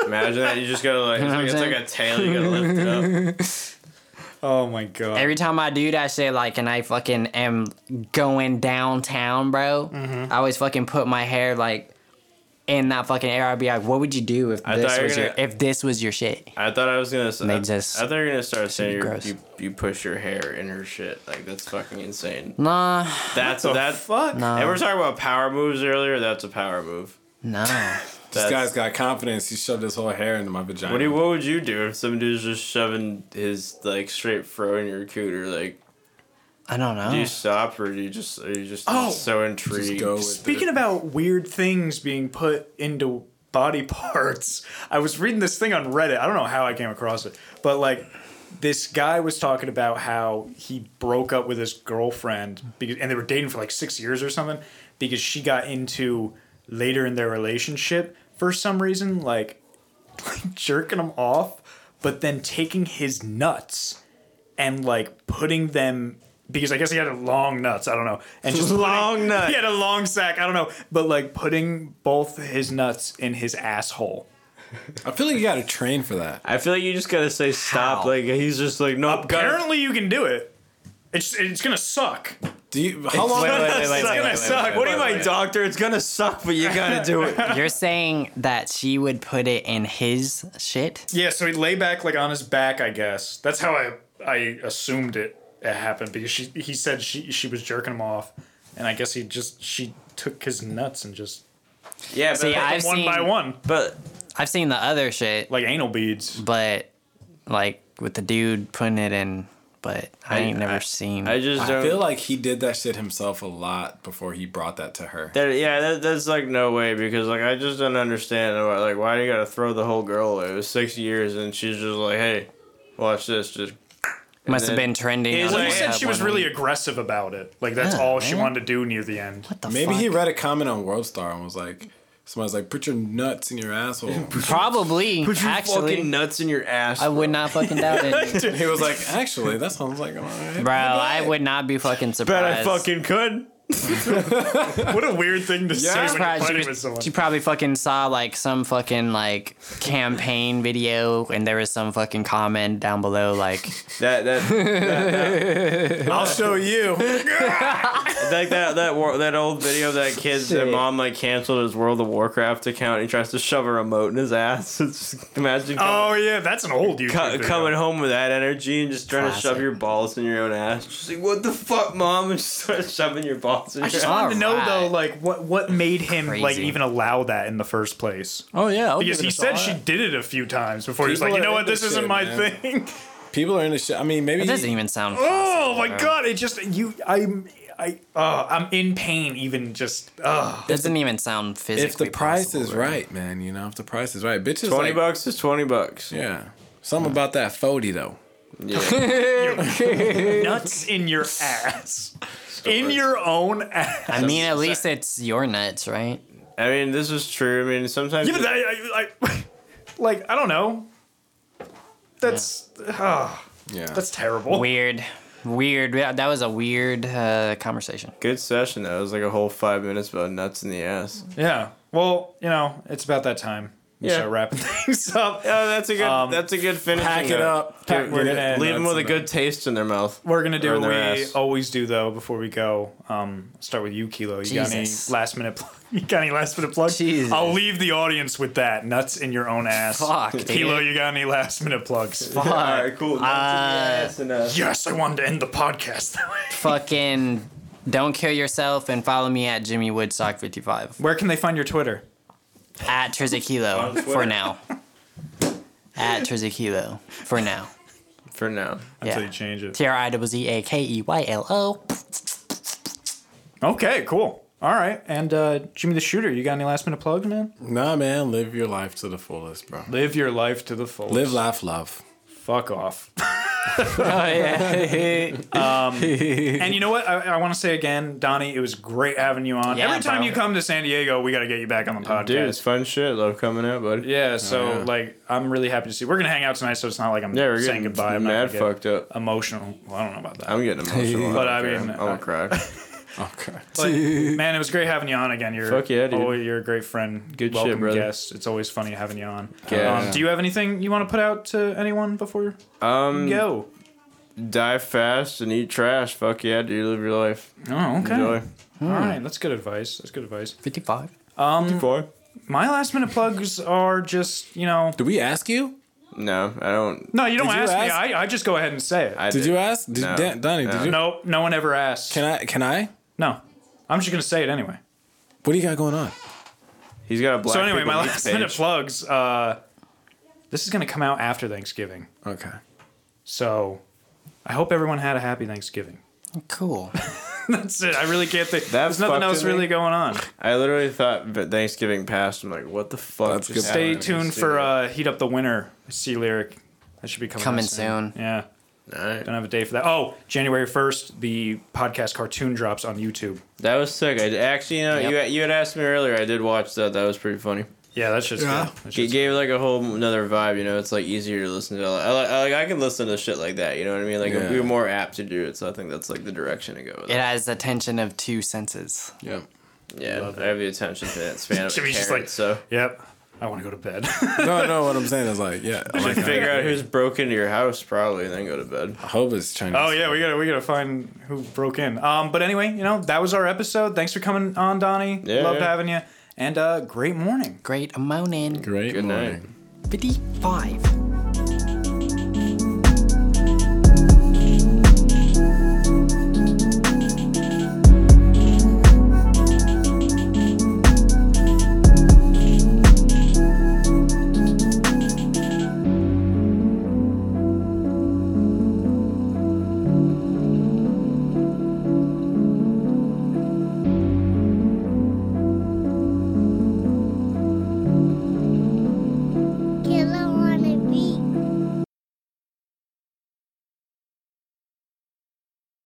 Speaker 2: Imagine that. You just gotta like,
Speaker 3: know what I'm
Speaker 2: it's like, it's like a tail. You gotta lift it up.
Speaker 1: Oh my god.
Speaker 3: Every time I do that shit, like, and I fucking am going downtown, bro,
Speaker 2: Mm-hmm.
Speaker 3: I always fucking put my hair like in that fucking air. I'd be like, "What would you do if
Speaker 2: I thought
Speaker 3: this
Speaker 2: you were
Speaker 3: was your
Speaker 2: gonna-
Speaker 3: if this was your shit?"
Speaker 2: I thought I was gonna say.
Speaker 3: They just-
Speaker 2: I thought you were gonna start saying you,
Speaker 3: gross.
Speaker 2: you you push your hair in her shit. Like that's fucking insane.
Speaker 3: Nah,
Speaker 2: That's that fuck. And we're talking about power moves earlier. That's a power move.
Speaker 3: no.
Speaker 4: This
Speaker 2: That's,
Speaker 4: guy's got confidence. He shoved his whole hair into my vagina.
Speaker 2: what do you, what would you do if some dude's just shoving his like straight fro in your cooter? Like
Speaker 3: I don't know.
Speaker 2: do you stop or do you just are you just
Speaker 1: Oh.
Speaker 2: so intrigued?
Speaker 4: Just go with
Speaker 1: Speaking about weird things being put into body parts, I was reading this thing on Reddit. I don't know how I came across it, but like this guy was talking about how he broke up with his girlfriend because, and they were dating for like six years or something because she got into later in their relationship for some reason, like, like jerking him off, but then taking his nuts and like putting them because I guess he had a long nuts. I don't know, and just putting-
Speaker 2: Long nut.
Speaker 1: He had a long sack. I don't know, but like putting both his nuts in his asshole.
Speaker 4: I feel like you got to train for that.
Speaker 2: I feel like you just gotta say stop.
Speaker 3: How?
Speaker 2: Like he's just like no. Apparently,
Speaker 1: Apparently, you can do it. It's it's gonna suck.
Speaker 4: Do you? How long?
Speaker 2: wait, wait, wait, wait,
Speaker 1: It's
Speaker 2: wait,
Speaker 1: gonna
Speaker 2: wait,
Speaker 1: suck. What
Speaker 2: wait, wait,
Speaker 1: do you
Speaker 2: wait,
Speaker 1: mean,
Speaker 2: wait. doctor? It's gonna suck, but you gotta do it.
Speaker 3: You're saying that she would put it in his shit?
Speaker 1: Yeah, so he lay back like on his back. I guess that's how I I assumed it, it happened because she he said she she was jerking him off, and I guess he just she took his nuts and just
Speaker 2: yeah, but
Speaker 3: See,
Speaker 2: like,
Speaker 3: I've
Speaker 1: one
Speaker 3: seen,
Speaker 1: by one
Speaker 2: but
Speaker 3: I've seen the other shit,
Speaker 1: like anal beads.
Speaker 3: but like with the dude putting it in, but I, ain't never seen.
Speaker 2: I just
Speaker 4: I
Speaker 2: don't.
Speaker 4: feel like he did that shit himself a lot before he brought that to her.
Speaker 2: That, yeah, that, that's like no way because like I just don't understand about, like why do you gotta throw the whole girl away? It was six years and she's just like, hey, watch this, just
Speaker 3: Must have
Speaker 2: then-
Speaker 3: been trending.
Speaker 2: He's
Speaker 3: on
Speaker 1: Well, he
Speaker 2: like,
Speaker 3: that
Speaker 1: said she was
Speaker 3: one
Speaker 1: really
Speaker 3: week.
Speaker 1: aggressive about it. Like that's
Speaker 3: Yeah,
Speaker 1: all she
Speaker 3: man.
Speaker 1: wanted to do near the end.
Speaker 3: What the
Speaker 4: Maybe
Speaker 3: fuck?
Speaker 4: he read a comment on World Star and was like, somebody's like, put your nuts in your asshole. and
Speaker 3: Probably.
Speaker 2: put your fucking
Speaker 3: actually,
Speaker 2: nuts in your ass.
Speaker 3: I would not fucking doubt it,
Speaker 4: he was like, actually, that sounds like. all right."
Speaker 3: bro. I would not be fucking surprised.
Speaker 2: bet I fucking could.
Speaker 1: What a weird thing to
Speaker 4: I'm
Speaker 1: say when you're
Speaker 3: Surprised
Speaker 1: fighting
Speaker 3: she,
Speaker 1: with
Speaker 3: was-
Speaker 1: someone.
Speaker 3: she probably fucking saw like some fucking like campaign video, and there was some fucking comment down below like,
Speaker 2: That that
Speaker 4: I'll show you.
Speaker 2: like that that war, that old video of that kid's
Speaker 3: Shit.
Speaker 2: mom like canceled his World of Warcraft account. And he tries to shove a remote in his ass. It's just, imagine coming,
Speaker 1: Oh yeah, that's an old YouTube.
Speaker 2: co-
Speaker 1: video.
Speaker 2: coming home with that energy and just trying to shove
Speaker 3: Classic.
Speaker 2: your balls in your own ass. Just like what the fuck, mom, and just start shoving your balls in your
Speaker 1: Just
Speaker 2: ass.
Speaker 1: wanted to know though,
Speaker 3: Alright.
Speaker 1: like what what made him like
Speaker 3: Crazy.
Speaker 1: even allow that in the first place?
Speaker 4: Oh yeah, I'll
Speaker 1: Because
Speaker 4: give
Speaker 1: he
Speaker 4: it a
Speaker 1: said
Speaker 4: shot.
Speaker 1: she did it a few times before he was
Speaker 4: People
Speaker 1: like, you
Speaker 4: are
Speaker 1: know what,
Speaker 4: into
Speaker 1: this isn't
Speaker 4: shit,
Speaker 1: my
Speaker 4: man.
Speaker 1: thing.
Speaker 4: People are into shit. I mean, maybe
Speaker 3: it
Speaker 4: he-
Speaker 3: doesn't even sound.
Speaker 1: Oh
Speaker 3: possible,
Speaker 1: my
Speaker 3: bro.
Speaker 1: god, it just you I'm I uh, I'm in pain even just uh
Speaker 3: doesn't even sound physically.
Speaker 4: if the price
Speaker 3: possible,
Speaker 4: is
Speaker 3: bro.
Speaker 4: right, man. You know, if the price is right, bitches
Speaker 2: Twenty
Speaker 4: like,
Speaker 2: bucks is twenty bucks.
Speaker 4: Yeah, something about that forty though.
Speaker 1: Nuts in your ass. In your own ass.
Speaker 3: I mean, at least it's your nuts, right?
Speaker 2: I mean, this is true. I mean, sometimes.
Speaker 1: Yeah, but I, I, I, like, I don't know. That's ah,
Speaker 4: Yeah.
Speaker 1: that's terrible.
Speaker 3: Weird. Weird. Yeah, That was a weird uh, conversation.
Speaker 2: Good session though. It was like a whole five minutes about nuts in the ass.
Speaker 1: Yeah. Well, you know, it's about that time. We
Speaker 2: Yeah.
Speaker 1: start wrapping things up.
Speaker 2: Oh, that's a good. that's a good finish.
Speaker 4: Pack it up.
Speaker 1: Um, Pack- we're gonna end
Speaker 2: Leave them
Speaker 4: Nuts
Speaker 2: with a
Speaker 4: in
Speaker 2: good taste in their mouth.
Speaker 1: We're gonna do
Speaker 2: Or in
Speaker 1: what we
Speaker 2: their ass.
Speaker 1: always do though before we go. Um, start with you, Kilo. You
Speaker 3: Jesus.
Speaker 1: got any last minute? Pl- you got any last minute plugs?
Speaker 3: Jesus.
Speaker 1: I'll leave the audience with that. Nuts in your own ass.
Speaker 3: Fuck, dude.
Speaker 1: Kilo, you got any last minute plugs?
Speaker 3: Fuck.
Speaker 2: All right, cool. Nuts in the ass and, uh,
Speaker 1: Yes, I wanted to end the podcast that way.
Speaker 3: Fucking don't kill yourself and follow me at Jimmy Woodstock 55
Speaker 1: Where can they find your Twitter?
Speaker 3: at Trizakilo for now. At Trizakilo for now.
Speaker 2: for now.
Speaker 1: Until
Speaker 3: Yeah.
Speaker 1: you change it.
Speaker 3: T R I Z Z A K E Y L O.
Speaker 1: Okay, cool. All right, and uh, Jimmy the Shooter, you got any last minute plugs, man?
Speaker 4: Nah, man, live your life to the fullest, bro.
Speaker 1: Live your life to the fullest.
Speaker 4: Live, laugh, love.
Speaker 1: Fuck off.
Speaker 3: Oh yeah.
Speaker 1: And you know what? I, I want to say again, Donnie, it was great having you on.
Speaker 3: Yeah,
Speaker 1: Every time
Speaker 3: bro.
Speaker 1: you come to San Diego, we got to get you back on the podcast.
Speaker 2: Dude, it's fun shit. Love coming out, buddy.
Speaker 1: Yeah, so
Speaker 4: yeah.
Speaker 1: like I'm really happy to see. We're gonna hang out tonight, so it's not like I'm
Speaker 2: Yeah, we're
Speaker 1: saying
Speaker 2: getting
Speaker 1: goodbye. I'm
Speaker 2: mad
Speaker 1: not gonna get
Speaker 2: fucked up.
Speaker 1: emotional. Well, I don't know about that.
Speaker 2: I'm getting emotional.
Speaker 1: But I
Speaker 2: don't care.
Speaker 1: mean,
Speaker 2: I'm gonna cry.
Speaker 4: Okay.
Speaker 1: But, man, it was great having you on again. You're
Speaker 2: Fuck yeah, dude.
Speaker 1: Oh, you're a great friend.
Speaker 2: Good shit,
Speaker 1: Welcome
Speaker 2: brother.
Speaker 1: guest. It's always funny having you on.
Speaker 2: Yeah.
Speaker 1: Um, do you have anything you want to put out to anyone before
Speaker 2: Um,
Speaker 1: you go?
Speaker 2: die fast and eat trash. Fuck yeah, dude. Live your life.
Speaker 1: Oh, okay.
Speaker 2: Enjoy.
Speaker 1: All right, that's good advice. That's good advice.
Speaker 3: 55.
Speaker 4: Hmm.
Speaker 2: Four.
Speaker 1: My last minute plugs are just you know.
Speaker 4: Did we ask you?
Speaker 2: No, I don't.
Speaker 1: No, you don't
Speaker 4: Did you
Speaker 1: ask,
Speaker 4: ask?
Speaker 1: me. I, I just go ahead and say it.
Speaker 2: I
Speaker 4: Did you ask? Did,
Speaker 2: No.
Speaker 4: Dan, Donnie,
Speaker 2: No.
Speaker 4: did you?
Speaker 1: Nope, no one ever asked.
Speaker 4: Can I? Can I?
Speaker 1: no, I'm just gonna say it anyway.
Speaker 4: What do you got going on?
Speaker 2: He's got a black.
Speaker 1: so anyway,
Speaker 2: People
Speaker 1: my last
Speaker 2: Meets
Speaker 1: minute
Speaker 2: page.
Speaker 1: plugs. Uh, this is gonna come out after Thanksgiving,
Speaker 4: Okay.
Speaker 1: so I hope everyone had a happy Thanksgiving.
Speaker 3: Cool.
Speaker 1: That's it. I really can't think.
Speaker 2: That's
Speaker 1: There's nothing
Speaker 2: fucked
Speaker 1: else
Speaker 2: in me.
Speaker 1: really going on.
Speaker 2: I literally thought that Thanksgiving passed. I'm like, what the fuck?
Speaker 4: That's
Speaker 2: just
Speaker 4: good.
Speaker 1: Stay
Speaker 2: happened?
Speaker 1: tuned for uh, "Heat Up the Winter" C lyric. That should be coming out
Speaker 3: Coming soon.
Speaker 1: Yeah,
Speaker 2: Alright.
Speaker 1: don't have a day for that. Oh, January first, the podcast cartoon drops on YouTube.
Speaker 2: That was sick. I actually, you know,
Speaker 3: Yep.
Speaker 2: you you had asked me earlier. I did watch that. That was pretty funny.
Speaker 1: Yeah, that's just
Speaker 4: Yeah.
Speaker 1: good. That
Speaker 2: It
Speaker 1: shit's-
Speaker 2: gave like a whole another vibe. You know, it's like easier to listen to. I, like, I, like, I can listen to shit like that. You know what I mean? Like
Speaker 4: Yeah.
Speaker 2: we're more apt to do it. So I think that's like the direction to go. With
Speaker 3: It
Speaker 2: it.
Speaker 3: has the tension of two senses.
Speaker 4: Yeah.
Speaker 2: Yeah, I have the attention to that span of a
Speaker 1: Jimmy's just
Speaker 2: carrot,
Speaker 1: like-
Speaker 2: so.
Speaker 1: Yep. I want to go to bed.
Speaker 4: No, no. What I'm saying is like, yeah. I like
Speaker 2: Figure
Speaker 4: that.
Speaker 2: out who's broke into your house, probably, and then go to bed.
Speaker 4: I hope it's Chinese.
Speaker 1: Oh yeah, we gotta we gotta find who broke in. Um, but anyway, you know that was our episode. Thanks for coming on, Donnie.
Speaker 2: Yeah,
Speaker 1: Loved
Speaker 2: yeah.
Speaker 1: having you, and uh, great morning.
Speaker 3: Great morning.
Speaker 4: Great
Speaker 2: Good night.
Speaker 4: morning.
Speaker 3: 55.